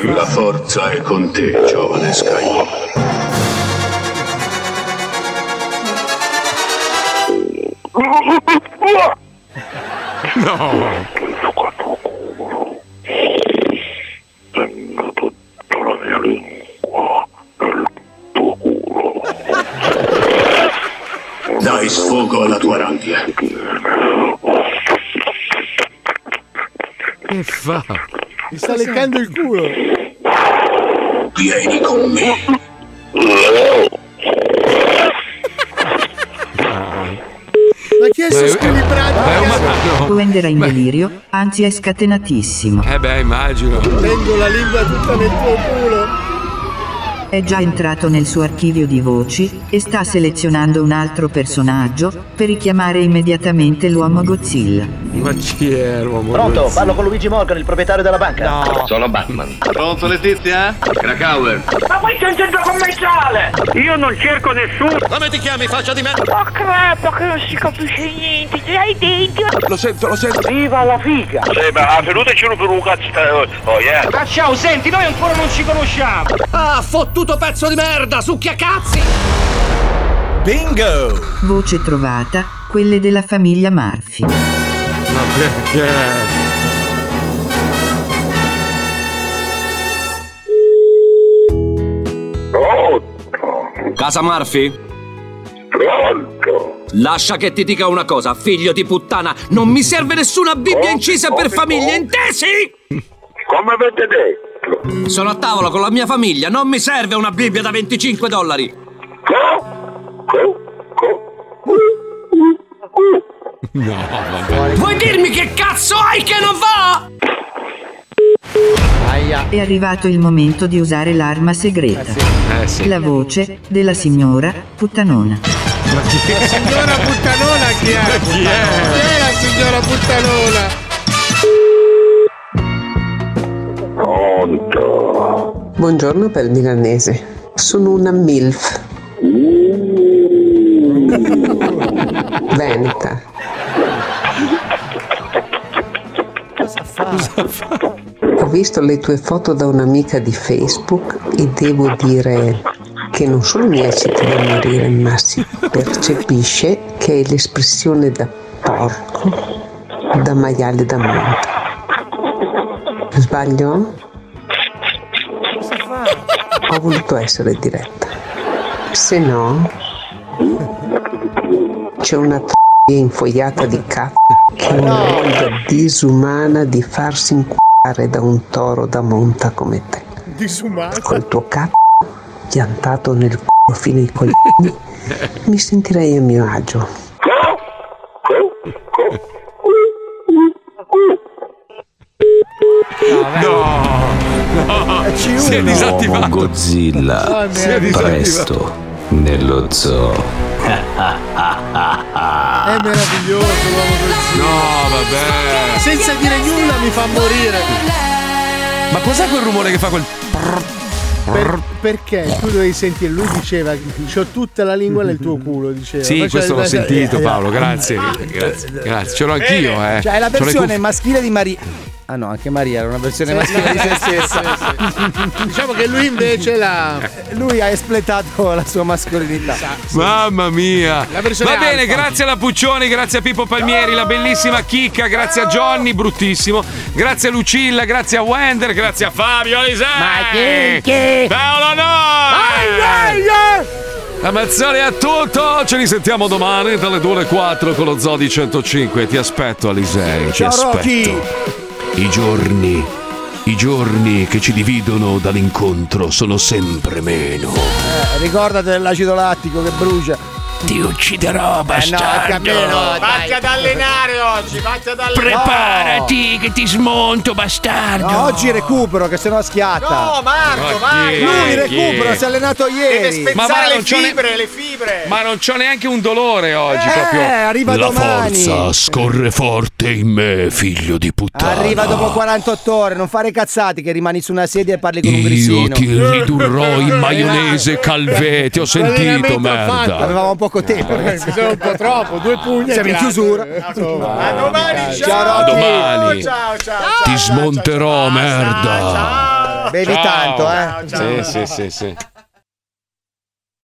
[SPEAKER 10] La forza è con te, giovane Skywalker.
[SPEAKER 4] No.
[SPEAKER 10] Dai sfogo alla tua rabbia.
[SPEAKER 3] Che fa? Mi sta leccando il culo.
[SPEAKER 10] Vieni con me.
[SPEAKER 3] Ma chi è
[SPEAKER 4] Eh,
[SPEAKER 11] Ma è-
[SPEAKER 3] Susculi
[SPEAKER 11] Wender è in delirio, anzi è scatenatissimo.
[SPEAKER 4] Eh beh, immagino.
[SPEAKER 3] Tengo la lingua tutta nel tuo culo.
[SPEAKER 11] È già entrato nel suo archivio di voci e sta selezionando un altro personaggio per richiamare immediatamente l'uomo Godzilla.
[SPEAKER 4] Ma chi è l'uomo?
[SPEAKER 26] Pronto,
[SPEAKER 4] Godzilla?
[SPEAKER 26] parlo con Luigi Morgan, il proprietario della banca.
[SPEAKER 5] Sono Batman. Pronto Letizia? Krakauer.
[SPEAKER 26] Ma poi c'è un centro commerciale! Io non cerco nessuno! Oh, Come ti chiami, faccia di me?
[SPEAKER 27] Ma crepa che non si capisce niente, ce l'hai dentro?
[SPEAKER 26] Lo sento, lo sento! Viva la figa!
[SPEAKER 28] Sì, ma a venuta c'è uno per un cazzo. Oh, yeah.
[SPEAKER 26] Ma ciao, senti, noi ancora non ci conosciamo! Ah, fottuto pezzo di merda, succhia cazzi!
[SPEAKER 11] Bingo! Voce trovata, quelle della famiglia Murphy.
[SPEAKER 4] Ma perché?
[SPEAKER 5] Casa Murphy? Pronto? Lascia che ti dica una cosa, figlio di puttana. Non mi serve nessuna Bibbia incisa per famiglie, intesi? Oh, Come avete detto? Sono a tavola con la mia famiglia, non mi serve una Bibbia da 25 dollari.
[SPEAKER 4] No, vabbè.
[SPEAKER 5] Vuoi dirmi che cazzo hai che non va?
[SPEAKER 11] È arrivato il momento di usare l'arma segreta.
[SPEAKER 5] Eh sì.
[SPEAKER 11] La voce della signora puttanona.
[SPEAKER 3] La signora puttanona chi è? Chi è? la signora puttanona?
[SPEAKER 5] Oh,
[SPEAKER 29] Buongiorno per il milanese. Sono una MILF. Veneta.
[SPEAKER 30] Cosa fa?
[SPEAKER 29] Ho visto le tue foto da un'amica di Facebook e devo dire che non solo mi ecciti da morire, ma si percepisce che è l'espressione da porco, da maiale da monte. Sbaglio? Ho voluto essere diretta. Se no, c'è una t- infogliata di cazzo che ha una voglia disumana di farsi inculare da un toro da monta come te.
[SPEAKER 3] Disumato.
[SPEAKER 29] Col tuo cazzo piantato nel culo fino ai coglioni, mi sentirei a mio agio.
[SPEAKER 4] No. Si è disattivato.
[SPEAKER 8] Godzilla.
[SPEAKER 4] Si è disattivato.
[SPEAKER 8] Presto nello zoo.
[SPEAKER 3] È meraviglioso l'uomo così.
[SPEAKER 4] No, vabbè.
[SPEAKER 3] Senza dire nulla mi fa morire.
[SPEAKER 4] Ma cos'è quel rumore che fa quel.
[SPEAKER 3] Per- perché tu dovevi sentire, lui diceva, c'ho tutta la lingua nel tuo culo, diceva.
[SPEAKER 4] Sì,
[SPEAKER 3] Poi
[SPEAKER 4] questo
[SPEAKER 3] c'è-
[SPEAKER 4] l'ho
[SPEAKER 6] Eh,
[SPEAKER 4] sentito Paolo, grazie. Grazie, grazie. Ce l'ho anch'io, eh.
[SPEAKER 6] Cioè,
[SPEAKER 4] Ce
[SPEAKER 6] è la
[SPEAKER 4] l'ho in
[SPEAKER 6] versione
[SPEAKER 4] cuffia.
[SPEAKER 6] maschile di Maria. Ah no, anche Maria era una versione maschile di se stessa.
[SPEAKER 3] diciamo che lui invece la.
[SPEAKER 6] Lui ha espletato la sua mascolinità.
[SPEAKER 4] Mamma mia!
[SPEAKER 6] La
[SPEAKER 4] Va
[SPEAKER 6] versione
[SPEAKER 4] bene,
[SPEAKER 6] alfa.
[SPEAKER 4] grazie alla Puccioni, grazie a Pippo Palmieri, la bellissima chicca, grazie a Johnny, bruttissimo, grazie a Lucilla, grazie a Wender, grazie a Fabio Lisei! Paolo Noi! Ammazzoni è tutto, ce li sentiamo domani dalle 2 alle 4 con lo Zoo di 105. Ti aspetto Alisei, ti aspetto.
[SPEAKER 15] I giorni, i giorni che ci dividono dall'incontro sono sempre meno.
[SPEAKER 6] Eh, ricordate dell'acido lattico che brucia. Eh,
[SPEAKER 15] Ti ucciderò,
[SPEAKER 6] bastardo.
[SPEAKER 12] Vatti ad allenare oggi, vatti ad allenare.
[SPEAKER 15] Preparati che ti smonto, bastardo.
[SPEAKER 6] No, oggi recupero, che sennò schiatta.
[SPEAKER 12] No, Marco,
[SPEAKER 4] Ma chi?
[SPEAKER 12] vai.
[SPEAKER 6] Lui
[SPEAKER 4] Chi?
[SPEAKER 6] recupera, si è allenato
[SPEAKER 12] Deve
[SPEAKER 6] ieri.
[SPEAKER 12] spezzare
[SPEAKER 4] Ma guarda,
[SPEAKER 12] le
[SPEAKER 4] non c'ho ne-
[SPEAKER 12] fibre, le fibre.
[SPEAKER 4] Eh. Ma non c'ho neanche un dolore oggi
[SPEAKER 6] Eh,
[SPEAKER 4] proprio.
[SPEAKER 6] arriva
[SPEAKER 15] La
[SPEAKER 6] domani.
[SPEAKER 15] forza scorre forte in me, figlio di puttana.
[SPEAKER 6] Arriva dopo 48 ore, non fare cazzate che rimani su una sedia e parli con un grissino.
[SPEAKER 15] Io ti ridurrò in maionese calvè, ti ho sentito,
[SPEAKER 6] L'allenamento
[SPEAKER 15] merda.
[SPEAKER 6] Avevamo poco tempo. ragazzi.
[SPEAKER 3] Sono un po' troppo, due pugni. e
[SPEAKER 6] Siamo in
[SPEAKER 3] tirate.
[SPEAKER 6] chiusura.
[SPEAKER 3] A domani, ciao.
[SPEAKER 15] A domani.
[SPEAKER 12] Ciao, ciao.
[SPEAKER 15] Ti smonterò, merda.
[SPEAKER 6] Bevi tanto, eh.
[SPEAKER 4] Sì, sì, sì, sì.